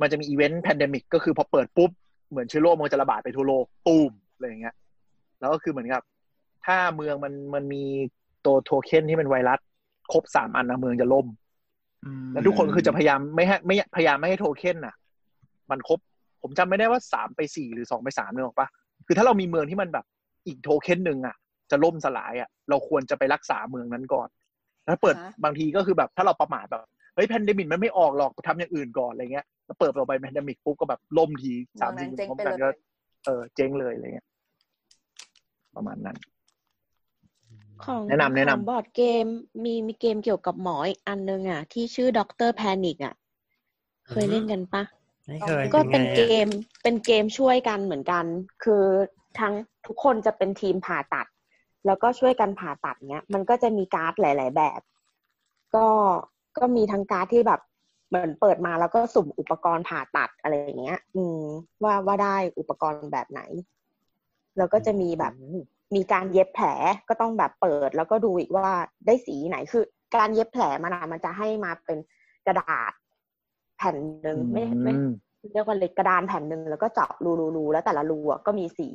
S6: มันจะมีอีเวนต์แพนเดมิกก็คือพอเปิดปุ๊บ เหมือนเชื้อโรคมันจะระบาดไปทั่วโลกตูมอะไรอย่างเงี้ย แล้วก็คือเหมือนกับ ถ้าเมืองมันมันมีตัวโทเค็นที่เป็นไวรัสครบสามอันนะเมืองจะล่ม แล้วทุกคนคือจะพยายามไม่ให้ไม่พยายามไม่ให้โทเค็นน่ะ มันครบ ผมจำไม่ได้ว่าสามไปสี่หรือสองไปสามเนี่ยหรอกปะคือถ้าเรามีเมืองที่มันแบบอีกโทเค็นหนึ่งอ่ะ จะล่มสลายอ่ะ เราควรจะไปรักษาเมืองนั้นก่อน แล้วเปิด
S2: อ่าฮะ
S6: บางทีก็คือแบบถ้าเราประมาทแบบเฮ้ยแพนเดมิกมันไม่ออกหรอกทำอย่างอื่นก่อนอะไรเงี้ยแล้วเปิดต่อไปแพนเดมิกปุ๊บก็แบบล่มทีสาม
S2: เมืองนั้น
S6: ที
S2: เจ๊ง
S6: พร้อม
S2: ไป
S6: กัน
S2: เลย
S6: ก็เออเจ๊งเลยอะไรเงี้ยประมาณนั้น
S10: ของ
S6: แนะนำแนะ
S10: ข
S6: นำ
S10: องบอร์ดเกมมีมีเกมเกี่ยวกับหมออีกอันนึงอ่ะ ที่ชื่อด็อกเตอร์แพนิกอ่ะ เคยเล่นกันปะ
S3: ไม่เคย
S10: ก็เป็น
S3: ไงอะ
S10: เกมเป็นเกมช่วยกันเหมือนกัน คือทั้งทุกคนจะเป็นทีมผ่าตัด แล้วก็ช่วยกันผ่าตัดเนี้ย มันก็จะมีการ์ดหลาย ๆ แบบ ก็ก็มีทั้งการ์ดที่แบบเหมือนเปิดมาแล้วก็สุ่มอุปกรณ์ผ่าตัดอะไรอย่างเงี้ย อืม ว่าว่าได้อุปกรณ์แบบไหน แล้วก็จะมีแบบ มีการเย็บแผลก็ต้องแบบเปิด แล้วก็ดูอีกว่าได้สีไหนคือ การเย็บแผลมันอะมันจะให้มาเป็นกระดาษ แผ่นหนึ่งไม่ไม่
S6: อืม
S10: เรียกว่าเหล็กกระดานแผ่นหนึ่งแล้วก็เจาะรูรูรูแล้วแต่ละรูอะก็มีสี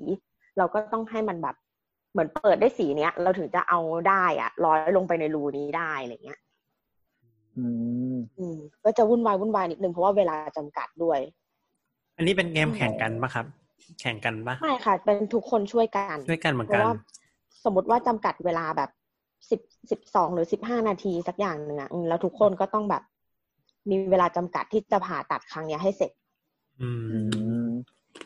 S10: เราก็ต้องให้มันแบบ เหมือนเปิดได้สีเนี้ย เราถึงจะเอาได้อะร้อยลงไปในรูนี้ได้อะไรเงี้ย
S6: อืม
S10: อืม ก็จะวุ่นวายวุ่นวายนิดนึงเพราะว่าเวลาจำกัดด้วย
S3: อันนี้เป็นเกมแข่งกันปะครับ แข่งกันปะ
S10: ไม่ค่ะ เป็นทุกคนช่วยกัน
S3: ด้วยกันเหมือน
S10: เพ
S3: กั
S10: ราะ
S3: น
S10: ว่าสมมติว่าจำกัดเวลาแบบสิบสิบสองหรือสิบห้านาทีสักอย่างหนึ่งอะอืมแล้วทุกคนก็ต้องแบบ มีเวลาจำกัดที่จะผ่าตัดครั้งเนี้ยให้เสร็จ
S3: อืม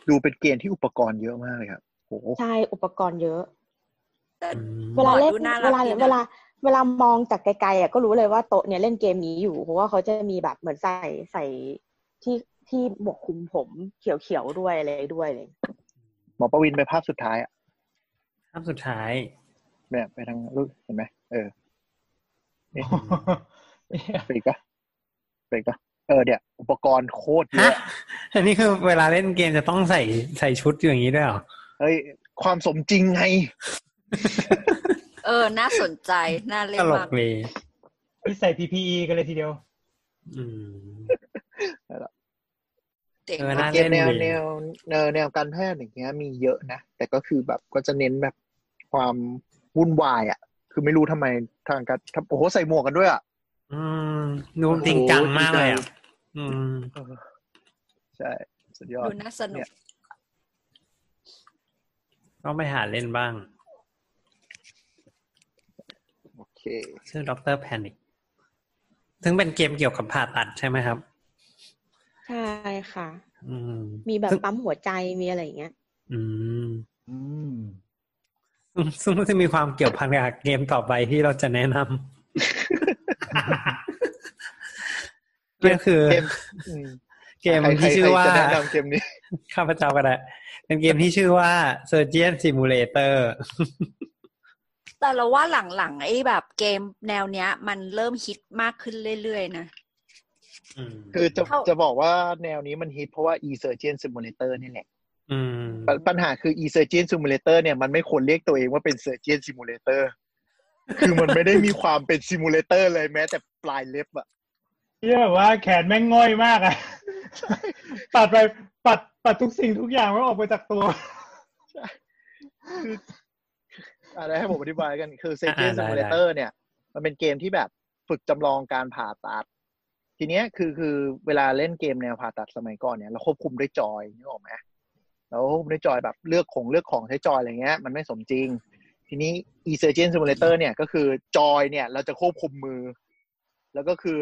S6: ดูเป็นเกมที่อุปกรณ์เยอะมากเลยครับโห
S10: ใช่อุปกรณ์เยอะ
S2: แต่
S3: อืม
S10: เวลาเล่น
S2: ดูน่ารั
S10: เว
S2: ก
S10: ลา
S2: ดีนะ
S10: เวลาเวลามองจากไกลๆอ่ะก็รู้เลยว่าโต๊ะเนี่ยเล่นเกมนี้อยู่ เพราะว่าเขาจะมีแบบเหมือนใส่ใส่ที่ที่หมวกคลุมผมเขียวๆด้วยอะไรด้วยเลย
S6: หมอประวินไปภาพสุดท้ายอะ
S3: ภาพสุดท้าย
S6: เนี่ยไปทางลูกเห็นไหมเออไปอีกปะไปอีกปะเออเนี่ยอุปกรณ์โคตรเย
S3: ฮะ
S6: อะ
S3: อันนี้คือเวลาเล่นเกมจะต้องใส่ใส่ชุดอย่างนี้ด้วยเหรอ
S6: เฮ้ยความสมจริงไง
S2: เออ น่าสนใจ น่าเล่
S3: ต
S2: น
S3: ล
S2: มาก ก
S3: เลย
S4: ที่ใส่ PPE กันเลยทีเดียว
S3: อืม
S2: เจ๋ง
S3: เออ
S2: ว่ะ
S3: น่า
S6: เกม
S3: เล่น
S6: แนว
S3: ดี
S6: แนวแนวแนวการแพทย์อย่างเงี้ย มีเยอะนะ แต่ก็คือแบบก็จะเน้นแบบความวุ่นวายอะคือไม่รู้ทำไมทางการทำโอ้โหใส่หมวกกันด้วยอะ
S3: อืมดูจริงจังมากเลยอ่ะ อืม
S6: ใช่สุดยอ
S2: ดู
S6: ด
S2: น่าสนุ
S6: เนี่
S2: ก
S6: ย
S3: ก็ไปหาเล่นบ้าง
S6: โอเค
S3: ชื่อด็อกเตอร์แพนิกซึ่งเป็นเกมเกี่ยวกับผ่าตัดใช่ไหมครับ
S10: ใช่ค่ะ
S3: อืม
S10: มีแบบ
S3: ซึ่ง
S10: ปั๊มหัวใจมีอะไรอย่างเงี้ย
S3: อืม
S4: อืม
S3: ซึ่งซึ่งมันจะมีความเกี่ยวพันกับเกมต่อไปที่เราจะแนะนำ นั่นคือ
S6: เกมอืม
S3: เกม
S6: ใครใคร
S3: ที่ชื่อว่า
S6: ใครจะแนะนำเกมนี้
S3: ข้าพเจ้าก็ได้ เป็นเกมที่ชื่อว่า Surgeon Simulator
S2: แต่เราว่าหลังๆ ไอ้แบบเกมแนวเนี้ย มันเริ่มฮิตมากขึ้นเรื่อยๆ นะ
S3: อืม
S6: คือจะ
S2: เข้า
S6: จะบอกว่าแนวนี้มันฮิตเพราะว่า Esurgeon Simulator นี่แหละ
S3: อืม
S6: ปญปัญหาคือ Esurgeon Simulator เนี่ยมันไม่ควรเรียกตัวเองว่าเป็น Surgeon Simulator คือมันไม่ได้มีความเป็น Simulator เลยแม้แต่ปลายเล็บอะ
S4: ที่แบบว่าแขนแม่งง่อยมากอะ (laughs) ปัดไปปัดปัดทุกสิ่งทุกอย่างไม่ออกไปจากตัว
S6: อะไรให้ผมอธิบายกันคือ Surgeon
S3: อ่าได้
S6: Simulator เนี่ย มันเป็นเกมที่แบบฝึกจำลองการผ่าตัด ทีเนี้ยคือคือเวลาเล่นเกมแนวผ่าตัดสมัยก่อนเนี่ยเราควบคุมด้วยจอยนึกออกไหมเราควบคุมด้วยจอยแบบเลือกของเลือกของใช้จอยอะไรเงี้ย มันไม่สมจริง ทีนี้ Esurgeon Simulator เนี่ยก็คือจอยเนี่ย เราจะควบคุมมือ แล้วก็คือ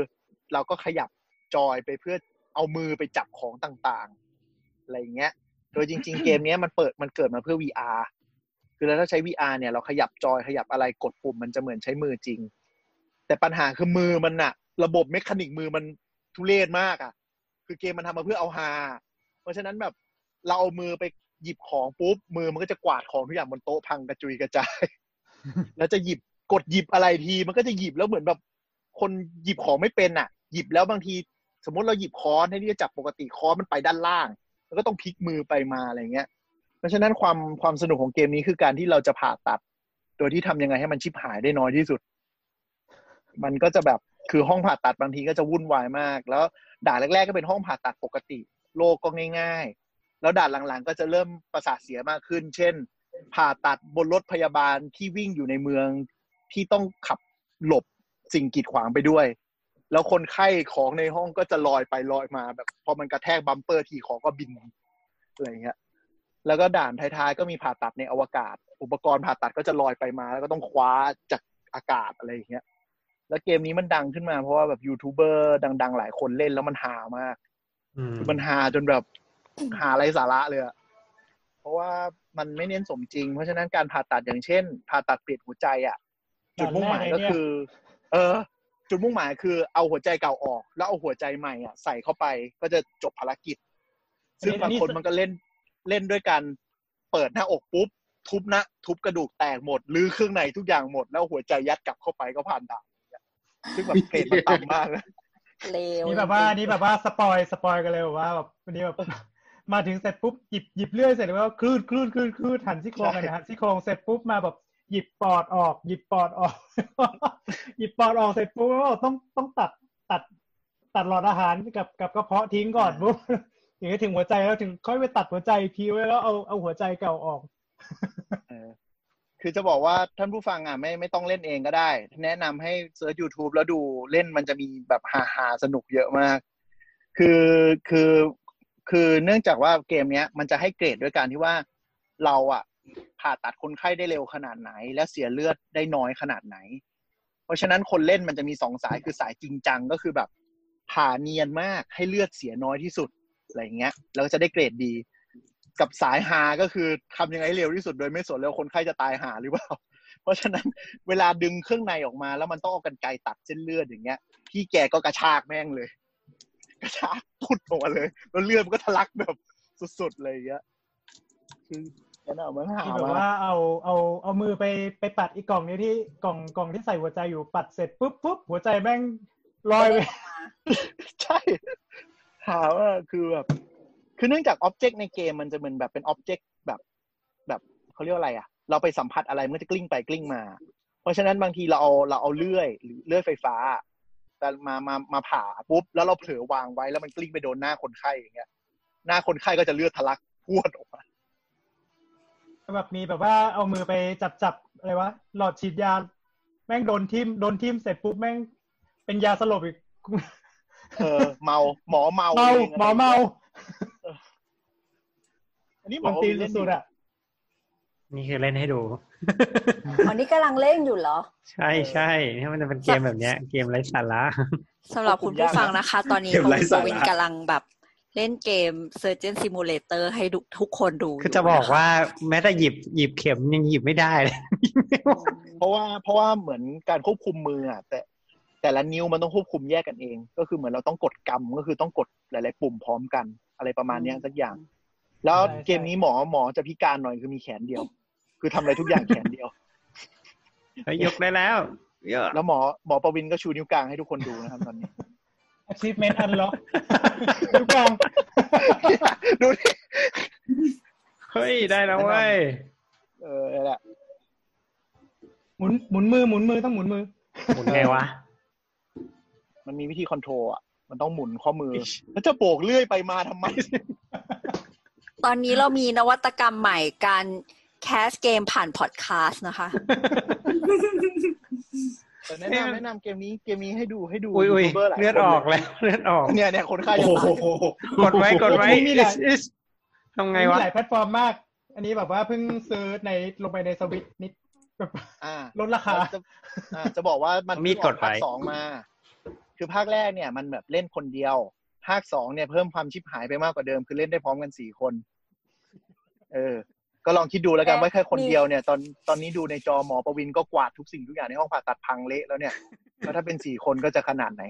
S6: เราก็ขยับจอยไปเพื่อเอามือไปจับของต่างๆ อะไรอย่างเงี้ย โดยจริง ๆ เกมเนี้ยมันเปิดมันเกิดมาเพื่อ VR คือแล้วถ้าใช้ VR เนี่ยเราขยับจอยขยับอะไรกดปุ่มมันจะเหมือนใช้มือจริง แต่ปัญหาคือมือมันอะระบบเมคานิกมือมันทุเรศมากอะคือเกมมันทำมาเพื่อเอาฮาเพราะฉะนั้นแบบเราเอามือไปหยิบของปุ๊บมือมันก็จะกวาดของทุกอย่างบนโต๊ะพังกระจุยกระจาย (laughs) แล้วจะหยิบกดหยิบอะไรที มันก็จะหยิบแล้วเหมือนแบบ คนหยิบของไม่เป็นอ่ะ หยิบแล้วบางที สมมติเราหยิบค้อนให้ที่จะจับปกติค้อนมันไปด้านล่าง แล้วก็ต้องพลิกมือไปมาอะไรเงี้ย เพราะฉะนั้นความความสนุกของเกมนี้คือการที่เราจะผ่าตัด โดยที่ทำยังไงให้มันชิบหายได้น้อยที่สุด มันก็จะแบบคือห้องผ่าตัดบางทีก็จะวุ่นวายมาก แล้วด่านแรก ๆ ก็เป็นห้องผ่าตัดปกติ โลกก็ง่าย ๆ แล้วด่านหลังๆ ก็จะเริ่มประสาทเสียมากขึ้น เช่น ผ่าตัดบนรถพยาบาลที่วิ่งอยู่ในเมืองที่ต้องขับหลบสิ่งกีดขวางไปด้วย แล้วคนไข้ของในห้องก็จะลอยไปลอยมาแบบพอมันกระแทกบัมเปอร์ทีของก็บินอะไรอย่างเงี้ยแล้วก็ด่านท้ายๆก็มีผ่าตัดในอวกาศ อุปกรณ์ผ่าตัดก็จะลอยไปมา แล้วก็ต้องคว้าจากอากาศอะไรอย่างเงี้ย แล้วเกมนี้มันดังขึ้นมาเพราะว่าแบบยูทูบเบอร์ดัง ๆ หลายคนเล่นแล้วมันหามาก
S3: อืม
S6: มันหาจนแบบ (coughs) หาอะไรสาระเลยอะเพราะว่ามันไม่เน้นสมจริง เพราะฉะนั้นการผ่าตัดอย่างเช่น ผ่าตัดเปลี่ยนหัวใจอะจุดมุ่งหมายก็คือ เออ จุดมุ่งหมายคือเอาหัวใจเก่าออก แล้วเอาหัวใจใหม่อะใส่เข้าไปก็จะจบภารกิจ ซึ่ง
S4: อั
S6: บาน ง
S4: นี้
S6: คนมันก็เล่นเล่นด้วยการเปิดหน้าอกปุ๊บ ทุบหนะ ทุบกระดูกแตกหมดรื้อเครื่องในทุกอย่างหมด แล้วหัวใจยัดกลับเข้าไปก็ผ่านด่านซึ่งแบบเกรดมันต่ำมากนะ
S2: เลว
S4: นี่แบบว่า
S2: จริงๆ
S4: นี่แบบว่าสปอยสปอยกันเลยแบบว่าแบบวันนี้แบบ (laughs) มาถึงเสร็จปุ๊บหยิบหยิบเลื่อยเสร็จแล้วก็คลื่นคลื่นคลื่นคลื่นหันซี่โครงกันนะหันซี่โครงเสร็จปุ๊บมาแบบหยิบปอดออก หยิบปอดออก (laughs) หยิบปอดออกเสร็จปุ๊บก็ต้องต้องตัดตัด ตัดหลอดอาหารกับกับกระเพาะทิ้งก่อนปุ๊บ (laughs) ถึงจะถึงหัวใจแล้วถึงค่อยไปตัดหัวใจอีกทีไว้แล้วเอาเอาหัวใจเก่าออก
S6: คือจะบอกว่าท่านผู้ฟังอ่ะไม่ไม่ต้องเล่นเองก็ได้ แนะนำให้เซิร์ช YouTube แล้วดูเล่นมันจะมีแบบหาหาสนุกเยอะมาก คือคือคือเนื่องจากว่าเกมเนี้ย มันจะให้เกรดด้วยการที่ว่าเราอ่ะผ่าตัดคนไข้ได้เร็วขนาดไหน และเสียเลือดได้น้อยขนาดไหน เพราะฉะนั้นคนเล่นมันจะมีสองสายคือสายจริงจังก็คือแบบผ่าเนียนมากให้เลือดเสียน้อยที่สุดอะไรอย่างเงี้ยแล้วก็จะได้เกรดดี กับสายหาก็คือทำยังไงให้เร็วที่สุดโดยไม่สนแล้วาคนไข้จะตายหาหรือเปล่า (laughs) เพราะฉะนั้นเวลาดึงเครื่องในออกมา แล้วมันต้องเอากันไกรตัดเส้นเลือดอย่างเงี้ย พี่แกก็กระชากแม่งเลย (laughs) กระชากพุดออกมาเลย แล้วเลือดมันก็ทะลักแบบสุดๆเลยอย่างเงี้ยคือแนะนำมันหา
S4: ที่แบบ
S6: มา
S4: ว่าเอาเอาเอามือไปไปปัดอีกกล่องนี้ที่กล่องกล่องที่ใส่หัวใจอยู่ปัดเสร็จปุ๊บปุ๊บหัวใจแม่งลอยไป
S6: ใช่หาว่าคือแบบ คือเนื่องจากอ็อบเจกต์ในเกมมันจะเหมือนแบบเป็นอ็อบเจกต์แบบแบบเขาเรียกว่าอะไรอะเราไปสัมผัสอะไรมันก็จะกลิ้งไปกลิ้งมา เพราะฉะนั้นบางทีเราเอาเราเอาเลื่อยหรือเลื่อยไฟฟ้า แต่มามามาผ่าปุ๊บแล้วเราเผลอวางไว้แล้วมันกลิ้งไปโดนหน้าคนไข้อย่างเงี้ย หน้าคนไข้ก็จะเลือดทะลักพรวดออกมา
S4: แบบมีแบบว่าเอามือไปจับจับอะไรวะหลอดฉีดยาแม่งโดนทิ่มโดนทิ่มเสร็จปุ๊บแม่งเป็นยาสลบอีก
S6: เออเมาหมอเมา
S4: เมา
S6: อง
S4: หมอ
S3: (laughs)
S4: เมา
S6: อันนี้ห
S4: ค
S6: มอน
S4: ตีน
S6: เล่น
S4: สุดๆอ่ะ
S3: นี่คือเล่นให้ดู
S2: อ๋อนี่กำลังเล่นอยู่เหรอ
S3: ใช่ใช่เนี่ยมันจะเป็นเกมแบบเนี้ย เกมไร้สาระ (laughs)
S2: สำหรับคุณผู้ฟังนะคะ ตอนนี้
S1: เกม
S2: ของ
S1: ไร้
S2: คุณ
S1: สา
S2: ป
S1: ระ
S2: วินกำลังแบบเล่นเกม Surgeon Simulator ให้ดูทุกคนดู
S3: คือจะ
S2: ยู่น
S3: บอกว่าแม้แต่หยิบหยิบเข็มยังหยิบไม่ได้เลย (laughs)
S6: เพราะว่าเพราะว่าเหมือนการควบคุมมืออ่ะแต่ แต่ละนิ้วมันต้องควบคุมแยกกันเอง ก็คือเหมือนเราต้องกดกำก็คือต้องกดหลาย ๆ ปุ่มพร้อมกัน อะไรประมาณเนี้ยสักอย่าง แล้วเกมนี้หมอหมอจะพิการหน่อยคือมีแขนเดียว คือทำอะไรทุกอย่างแขนเดียว
S3: เฮ้ยยกได้แล้ว (laughs) เยอะ
S6: แล้วหมอหมอประวินก็ชูนิ้วกลางให้ทุกคนดูนะครับตอนนี้
S4: achievement unlock (laughs) ทุกอย่าง
S6: ดูดิ
S3: เฮ้ยได้แล้วเว้ย
S6: เออนั่นแหละ
S4: หมุนหมุนมือหมุนมือต้องหมุนมือ
S3: หมุนไงวะ
S6: มันมีวิธีคอนโทรลอ่ะมันต้องหมุนข้อมือแล้วจะโบกเลื่อยไปมาทำไม
S2: ตอนนี้เรามีนวัตกรรมใหม่การแคสเกมผ่านพอดคาสต์นะคะ
S6: แต่แนะนำแนะนำเกมนี้เกมนี้ให้ดูให้ดู
S3: อุ้ยอุ้ย
S6: ทูบเบอร์หลาย
S3: เลือด
S6: ค
S3: อ
S6: นเล
S3: อกแล้วเลือดออก
S6: เนี่ยเนี่ยคนไข้
S1: โอ้
S6: จะตาย
S1: โห
S3: กดไว้กดไว้
S4: มันมีหลาย
S3: Is- is ทำไง
S4: มี
S3: วะ
S4: หลายแพลตฟอร์มมาก อันนี้แบบว่าเพิ่งซื้อในลงไปในสวิตนิดแบบ (laughs)
S6: อ่า
S4: ลดราคา
S6: จะอ่าจะบอกว่ามัน
S3: มี
S6: เพิ่งอ
S3: ด
S6: อก
S3: ดไว้
S6: ภาคสองมา คือภาคแรกเนี่ย มันแบบเล่นคนเดียว ภาคสองเนี่ยเพิ่มความชิบหายไปมากกว่าเดิม คือเล่นได้พร้อมกันสี่คน เออ ก็ลองคิดดูแล้วกัน
S2: แต่
S6: ว่าแค่คน
S2: มี
S6: เดียวเนี่ย ตอนตอนนี้ดูในจอหมอประวินก็กวาดทุกสิ่งทุกอย่างในห้องผ่าตัดพังเละแล้วเนี่ยแล้วถ้าเป็นสี่คนก็จะขนาดไหน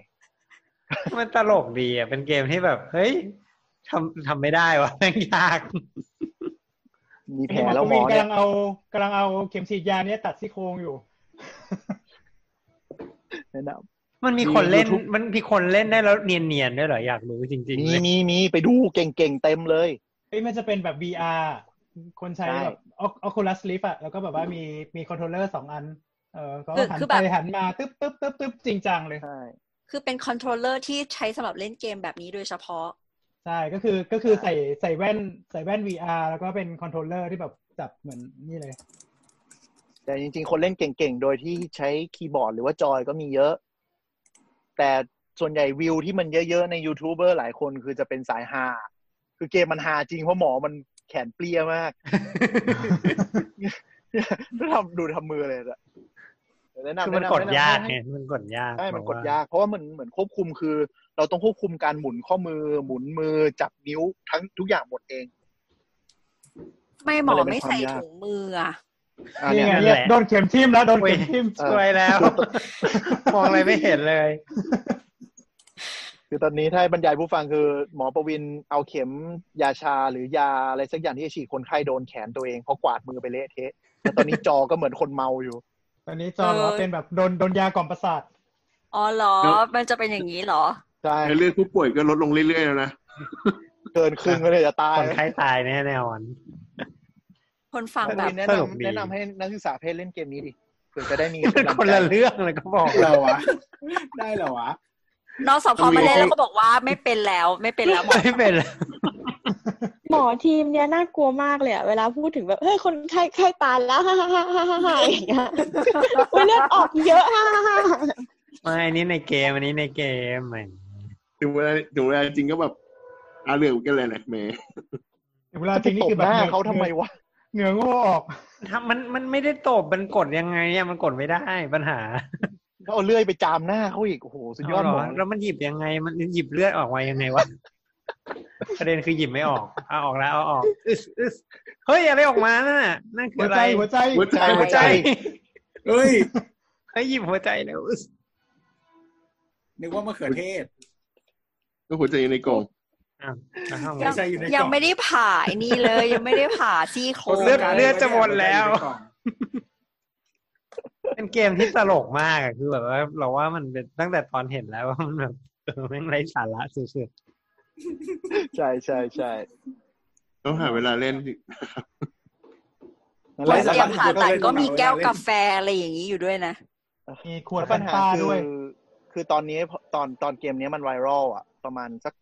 S3: มันตลกดีอ่ะ เป็นเกมที่แบบ เฮ้ยทำทำไม่ได้วะ (laughs) แม่งยาก
S6: มีแผล
S4: อัน
S6: แล้ว
S4: นี้
S6: หมอ
S4: ปะนกำ
S6: เนี่
S4: ลั
S6: ย
S4: งเอากำลังเอาเข็มฉีดยาเนี้ยตัดซี่โครงอยู่
S6: แนะน
S3: มันมีคนเล่น
S6: YouTube
S3: มันมีคนเล่นได้แล้วเนียนๆด้วยเหรออยากรู้จริงๆ
S6: มี
S3: เลย
S6: มีมีไปดูเก่งๆเต็มเลย
S4: เอ้ยมันจะเป็นแบบ VR คนใช้
S6: ใช่
S4: แบบออคูลัสลิฟอะแล้วก็แบบว่ามีมีคอนโทรลเลอร์สองอัน เออก็
S2: คือ
S4: หัน
S2: คือแบ
S4: ไป
S2: บ
S4: หันมาตึ๊บตึ๊บตึ๊บตึ๊บจริงจังเลย
S6: ใช่
S2: คือเป็นคอนโทรลเลอร์ที่ใช้สำหรับเล่นเกมแบบนี้โดยเฉพาะ
S4: ใช่ก็คือก็คือใส่ใส่แว่นใส่แว่น VR แล้วก็เป็นคอนโทรลเลอร์ที่แบบจับเหมือนนี่เลย
S6: แต่จริงๆ คนเล่นเก่งๆ โดยที่ใช้คีย์บอร์ดหรือว่าจอยก็มีเยอะ แต่ส่วนใหญ่วิวที่มันเยอะๆ ในยูทูบเบอร์หลายคนคือจะเป็นสายฮาคือเกมมันฮาจริงเพราะหมอมันแขนเปรี้ย
S3: (laughs)
S6: มาก ทำดูทำมือเลยอะแนะนำ
S3: คือมัน
S6: แะำ
S3: กด
S6: แะำ
S3: ยาก
S6: ให้
S3: ไงมันกดยาก
S6: ใช่มันกด
S3: ว่
S6: ยาก เพราะว่ามันเหมือนควบคุมคือ เราต้องควบคุมการหมุนข้อมือ หมุนมือ จับนิ้วทั้งทุกอย่างหมดเอง
S2: ไม่หมอ
S6: มันเลยเป็น
S2: ไม่
S6: ความ
S2: ใส่
S6: ยาก
S2: ถุงมืออะ
S6: อ่ะ
S4: นี่
S6: เนี่ย
S4: ไงเนี่ยโดนเข็มทิ่มแล้วโดน
S3: อุ้ย
S4: เข็มทิ่ม
S6: เออ
S3: ช่วยแล้ว มองอะไรไม่เห็นเลย
S6: คือตอนนี้ถ้าให้บรรยายผู้ฟังคือ หมอประวินเอาเข็มยาชาหรือยาอะไรสักอย่างที่จะฉีดคนไข้โดนแขนตัวเองเพราะกวาดมือไปเละเทะแล้วตอนนี้จอก็เหมือนคนเมาอยู่
S4: ตอนนี้จอบอกว่าเป็นแบบโดนโดนยากล่อมประสาท
S2: อ๋อเหรอ
S5: แล้ว
S2: มันจะเป็นอย่างนี้เหรอ
S6: ใช่
S5: ในเลือดผู้ป่วยก็ลดลงเรื่อยๆแล้วนะ
S6: เกินครึ่งก็เลยจะตาย
S3: คนไข้ตายแน่ๆอน
S2: คนฟัง
S6: หมอป
S2: แบ
S6: ระ
S2: บ
S3: สนุก
S6: วินแนะนำ
S3: ดี
S6: แนะนำให้นักศึกษาเพศเล่นเกมนี้ดิเผื่อจะได้มี
S3: มัน
S6: กำลัง
S3: คน
S6: ใจ
S3: ละเรื่องเลยก็บอก
S1: ได้เหรอวะ ได้เหรอวะ
S2: น้องสอบพอมาเล่นแล้วก็บอกว่าไม่เป็นแล้วไม่เป็นแล้วหมอ
S3: ไม่เป็นไร
S10: หมอทีมเนี่ยน่ากลัวมากเลยอะเวลาพูดถึงแบบเฮ้ยคนไข้ไข้ตายแล้วฮ่าฮ่าฮ่าฮ่าฮ่า
S2: (laughs)
S10: อย่างเงี้ยอุ๊ยเลือดออกเยอะฮ่าฮ่าฮ่า
S3: ไม่อันนี้ในเกมอันนี้ในเกมแหม
S5: ถึงเวลาถึงเวลาจริงก็แบบอาเหลืองกันเลยแหละแหม
S4: เวลา
S6: จะ
S4: จ
S6: ไป
S4: ริงนี่
S6: ตบ
S4: คือแบบ
S6: หน้า
S4: หงื่อ
S6: เขาทำไมวะ
S4: เหงื่อโง่ออก
S3: ทำมันมันไม่ได้ตบมันกดยังไงเนี่ยมันกดไม่ได้ปัญหา
S6: เขาเอาเลื่อยไปจามหน้าเขาอีกโอ้โหสุดยอด
S3: เอา
S6: ห
S3: เห
S6: ม
S3: ร
S6: อ
S3: อแล้วมันหยิบยังไง มันหยิบเลือดออกมายังไงวะ (laughs) ประเด็นคือหยิบไม่ออกเอาออกแล้วเอาออกอึสอึสเฮ้ยอะไรออกมานั่นน่ะนั่นคือ
S4: หัว
S3: อะ
S4: ใจ
S3: ไร
S4: หัวใจ
S5: หัวใจ
S3: หัวใจ
S1: เอ้ย
S3: เฮ้ยหยิบหัวใจแล้วอึส
S1: นึกว่ามะเขือเทศ
S5: ก็หัวใจอยู่ในกล่อง
S3: อ้าวแล้วทำไง
S1: หัวใจอยู่ในกล่อง
S2: ยังไม่ได้ผ่าไอ้นี่เลย ยังไม่ได้ผ่าซี่โครง
S3: เลือด
S2: ย
S3: เลือดจะหมดแล้ว
S1: หัใจอยู่ในกอง
S3: เป็นเกมที่ตลกมากอะคือแบบว่าเราว่ามันเป็นตั้งแต่ตอนเห็นแล้วว่ามันแบบเออแม่งไร้สาระสุด
S6: ใช่ใช่ใช่
S5: ต้องหาเวลาเล่นสิ
S6: นั่น
S2: ค
S6: แห
S2: น
S6: ละ
S2: เตรียมผ่าตัดก็มีแก้วกาแฟอะไรอย่างนี้อยู่ด้วยนะ
S4: มีขวด
S6: แล้ว
S4: แฟ
S6: ปัญ
S4: น
S6: หา
S4: ตา
S6: คือ
S4: ด้วย
S6: คือตอนนี้พอตอนตอนเกมนี้มันไวรัลอ่ะ ประมาณสัก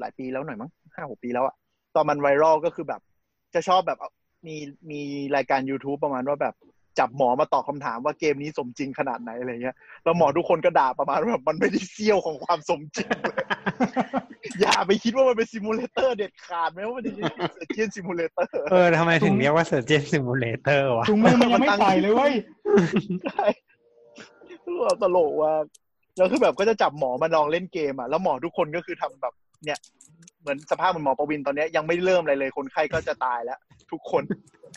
S6: หลายปีแล้วหน่อยมั้งห้าหกปีแล้วอ่ะ ตอนมันไวรัลก็คือแบบ จะชอบแบบเอามีมีรายการ YouTube ประมาณว่าแบบจับหมอมาตอบคำถามว่าเกมนี้สมจริงขนาดไหนอะไรเงี้ยแล้วหมอทุกคนก็ด่าประมาณว่าแบบมันไม่ได้เซี่ยวของความสมจริงเลย (laughs) อย่าไปคิดว่ามันเป็นซิมูเลเตอร์เด็ดขาดไหมว่ามันจะเป็นเกมซิมูเลเตอร์
S3: ๆเออทำไมถึงเรียกว่าเซอร์เจนซิมูเลเตอร์วะ
S4: ถุงมือมันยังไม่
S6: มันตั้ง
S4: ใส่เลยเว้ย
S6: ใช่เราตลกว่าแล้วคือแบบก็จะจับหมอมาลองเล่นเกมอ่ะ แล้วหมอทุกคนก็คือทำแบบ เนี่ย เหมือนสภาพเหมือนหมอประวินตอนเนี้ยยังไม่เริ่มอะไรเลย คนไข้ก็จะตายแล้ว ทุกคน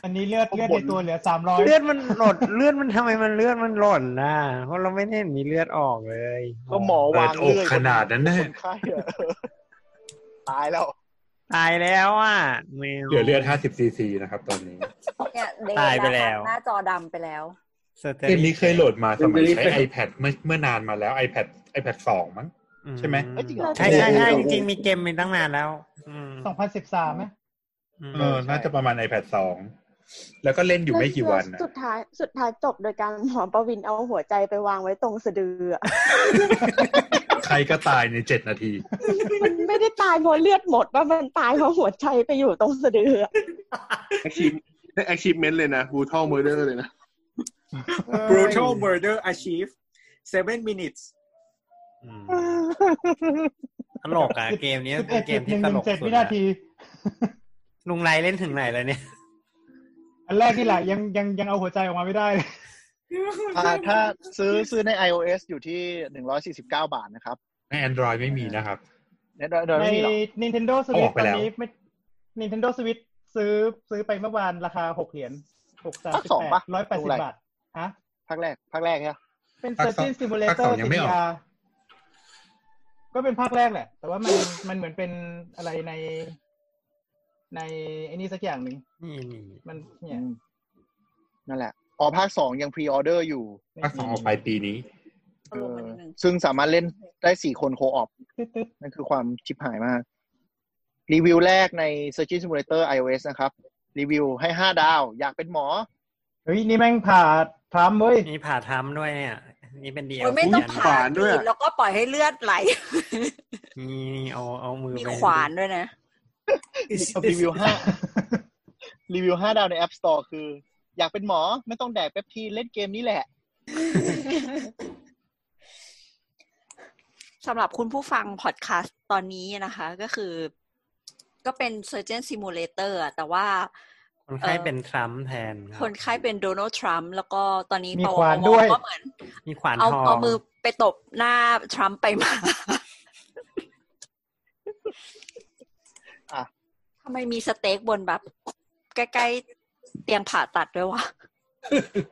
S4: อันนี้เลือด
S6: ข้างบ
S4: เลื
S6: น
S4: อดในตัวเหลือสามร้อย
S3: เลือดมันหลด (laughs) เลือดมันทำไมมันเลือดมันหล่นล่ะเพราะเราไม่เห็นมีเลือดออกเลย
S6: ก็หมอวางเลื่อ
S8: เปิด
S6: ย
S8: อกขนาดนั้นแน่
S6: คนไข้อะเออตายแล้ว
S3: ตายแล้วอ่ะแมว
S8: เหลือเลือด 50 ซีซีนะครับ ตอนนี้
S2: เนี่ยเด
S3: ตายไป
S2: ะ
S3: แล้ว
S2: หน้าจอดำไปแล้ว
S8: เกมนี้เคยโหลดมาสมัยใช้ iPad เมื่อเมื่อนานมาแล้ว iPad iPad สองมั้ง ใช่ไหม
S3: อื
S6: เอ้ยจริงเหรอ
S3: ใช่ใช่ใช่จริงๆมีเกมมีตั้งนานแล้ว อืม
S4: สองพันสิบสามไหม
S3: อืม
S8: เออ น่าจะประมาณ iPad สอง แล้วก็เล่นอยู่ไม่กี่วัน
S10: แล้ว
S8: นะ
S10: สุดท้ายสุดท้ายจบโดยการหมอประวินเอาหัวใจไปวางไว้ตรงสะดืออะ
S8: ใครก็ตายในเจ็ดนาที
S10: มันไม่ได้ตายเพราะเลือดหมดว่ามันตายเพราะหัวใจไปอยู่ตรงสะดืออะ
S5: แอคชีพได้แอคชีพเมนต์เลยนะบูทอลเมอร์เดอร์เลยนะ
S1: brutal murder achieve seven minutes
S3: อืมตลกอ่ะเกมเนี้ย
S4: สิบ
S3: เป็
S4: เอ็
S3: น
S4: ด
S3: เก
S4: จุ
S3: ม
S4: ดห
S3: ที่ตล
S4: นึ่งหนึ่ง
S3: ก
S4: เจ็ด
S3: สุ
S4: วิ
S3: ด
S4: นา
S3: อะ
S4: ที
S3: ลุงไรเล่นถึงไหนแล้วเนี่ย
S4: อันแรกนี่แหละยังยังยังเอาหัวใจออกมาไม่ได้เลย
S6: อ่าถ้าซื้อซื้อใน iOS อยู่ที่หนึ่งร้อยสี่สิบเก้าบาทนะครับ
S8: ใน Android ไม่มีนะครับ
S6: ในโดยโดย
S4: ใน
S6: ไม่มีหรอ
S4: Nintendo
S8: อ
S4: Switch
S8: อกไป
S4: ตอน
S8: แล้ว
S4: นี้ไม่ Nintendo Switch ซื้อซื้อไปเมื่อวานราคาหกเหรียญหกสาม
S6: ภาค
S4: สิบ
S6: สอง
S4: แปด
S6: ปะ
S4: ร้อยแปด
S6: ดู
S4: สิ
S6: อะไร
S4: บาทฮะ
S6: ภาคแรกภาคแรกใช่ปะ
S4: เป็น
S8: ภาคสอง
S4: Surgeon
S8: ภาคส
S4: Simulator
S8: องยังไม่ออก
S4: CDR ก็เป็นภาคแรกแหละ แต่ว่ามันมันเหมือนเป็นอะไรใน ในไอ้นี่สักอย่างหนึ่ง
S3: นี่นี่
S4: มันเนี่
S6: อื
S4: ย
S6: มนั่นแหละอ๋อภาคสองยังพรีออเดอร์อยู่
S8: ภาคสองออกไปลายปีนี้
S2: ลงมาหนึ่งหนึ่ง
S6: ซึ่งสามารถเล่นได้สี่คนโคออปนั่นคือความชิบหายมาก รีวิวแรกใน Searching Simulator iOS นะครับ รีวิวให้ห้าดาว อยากเป็นหมอ
S4: เฮ้ยนี่แม่งผ่าทำเว้ย
S3: นี่ผ่าทำด้วยเนี่ย นี่เป็นเดียว
S2: โอ้ยไม่ต้อง
S3: น
S2: ผ่าบีบแล้วก็ปล่อยให้เลือดไหล
S3: นี่นี่เอาเอามือ
S2: มี
S3: ไป
S2: ขวานด้วยนะ
S6: รีวิวห้า รีวิวห้าดาวใน App Store คือ อยากเป็นหมอไม่ต้องแดกเป๊ปทีนเล่นเกมนี้แหละ
S2: สำหรับคุณผู้ฟังพอดแคสต์ตอนนี้นะคะ ก็คือ ก็เป็น Surgeon Simulator อะแต่ว่า
S3: คนไข้
S2: เอ่อ
S3: เป็นทรัมป์แทนรับ
S2: คนไข้เป็นโดนัลด์ทรัมป์แล้วก็ตอนนี้
S4: มี
S2: ตอ
S4: ขวาน
S2: ม
S4: ด้วย
S2: ก็เหมือน
S3: มีขวาน
S2: เอา
S3: ทอง
S2: เอามือไปตบหน้าทรัมป์ไปมา
S6: อ่ะ
S2: ทำไมมีสเต็กบนแบบ ใกล้ๆเตียงผ่าตัดด้วยวะ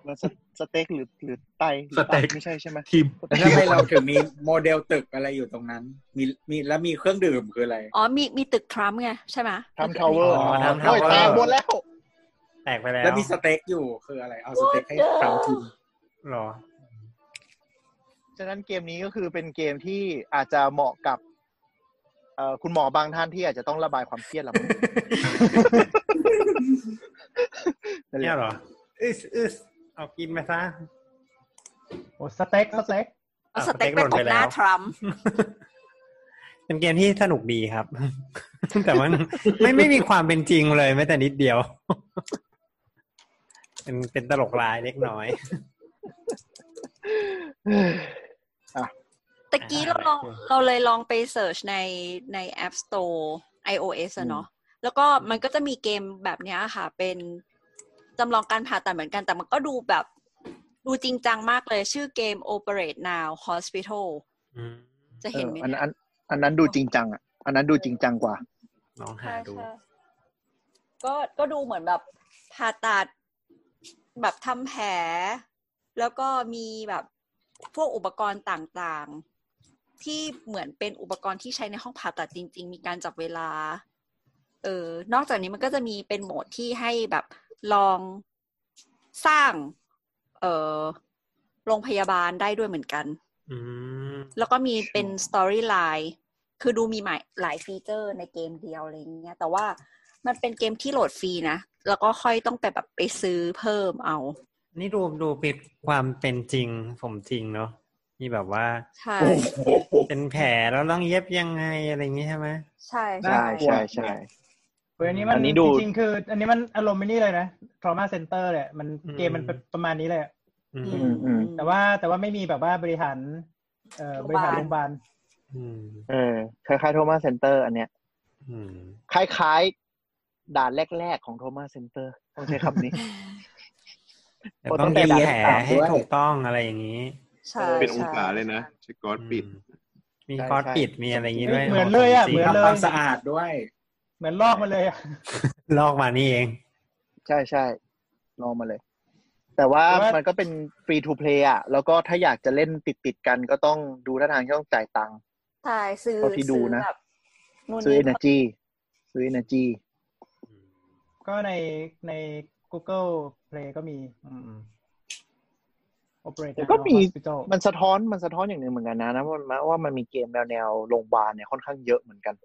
S6: มันสสเต็กหรือหรือไตหรือ
S8: สเต็ก
S6: บไม่ใช่ใช่ไหม
S8: ทีม
S1: แล้วทำไมเราถึงมีโมเดลตึกอะไรอยู่ตรงนั้น มีมีแล้วมีเครื่องดื่มคืออะไร
S2: อ๋อมีมีตึกทรัมป์ไงใช่ไหม
S6: ทำทาวเวอร์
S3: อ๋อทำทา
S6: โอ้
S3: วย เวอ
S6: แตก
S3: ร์
S6: หมดแล้ว
S3: แตกไปแล้ว
S1: แล้วมีสเต็กอยู่คืออะไร เอาสเต็กให้ทำกิน
S3: หรอ
S6: ฉะนั้นเกมนี้ก็คือเป็นเกมที่อาจจะเหมาะกับเอ่อคุณหมอบางท่านที่อาจจะต้องระบายความเครียดละมั้ง นั่นแห
S3: เนี่ย
S6: ละ
S3: เหรออึสอึสเอากินมาซะ
S4: โอ้สเต็กสเต็ก
S2: เอา
S3: อ่ะ
S2: สเต็ก
S3: สเต็ก
S2: ไป
S3: ห
S2: ต
S3: ล่นไป
S2: บ
S3: แล้ว
S2: หน้าทรัมป์
S3: เป็นเกมที่สนุกดีครับ (laughs) แต่มันไม่ไม่มีความเป็นจริงเลยแม้แต่นิดเดียว (laughs) เป็นเป็นตลกลายเล็กน้อย
S2: ตะกี้เราลอง
S3: อ่ะ
S2: เราเลยลองไปเสิร์ชในใน App Store iOS อะเนาะแล้วก็มันก็จะมีเกมแบบเนี้ยค่ะ เป็นจำลองการผ่าตัดเหมือนกัน แต่มันก็ดูแบบ ดูจริงจังมากเลยชื่อเกม Operate Now Hospital
S3: อืม
S2: จะ
S6: เอ
S2: เห็น
S6: อ
S2: ไหม
S6: อัน
S2: เนี่ย
S6: อันอันนั้นดูจริงจังอ่ะอันนั้นดูจริงจังกว่า
S3: ลองหา
S2: ใช่
S3: ดู
S2: ใช่ก็ก็ดูเหมือนแบบผ่าตัดแบบทำแผล แล้วก็มีแบบพวกอุปกรณ์ต่างๆ ที่เหมือนเป็นอุปกรณ์ที่ใช้ในห้องผ่าตัดจริง ๆ มีการจับเวลา เออนอกจากนี้มันก็จะมีเป็นโหมดที่ให้แบบลองสร้าง เออโรงพยาบาลได้ด้วยเหมือนกัน
S3: อืม
S2: แล้วก็มีเป็นสตอรี่ไลน์คือดูมีหลายหลายฟีเจอร์ในเกมเดียวอะไรอย่างเงี้ย แต่ว่ามันเป็นเกมที่โหลดฟรีนะ แล้วก็ค่อยต้องไปแบบไปซื้อเพิ่มเอา
S3: นี่ดูดูเป็นความเป็นจริงสมจริงเนาะมีแบบว่า
S2: ใช่
S1: โอ้โห
S3: เป็นแผลแล้วต้องเย็บยังไงอะไรอย่างงี้ใช่ไหม
S2: ใช่
S6: ใช่ใช่ใช่
S4: เว้ยอันนี้มัน
S6: อันนี้ดู
S4: จริงๆคือ อันนี้มันอารมณ์ไม่นี่เลยนะ trauma center เลยมันเกมมันเป็นประมาณนี้เลยอะ
S3: อื
S6: อื
S3: ม
S6: มอืม
S4: แต่ว่าแต่ว่าไม่มีแบบว่าบริหารเอ่อบริหารโรงพยาบาล
S3: อืม
S6: เออคล้ายๆโทมัสเซ็นเตอร์อันเนี้ย
S3: อืม
S6: คล้ายๆ ด่านแรก ๆ ของโทมัสเซ็นเตอร์ต้องใช้คำ
S2: (laughs)
S6: นี้
S3: แต่ต้องเย็บแผลให้ถูกต้องอะไรอย่างงี้
S2: ใช่
S5: เป็นอง
S2: ใช่
S5: ศาเลยนะใช้กอดปิด
S3: อืมมี
S6: ใช่
S3: คอร์ส
S6: ใช่
S3: ปิดมีอะไรอย่างงี้ด้วย
S4: เหมือนเลยอ่ะ
S3: ขงจริง
S4: เหมือนเลย
S1: ทำความสะอาดด้วย
S4: เหมือนลอกมาเลยอะ
S3: ลอกมานี่เอง
S6: ใช่ใช่ลองมาเลย แต่ว่า
S4: แต่ว่า
S6: มันก็เป็นฟรีทูเพลย์อ่ะ แล้วก็ถ้าอยากจะเล่นติดติดๆกันก็ต้องดูท่าทางที่ต้องจ่ายตังค์
S2: ใช่ซื้อ
S6: เท่าที่ดู
S2: ซื้อ
S6: นะ
S2: แบบนู่น
S6: ซื้อ
S2: นี่
S6: energy ซื้อ energy
S4: ก็ในใน Google Play ก็มี อืม Operate
S6: ก็มี
S4: Now Hospital
S6: มันสะท้อนมันสะท้อนอย่างหนึ่งเหมือนกันนะนะว่ามันว่ามันมีเกมแนวแนวโรงพยาบาลเนี่ยค่อนข้างเยอะเหมือนกัน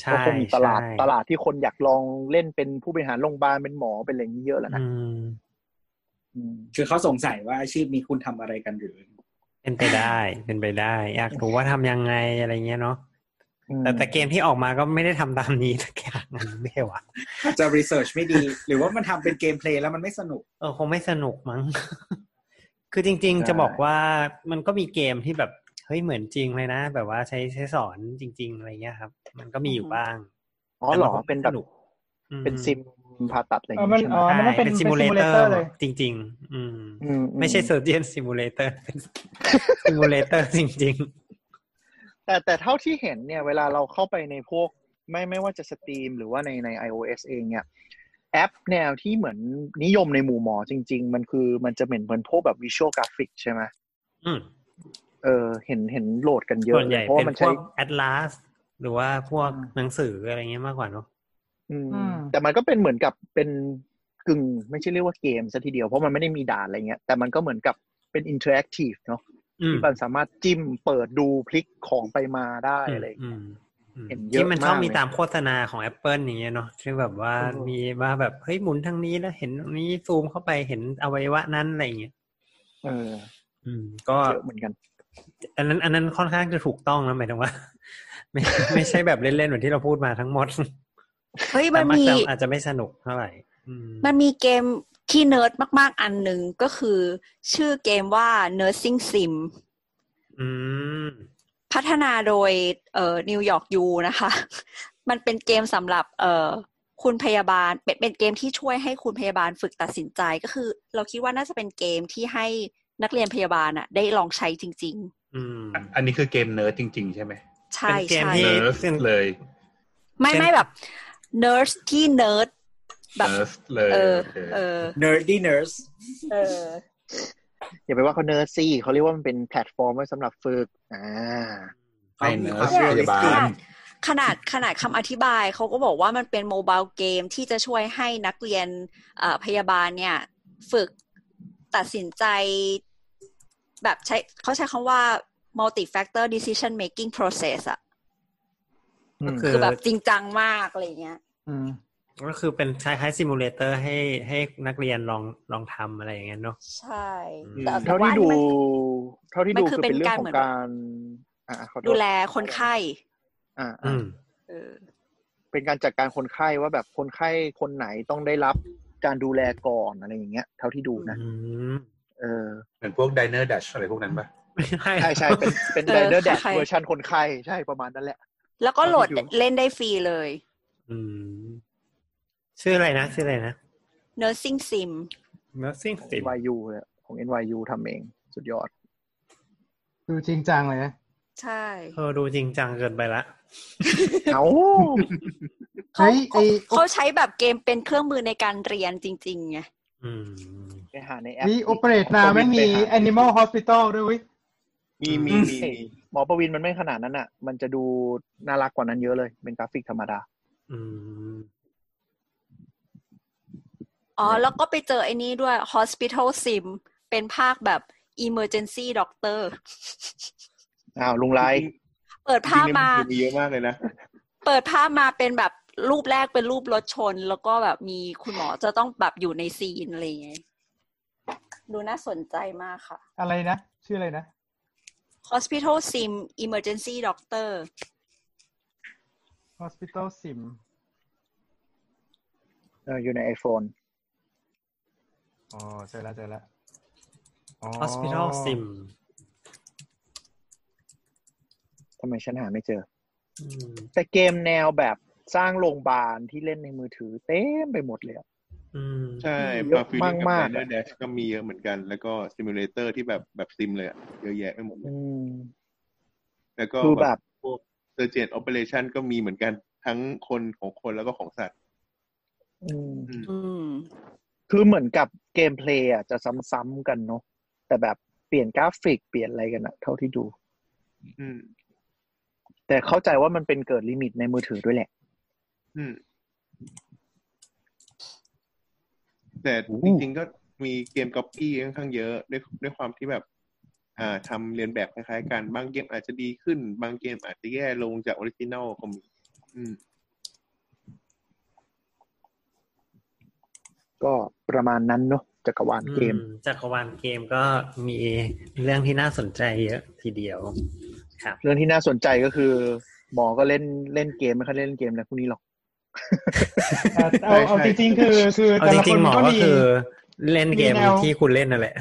S3: ใช่
S6: ก็คงมีตลาด
S3: ใช่
S6: ตลาดที่คนอยากลองเล่นเป็นผู้บริหารโรงพยาบาลเป็นหมอเป็นอะไรอย่างนี้เยอะแหละนะ
S3: อืม
S6: อืม
S1: คือเขาสงสัยว่าอาชีพนี้คุณทำอะไรกันหรือ
S3: เป็นไปได้ เป็นไปได้ อยากรู้ว่าทำยังไงอะไรเงี้ยเนาะ
S6: อืม
S3: แต่แต่เกมที่ออกมาก็ไม่ได้ทำตามนี้ (laughs) สักอย่างนะไม่ใช่วะ
S1: อาจจะรีเสิร์ชไม่ดี หรือว่ามันทำเป็นเกมเพลย์แล้วมันไม่สนุก
S3: เออคงไม่สนุกมั้ง (laughs) คือจริง
S6: ใช่
S3: ๆ จะบอกว่ามันก็มีเกมที่แบบเฮ้ยเหมือนจริงเลยนะ แบบว่าใช้ใช้สอนจริง ๆ อะไรเงี้ยครับ มันก็มีอยู่บ้าง
S6: อ๋อเหรอ
S3: แต่มัก็ไม่
S6: เป็นแบบ
S3: สกอื
S6: เป็นซิมผ่าตัดอะไรอย่า
S4: เอง อ
S3: ใช่
S4: มันอ๋อ
S6: นี้ใช่ไหม
S4: มันก็เป็น
S3: เป็นซิ
S4: เป็น
S3: มูเลเตอ
S4: simulator
S3: ร์
S4: เลย
S3: จริง ๆ อืม
S6: อือื
S3: ไม่ใช่เซอร์เจียนซิมูเลเตอร์เป็นซิมูเลเตอร์จริง
S6: แต่แต่เท่าที่เห็นเนี่ย เวลาเราเข้าไปในพวกไม่ไม่ว่าจะสตรีมหรือว่าในใน iOS เองเนี่ยแอปแนวที่เหมือนนิยมในหมู่หมอจริง ๆ มันคือมันจะเหมือนเหมือนพวกแบบวิชวลกราฟิกใช่ไหม
S3: ๆ อืม
S6: เออเห็นเห็นโหลดกันเย
S3: ส่
S6: อะ
S3: วน
S6: เล
S3: ให
S6: ย
S3: ญ่
S6: เพราะ
S3: เป็
S6: ว่าน มัน
S3: พ
S6: ใช้
S3: วกแอ l ลาสหรือว่าพวก
S4: อืม
S3: หนังสืออะไรเงี้ยมากกว่าเนอะ
S6: อืม
S4: อืม
S6: แต่มันก็เป็นเหมือนกับเป็นกึ่ง ไม่ใช่เรียกว่าเกมซะทีเดียวเพราะมันไม่ได้มีด่านอะไรเงี้ยแต่มันก็เหมือนกับเป็นอินเทอร์แอคทีฟเนาะ
S3: อืม
S6: ที่มันสามารถจิ้มเปิดดูพลิกของไปมาได้อะไรอย่าง
S3: อื
S6: เงี้ย
S3: มอืม
S6: เห็นเยอะ
S3: ที่มันชอบ
S6: มาก
S3: มี
S6: เลย
S3: ตามโฆษณาของ Apple อย่างเงี้ยเนาะที่แบบว่า
S6: เออ
S3: มีว่าแบบเฮ้ยหมุนทางนี้แล้วเห็นตรงนี้ซูมเข้าไปเห็นอวัยวะนั้นอะไรอย่างเงี้ย
S6: เออ
S3: อืม ก็
S6: เยอะเหมือนกัน
S3: อันนั้น อันนั้นค่อนข้างจะถูกต้องนะหมายถึง (laughs) ว่า
S6: (laughs)
S3: ไม่ไม่ใช่แบบเล่นๆเหมือนที่เราพูดมาทั้งหมด
S2: เฮ้ยมันมี
S3: แต่อาจจะไม่สนุกเท่าไหร่ อืม
S2: มันมีเกมที่เนิร์ดมาก ๆ อันหนึ่งก็คือ ชื่อเกมว่า Nursing Sim
S3: อืม
S2: พัฒนาโดยเอ่อนิวยอร์กยูนะคะ (laughs) มันเป็นเกมสำหรับเอ่อคุณพยาบาลเป็นเป็นเกมที่ช่วยให้คุณพยาบาลฝึกตัดสินใจก็คือ เราคิดว่าน่าจะเป็นเกมที่ให้นักเรียนพยาบาลอะได้ลองใช้จริง
S3: อืม
S8: อันนี้คือเกมเนิร์ดจริง ๆ ใช่ไหม
S2: ๆ ใช่
S3: เป็นเกม
S2: ใช่
S3: ที่
S8: เนิร์ดเลย
S2: ไม่ไม่แบบเนิร์สที่เนิร์ดแบบ
S8: เนิร์ดเลย
S2: เออ
S8: โอเค
S2: เออ
S1: nerdy nurse
S2: เออ
S6: อย่าไปว่าเขาเนิร์ดซี่เขาเรียกว่ามันเป็นแพลตฟอร์มไว้สำหรับฝึกอ่า
S1: เขามีความ
S2: เนี่ย
S1: เรียลลิสติก
S2: ขนาดขนาดคำอธิบายเขาก็บอกว่ามันเป็นโมบายเกมที่จะช่วยให้นักเรียนเอ่อพยาบาลเนี่ย ฝึกตัดสินใจ แบบใช้เขาใช้คำว่า multi factor decision making process อะ
S6: อื
S3: ก็
S6: ม
S3: คื
S2: คือ
S3: อ
S2: แบบจริงจังมากอะไรเงี้ย
S6: อืม
S3: ก็คือเป็นคล้ายๆซิมูเลเตอร์ให้ให้นักเรียนลองลองทำอะไรอย่างเงี้ยเนาะ
S2: ใช่
S3: อืม
S2: แต่
S6: เท่า
S2: ว่
S6: ที่
S2: อัน
S6: ดู
S2: นี้มัน
S6: เท่าที่
S2: มัน
S6: ดู
S2: คือ
S6: คือเป็นเรื่องของ
S2: เป็นการ
S6: การอ่าขอโทษ
S2: ดูแลคนไข้
S6: อ่า
S3: อื
S6: อ่าม
S2: เออ
S6: เป็นการจัดการคนไข้ว่าแบบคนไข้คนไหนต้องได้รับการดูแลก่อนอะไรอย่างเงี้ย เท่าที่ดูนะ
S3: อืม
S6: เออ
S8: เหมือนพวกดิเนอร์ดัชอะไรพวกนั้นปะ
S3: ไม่ใช่
S6: ใช่ (laughs) ใช่เป็นเป็นไดเนอร์แดดเวอร์ชันคนไข้ใช่ประมาณนั้นแหละ
S2: แล้วก็โหลด
S6: เท่าที่ดู
S2: เล่นได้ฟรีเลย
S3: อืมชื่ออะไรนะชื่ออะไรนะ
S2: nursing sim
S3: nursing sim
S6: NYU เลยอะของ NYU ทำเอง สุดยอ (laughs) ด
S4: ดูจริงจังเลยนะ
S2: ใช่
S3: เออดูจริงจังเกินไปละ
S6: เอา
S2: เขา
S4: เฮ้ยไอ
S2: เขาเขาใช้แบบเกมเป็นเครื่องมือในการเรียนจริงๆไง
S3: อืม
S6: ไปหาในแอป
S4: นี่โอเปเรตนาไม่มี Animal Hospital ด้วยเว้ย
S5: มีมีมี
S6: เฮ้ยหมอประวินมันไม่ขนาดนั้นอ่ะ มันจะดูน่ารักกว่านั้นเยอะเลย เป็นกราฟิกธรรมดา
S3: อืม
S2: อ๋อ แล้วก็ไปเจอไอ้นี้ด้วย Hospital Sim เป็นภาคแบบ Emergency Doctor
S6: อ้าวลุงไลท์
S2: เปิดภาพมา
S5: จริงๆเนี่ยนคือเยอะมากเลยนะ
S2: เปิดภาพมาเป็นแบบรูปแรกเป็นรูปรถชน แล้วก็แบบมีคุณหมอจะต้องแบบอยู่ในซีนอะไรอย่างเงี้ยดูน่าสนใจมากค่ะ
S4: อะไรนะ ชื่ออะไรนะ
S2: Hospital Sim Emergency Doctor
S4: Hospital Sim
S6: เอออยู่ใน iPhone
S4: อ๋อเจอแล้วเจอแล้วอ๋อ
S3: hospital sim
S6: ทำไมฉันหาไม่เจอ
S3: อืม
S6: แต่เกมแนวแบบสร้างโรงพยาบาลที่เล่นในมือถือเต็มไปหมดเลยอะ
S3: อืม
S5: ใช่
S6: เย
S5: มา
S6: อะ
S5: ฟิลลิ่งกับ
S6: มากๆ
S5: ไดเนอ
S6: อะ
S5: ร์แดชก็มีเยอะเหมือนกัน แล้วก็ซิมูเลเตอร์ที่แบบแบบซิมเลยอะเยอะแยะไปหมดเลย
S6: อืม
S5: แล้วก็
S6: คือแบบ
S5: พวกเซอร์เจนโอเปอเรชันก็มีเหมือนกันทั้งคนของคนแล้วก็ของสัตว์
S6: อืม
S5: อืม
S2: อืม
S6: คือเหมือนกับเกมเพลย์อะจะซ้ำๆกันเนาะแต่แบบเปลี่ยนกราฟิกเปลี่ยนอะไรกันอะเท่าที่ดู
S5: อืม
S6: แต่เข้าใจว่ามันเป็นเกิดลิมิตในมือถือด้วยแหละ
S5: อืมแต่
S6: โอ้
S5: จริงๆก็มีเกมก๊อปปี้ค่อนข้างเยอะด้วยด้วยความที่แบบ อ่าทำเรียนแบบคล้ายๆกันบางเกมอาจจะดีขึ้น บางเกมอาจจะแย่ลงจากออริจินอลก็มีอืม
S6: ก็ประมาณนั้นเนาะจักรวาลเกม
S3: อืจักรวาลเกมก็มีเรื่องที่น่าสนใจเยอะทีเดียว ครับ
S6: เรื่องที่น่าสนใจก็คือ หมอก็เล่นเล่นเกมไม่ค่อยเล่นเกมอะไรพวกนี้หรอก
S4: เอ่อเอาเอา
S5: ใช่
S4: จ
S5: ใช่
S4: ริงๆ คือคือ
S3: เอา
S4: แต่
S3: จ
S4: ละค
S3: ริ
S4: น
S3: งๆหม
S4: มั
S3: อน
S4: ก็
S3: ก็
S4: มี
S3: คือเล่นเกม
S4: มีแนว
S3: ที่คุณเล่นนั่นแหละ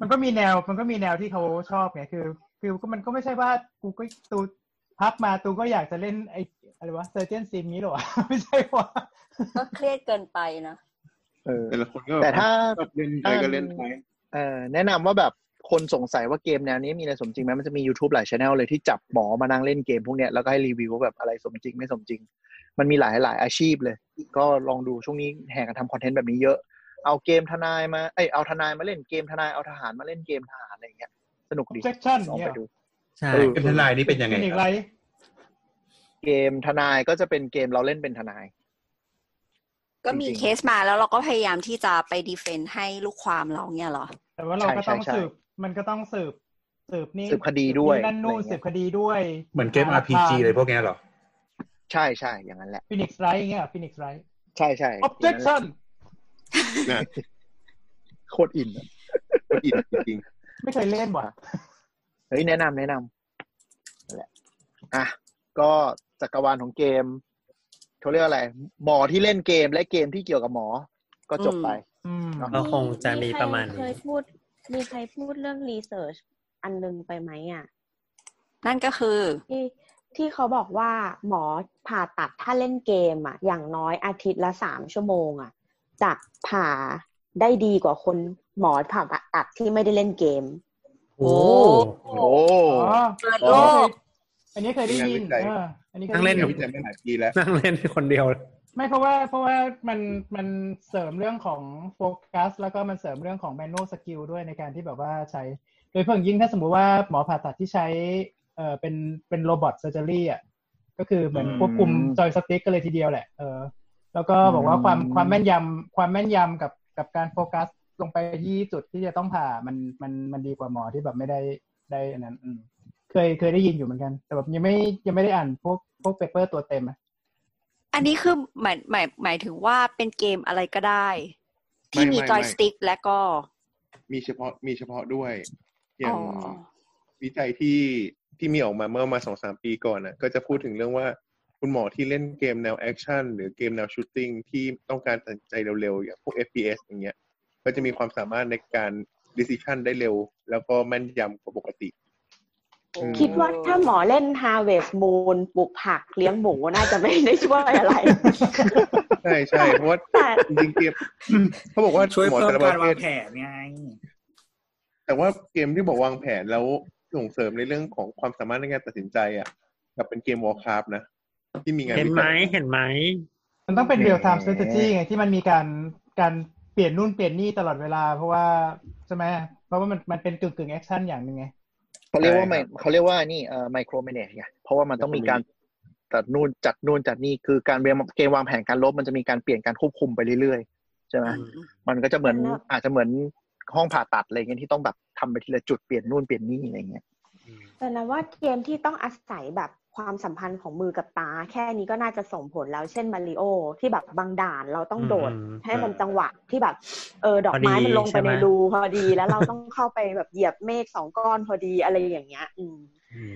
S4: มันก็มีแนวมันก็มีแนวที่เขาชอบไงคือคือก็มันก็ไม่ใช่ว่ากูก็ตูพับมาตูก็อยากจะเล่นไออะไรวะเซอร์เจนซิมนี้หรอวะ (laughs) ไม่ใช่วะ
S2: ก็เครียดเกินไปนะ
S6: เออ
S5: แต่ละคนก็บบ
S6: แต่ถ้า
S5: ชอบเล่นอะไรก็เล่นไป
S6: เอ่อแนะนำว่าแบบคนสงสัยว่าเกมแนวนี้มีอะไรสมจริงไหมมันจะมี YouTube หลายช anel เลยที่จับหมอมานั่งเล่นเกมพวกเนี้ยแล้วก็ให้รีวิวว่าแบบอะไรสมจริงไม่สมจริง มันมีหลายหลายอาชีพเลย ก็ลองดูช่วงนี้แห่กันทำคอนเทนต์แบบนี้เยอะ เอาเกมทนายมาเอ้ยเอาทนายมาเล่นเกมทนายเอาทหารมาเล่นเกมทหารอะไรอย่างเงี้ยสนุก
S4: อ b
S6: ดี
S4: j e c t i o n
S6: ลอง
S4: เนี่
S6: ไป
S4: ย
S6: ดู
S3: ใช่
S6: เออ
S8: เกมทนายนี่เป็นยังไง
S4: เป็นอี
S8: ค
S4: ก
S8: รับ
S4: ไร
S6: เกมทนายก็จะเป็นเกมเราเล่นเป็นทนาย
S2: ก็มี
S6: จริงๆ
S2: เคสมาแล้วเราก็พยายามที่จะไปดีเฟนต์ให้ลูกความเราเนี่ยเหรอ
S4: แต่ว่าเราก็ต้อง
S6: ใช่ใช่ใช่
S4: สืบมันก็ต้องสืบ สืบนี่
S6: สืบคดีด้วย
S4: นี่นั่นนู่น
S6: อะไรเงี้ย
S4: สืบคดีด้วย
S7: เหมือนเกม RPG เลยพวกเนี้ยเหรอ
S6: ใช่ใช่อย่างนั้นแหละ
S4: ฟินิกซ์ไรเงี้ยฟินิกซ์ไร
S6: ใช่ใช่
S4: objection
S6: โคตรอินอะ
S5: อินจริง
S4: ไม่เคยเล่นว่ะ
S6: เฮ้ยแนะนำแนะนำนั่นแหละอ่ะก็จักรวาลของเกมเขาเรียกอะไร หมอที่เล่นเกมและเกมที่เกี่ยวกับหมอ ก็จบไป
S4: อืม
S6: เนอะ
S3: ก็คงจะมีประมาณ
S10: ใคเค
S3: นี้
S10: ยพูด มีใครพูดเรื่องรีเสิร์ชอันหนึงไปไหมอ่ะ
S2: นั่นก็คือ
S10: ที่ที่เขาบอกว่าหมอผ่าตัดถ้าเล่นเกมอ่ะ อย่างน้อยอาทิตย์ละสามชั่วโมงอ่ะจะผ่าได้ดีกว่าคนหมอผ่าตัดที่ไม่ได้เล่นเกม
S2: โอ้
S6: โอ้
S4: อ๋อ
S2: เปิดโลก
S4: อันนี้เคยได้ยินเอออันนี้เคย
S3: นั่ง
S4: ได้
S3: เล่น
S4: ยิ
S3: อยู่
S4: น
S5: ๆแต่ไม่หลายปีแล้ว
S3: นั่งเล่นคนเดียว
S4: ไม่เพราะว่าเพราะว่ามันมันเสริมเรื่องของโฟกัสแล้วก็มันเสริมเรื่องของแมนน l สกิลด้วยในการที่แบบว่าใช้ โดยเพิ่งยิ่งถ้าสมมุติว่าหมอผ่าตัดที่ใช้เอ่อเป็นเป็นโรบอทเซอร์เจอรี่อ่ะก็คือเหมือน
S5: อืม
S4: ควบคุมจอยสติ๊กกันเลยทีเดียวแหละเออแล้วก็บอกว่าความความแม่นยำความแม่นยำกับกับการโฟกัสลงไปที่จุดที่จะต้องผ่ามันมันมันดีกว่าหมอที่แบบไม่ได้ได้อันนั้นอืมเคยเคยได้ยินอยู่เหมือนกัน แต่แบบยังไม่ยังไม่ได้อ่านพวกพวกเปเปอร์ตัวเต็มอะ
S2: อันนี้คือหมายหมายหมายถึงว่าเป็นเกมอะไรก็ได้ ที่มี
S5: ไม่ไม่
S2: จอย
S5: ไม่
S2: สติ๊กและก็
S5: มีเฉพาะมีเฉพาะด้วย อ
S2: อ๋
S5: ย่า
S2: อง
S5: วิจัยที่ที่มีออกมาเมื่อประมาสองสามปีก่อนน่ะ ก็จะพูดถึงเรื่องว่าคุณหมอที่เล่นเกมแนวแอคชั่นหรือเกมแนวชูตติ้งที่ต้องการตัดสินใจเร็วๆ อย่างพวก FPS อย่างเงี้ย ก็จะมีความสามารถในการดิส i ชันได้เร็ว แล้วก็แม่นยำกว่าปกติ อืม
S10: คิดว่าถ้าหมอเล่น Harvest Moon ปลูกผักเลี้ยงหมูน่าจะไม่ได้ช่วยอะไร
S5: ใช่ใช่เพราะว่า
S10: แต่
S5: จริงๆเกมเขาบอกว่า
S1: ช่วย
S5: หมอ
S1: เพิ่ม
S5: แต่ละป
S1: การ
S5: ระ
S1: วา
S5: เภ
S1: ง
S5: ท
S1: แผนไง
S5: แต่ว่าเกมที่บอกวางแผนแล้วส่งเสริมในเรื่องของความสามารถในการตัดสินใจอ่ะกับเป็นเกมวอลคราฟนะ ที่มีงาน
S3: เห็น
S5: วิ
S3: ไหม
S5: จัย
S3: เห็นไหม
S4: มันต้องเป็น real time
S5: แหม
S4: strategy ไงที่มันมีการการเปลี่ยนนู่นเปลี่ยนนี่ตลอดเวลา เพราะว่าใช่ไหมเพราะว่ามันมันเป็นกึ่งกึ่งแอคชั่นอย่างหนึ่งไง
S6: เขาเรียกว่า
S5: ใช่
S6: ไม
S5: ครับ
S6: เขาเรียกว่านี่เอ่อไมโครแมเนจไงเพราะว่ามันต้องมี
S5: micromanage
S6: การจัดนู่นจัดนู่นจัดนี่คือการเรียนเกมวางแผนการลบมันจะมีการเปลี่ยนการควบคุมไปเรื่อยๆใช่ไหมมันก็จะเหมือน
S10: แล้ว
S6: อาจจะเหมือนห้องผ่าตัดอะไรเงี้ยที่ต้องแบบทำไปทีละจุดเปลี่ยนนู่นเปลี่ยนนี่อะไรเงี้ย
S10: แต่นะว่าเกมที่ต้องอาศัยแบบความสัมพันธ์ของมือกับตา แค่นี้ก็น่าจะส่งผลแล้วเช่นมาริโอที่แบบบางด่านเราต้องโดด
S3: อืม
S10: ให้มันจังหวะที่แบบ เออดอกไม้
S3: พอดี
S10: มันลง
S3: ใช่
S10: ไป
S3: ไหม
S10: ในรูพอดีแล้วเราต้องเข้าไปแบบเหยียบเมฆสองก้อนพอดีอะไรอย่างเงี้ย อืม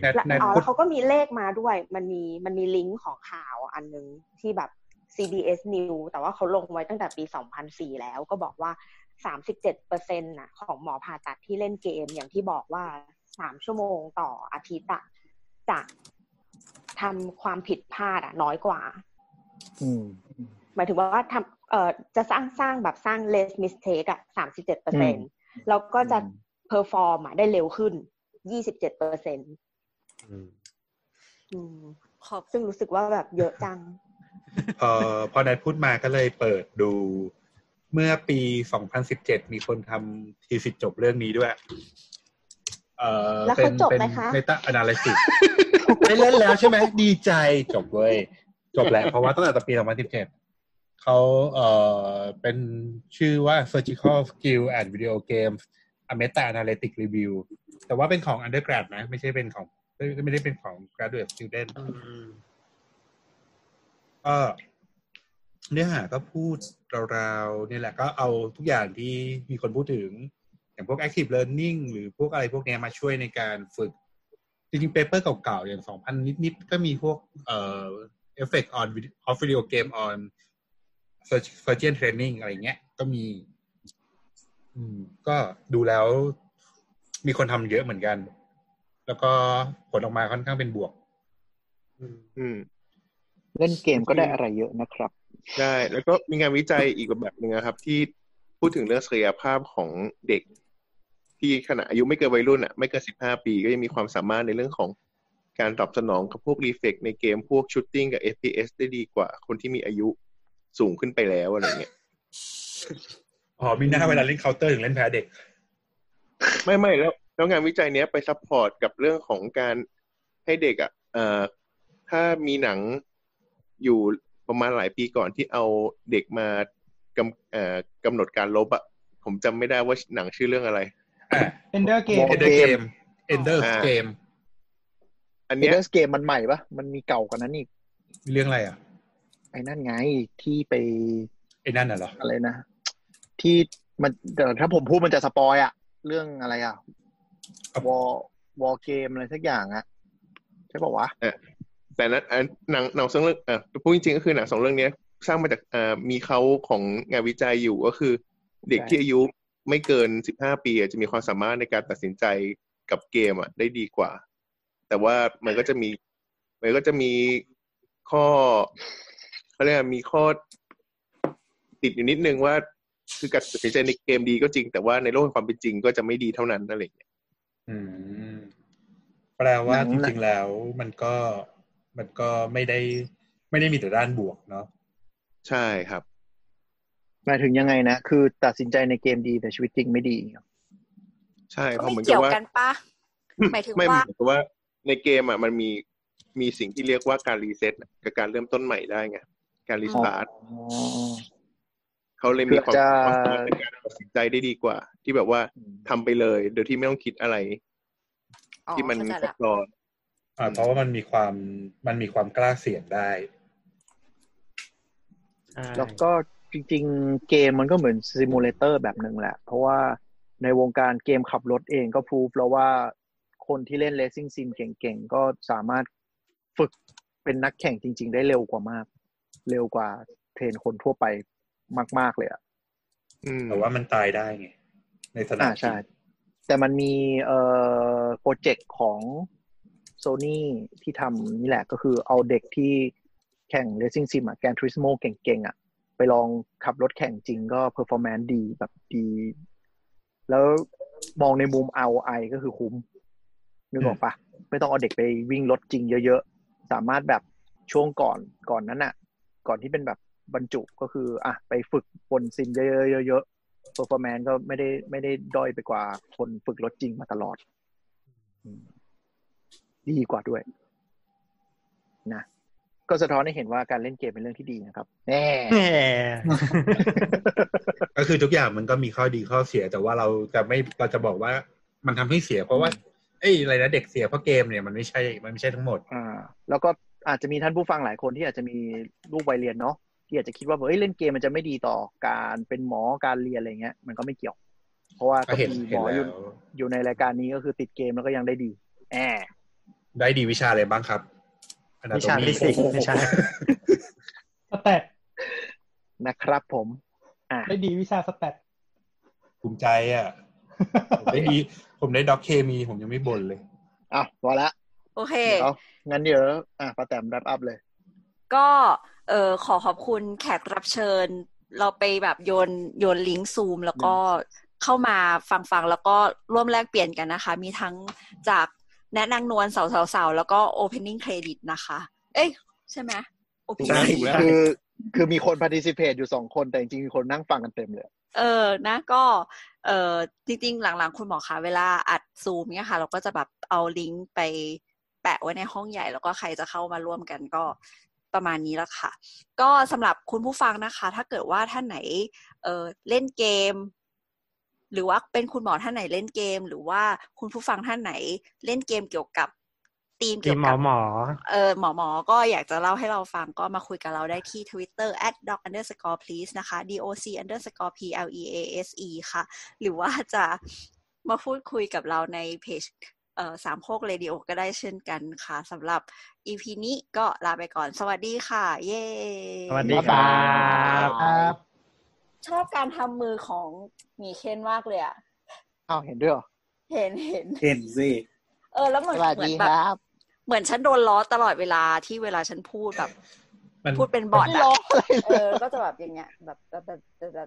S7: แนท
S10: แล้ว
S7: แนท
S10: อ๋อ
S7: พู
S10: แล้ว
S7: ด
S10: เขาก็มีเลขมาด้วย มันมีมันมีลิงก์ของข่าวอันนึงที่แบบ CBS News แต่ว่าเขาลงไว้ตั้งแต่ปี 2004 แล้วก็บอกว่า 37%นะของหมอผ่าตัดที่เล่นเกมอย่างที่บอกว่า 3 ชั่วโมงต่ออาทิตย์อะจะทำความผิดพลาดอะน้อยกว่า
S6: อืม
S10: หมายถึงว่าทำเอ่อจะสร้างสร้างแบบสร้าง less mistake อะ
S6: ม
S10: 37%แล้วก็จะ perform อะได้เร็วขึ้น 27%
S3: อืม
S10: อืม
S2: ขอบ
S10: ซึ่งรู้สึกว่าแบบเยอะจัง
S7: พอพอแนทพูดมาก็เลยเปิดดู เมื่อปี 2017 มีคนทำทีสิทธิ์จบเรื่องนี้ด้วย เอ่อ
S10: แล้ว
S7: เป็
S10: เขา
S7: น
S10: จบ
S7: เป็น
S10: ไหมคะ
S7: เมตาอนาลิซิส (laughs) ได้เล่นแล้วใช่ไหม ดีใจจบเว้ย จบแล้วเพราะว่าตั้งแต่ปี 2017เขาเอ่อเป็นชื่อว่า Surgical Skill and Video Games a Meta Analytic Review แต่ว่าเป็นของ undergrad นะ ไม่ใช่เป็นของ ไม่ได้เป็นของ graduate student ก็เนื้อหาก็พูดราวๆนี่แหละก็เอาทุกอย่างที่มีคนพูดถึง อย่างพวก active learning หรือพวกอะไรพวกเนี้ยมาช่วยในการฝึก จริงๆเปเปอร์เก่าๆ อย่าง 2,000 นิดๆ ก็มีพวกเอ่อ effect on video, of video game on surg- surgeon training อะไรเงี้ย ก็มี อืม ก็ดูแล้วมีคนทำเยอะเหมือนกัน แล้วก็ผลออกมาค่อนข้างเป็นบวก
S5: อืม
S6: เล่นเกมก็ได้อะไรเยอะนะครับ
S5: ได้แล้วก็มีงานวิจัยอีกแบบหนึ่งนะครับ ที่พูดถึงเรื่องศักยภาพของเด็ก ที่ขณะอายุไม่เกินวัยรุ่นอ่ะไม่เกินสิบห้าปี ก็ยังมีความสามารถในเรื่องของการตอบสนองกับพวกรีเฟกในเกมพวกชูตติ้งกับ FPS ได้ดีกว่า คนที่มีอายุสูงขึ้นไปแล้วอะไรเงี้ย
S7: อ๋อ มีหน้าเวลาเล่นเคาน์เตอร์ถึงเล่นแพ้เด็ก
S5: ไม่ไม่แล้วแล้วงานวิจัยเนี้ยไปซัพพอร์ตกับเรื่องของการให้เด็กอ่ะเอ่อถ้ามีหนังอยู่ประมาณหลายปีก่อนที่เอาเด็กมากำเอ่อกำหนดการลบอ่ะผมจำไม่ได้ว่าหนังชื่อเรื่องอะไร
S7: อ่ะ
S4: เ n นเดอร์เกม
S6: War
S7: เอเดอร์เกม Ender
S6: อ่า
S7: Game
S6: อันเนี้ยเกมมันใหม่ปะมันมีเก่ากว่านั้นอีก
S7: มีเรื่องอะไรอ่ะ
S6: ไอ้นั่นไงที่ไป
S7: ไอ้นั่นน่ะเหรอ
S6: อะไรนะ ที่มันเดี๋ยวถ้าผมพูดมันจะสปอยอะเรื่องอะไรอะวอวอเกมอะไรสักอย่างอะใช่ปะวะ
S5: แต่นั้นอ่ะหนังหนังสองเรื่องเออพูดจริงๆก็คือหนังสองเรื่องเนี้ย สร้างมาจากเอ่อมีเขาของงานวิจัยอยู่ก็คือ เด็ก
S6: ใช่
S5: ที่อายุไม่เกินสิบห้าปีอ่ะจะมีความสามารถในการตัดสินใจกับเกมอ่ะได้ดีกว่า แต่ว่ามันก็จะมีมันก็จะมีข้อเขาเรียกว่ามีข้อติดอยู่นิดนึงว่า คือการตัดสินใจในเกมดีก็จริง แต่ว่าในโลกแห่งความเป็นจริงก็จะไม่ดีเท่านั้นนั่นเอย่างเงี้ย
S7: อืม แปลว่า
S6: หนัง
S7: จ
S6: น่ะ
S7: ริงๆแล้วมันก็มันก็ไม่ได้ไม่ได้มีแต่ด้านบวกเนาะ
S5: ใช่ครับ
S6: หมายถึงยังไงนะ คือตัดสินใจในเกมดีแต่ชีวิตจริงไม่ดี
S5: ใช่
S2: ก็
S5: เพ
S2: ไม่
S5: ราะเหมือนกั
S2: เกี่
S5: บ
S2: ยว
S5: ว่า
S2: กันปะ หมายถึง
S5: ไม่
S2: ว่า
S5: เหมือนกับว่าในเกมอ่ะมันมีมีสิ่งที่เรียกว่าการรีเซ็ตกับการเริ่มต้นใหม่ได้ไงการรีสตาร์ท
S6: อ๋อ
S5: เขาเลยมีความ
S6: คืออาจจะ
S5: ความสามารถในการตัดสินใจได้ดีกว่า ที่แบบว่าทำไปเลย โดยที่ไม่ต้องคิดอะไร
S2: อ๋อ
S5: ที่มัน
S2: เข้าใจ
S5: ซั
S2: ละ
S5: บซ้อน
S7: อ่าเพราะว่ามันมีความมันมีความกล้าเสี่ยงได้
S3: ใช่
S6: แล้วก็จริงๆ เกมมันก็เหมือนซิมูเลเตอร์แบบหนึ่งแหละ เพราะว่าในวงการเกมขับรถเองก็พรูฟแล้วว่าคนที่เล่นเลสซิ่งซิมเก่งๆ ก็สามารถฝึกเป็นนักแข่งจริงๆ ได้เร็วกว่ามาก เร็วกว่าเทรนคนทั่วไปมากๆเลยอะ
S5: อืม
S7: แต่ว่ามันตายได้ไงในสนาม
S6: อ่าใช่ แต่มันมีเอ่อโปรเจกต์ของโซ n y ที่ทำนี่แหละก็คือเอาเด็กที่แข่ง Racing Sim อ่ะแกนทริสโมเก่งๆอ่ะ ไปลองขับรถแข่งจริงก็เพอร์ฟอร์แมนซ์ดีแบบดี แล้วมองในมุม ROI ก็คือคุ้ม นึกออกปะไม่ต้องเอาเด็กไปวิ่งรถจริงเยอะๆ สามารถแบบช่วงก่อนก่อนนั้นอ่ะ ก่อนที่เป็นแบบบรรจุก็คือ อ่ะ ไปฝึกบนซิมเยอะๆเยอะๆ performance ก็ไม่ได้ไม่ได้ด้อยไปกว่าคนฝึกรถจริงมาตลอดอืมดีกว่าด้วย นะ ก็สะท้อนให้เห็นว่าการเล่นเกมเป็นเรื่องที่ดีนะครับ แน่
S3: แหม
S7: ก็คือทุกอย่างมันก็มีข้อดีข้อเสีย แต่ว่าเราจะไม่เราจะบอกว่ามันทำให้เสีย เพราะว่าเอ้ยอะไรนะเด็กเสียเพราะเกมเนี่ยมันไม่ใช่มันไม่ใช่ทั้งหมด
S6: อ่า แล้วก็อาจจะมีท่านผู้ฟังหลายคนที่อาจจะมีลูกวัยเรียนเนาะที่อาจจะคิดว่าแบบเฮ้ยเล่นเกมมันจะไม่ดีต่อการเป็นหมอการเรียนอะไรเงี้ย มันก็ไม่เกี่ยว เพราะว่า
S7: ก็
S6: ก็
S7: เห็น
S6: มีห
S7: เห็
S6: ม
S7: น
S6: อ
S7: แล้
S6: อยู่
S7: ว
S6: อยู่ในรายการนี้ก็คือติดเกมแล้วก็ยังได้ดีแอบ
S7: ได้ดีวิชาอะไรบ้างครับ Anatomy
S3: วิชาฟิสิกส์ไม่ใช่
S4: สแตท
S6: นะครับผม อ่ะ
S4: ได้ดีวิชาสแตท
S7: ภูมิใจอ่ะผมได้ดีผมได้ด็อกเคมีผมยังไม่บ่นเลย
S6: อ่ะพอละ
S2: โอเค
S6: เดี๋ยวงั้นเดี๋ยวอ่ะป้าแตมรับอัพเลย
S2: ก็เออขอขอบคุณแขกรับเชิญ เราไปแบบโยนโยนลิงก์ซูม แล้วก็เข้ามาฟังฟังแล้วก็ร่วมแลกเปลี่ยนกันนะคะ มีทั้งจากแนะนางนวลสาวสาวสาวแล้วก็ opening credit นะคะ เอ้ย ใช่ไหม opening
S5: (laughs) ใช่
S2: credit
S5: ใช่
S6: คือคือมีคนพาร์ติซิเพตอยู่สองคนแต่จริงๆมีคนนั่งฟังกันเต็มเลย
S2: เออ นะ ก็ เออจริงๆ หลังๆ คุณหมอคะเวลาอัดซูมเนี่ยค่ะ เราก็จะแบบเอาลิงก์ไปแปะไว้ในห้องใหญ่ แล้วก็ใครจะเข้ามาร่วมกันก็ประมาณนี้แล้วค่ะ ก็สำหรับคุณผู้ฟังนะคะ ถ้าเกิดว่าท่านไหน เออเล่นเกม หรือว่าเป็นคุณหมอท่านไหนเล่นเกม หรือว่าคุณผู้ฟังท่านไหนเล่นเกมเกี่ยวกับธีม
S3: ที
S2: เกี่ยว
S3: หม
S2: กั
S3: อบ หมอ
S2: เออหมอหมอก็อยากจะเล่าให้เราฟังก็มาคุยกับเราได้ที่ Twitter at doc underscore please นะคะ doc underscore please ค่ะ หรือว่าจะมาพูดคุยกับเราในเพจเอ่อสามโคกเรดิโอก็ได้เช่นกันค่ะสำหรับ EP นี้ก็ลาไปก่อนสวัสดีค่ะ เย้
S3: สวัสดีครับ
S4: ครับ
S2: ชอบการทำมือของหมีเคนมากเลยอะ
S6: อ้าวเห็นด้วยเหรอ
S2: เห็นเห็น
S1: เห็นสิ
S2: เออแล้วเหมือนเหมือนแบบเหมือนฉันโดนล้อตลอดเวลาที่เวลาฉันพูดแบบ
S7: มัน
S2: พูดเป็นบอดอะเออ ก็จะแบบอย่างเงี้ยแบบแบบแบบแบบ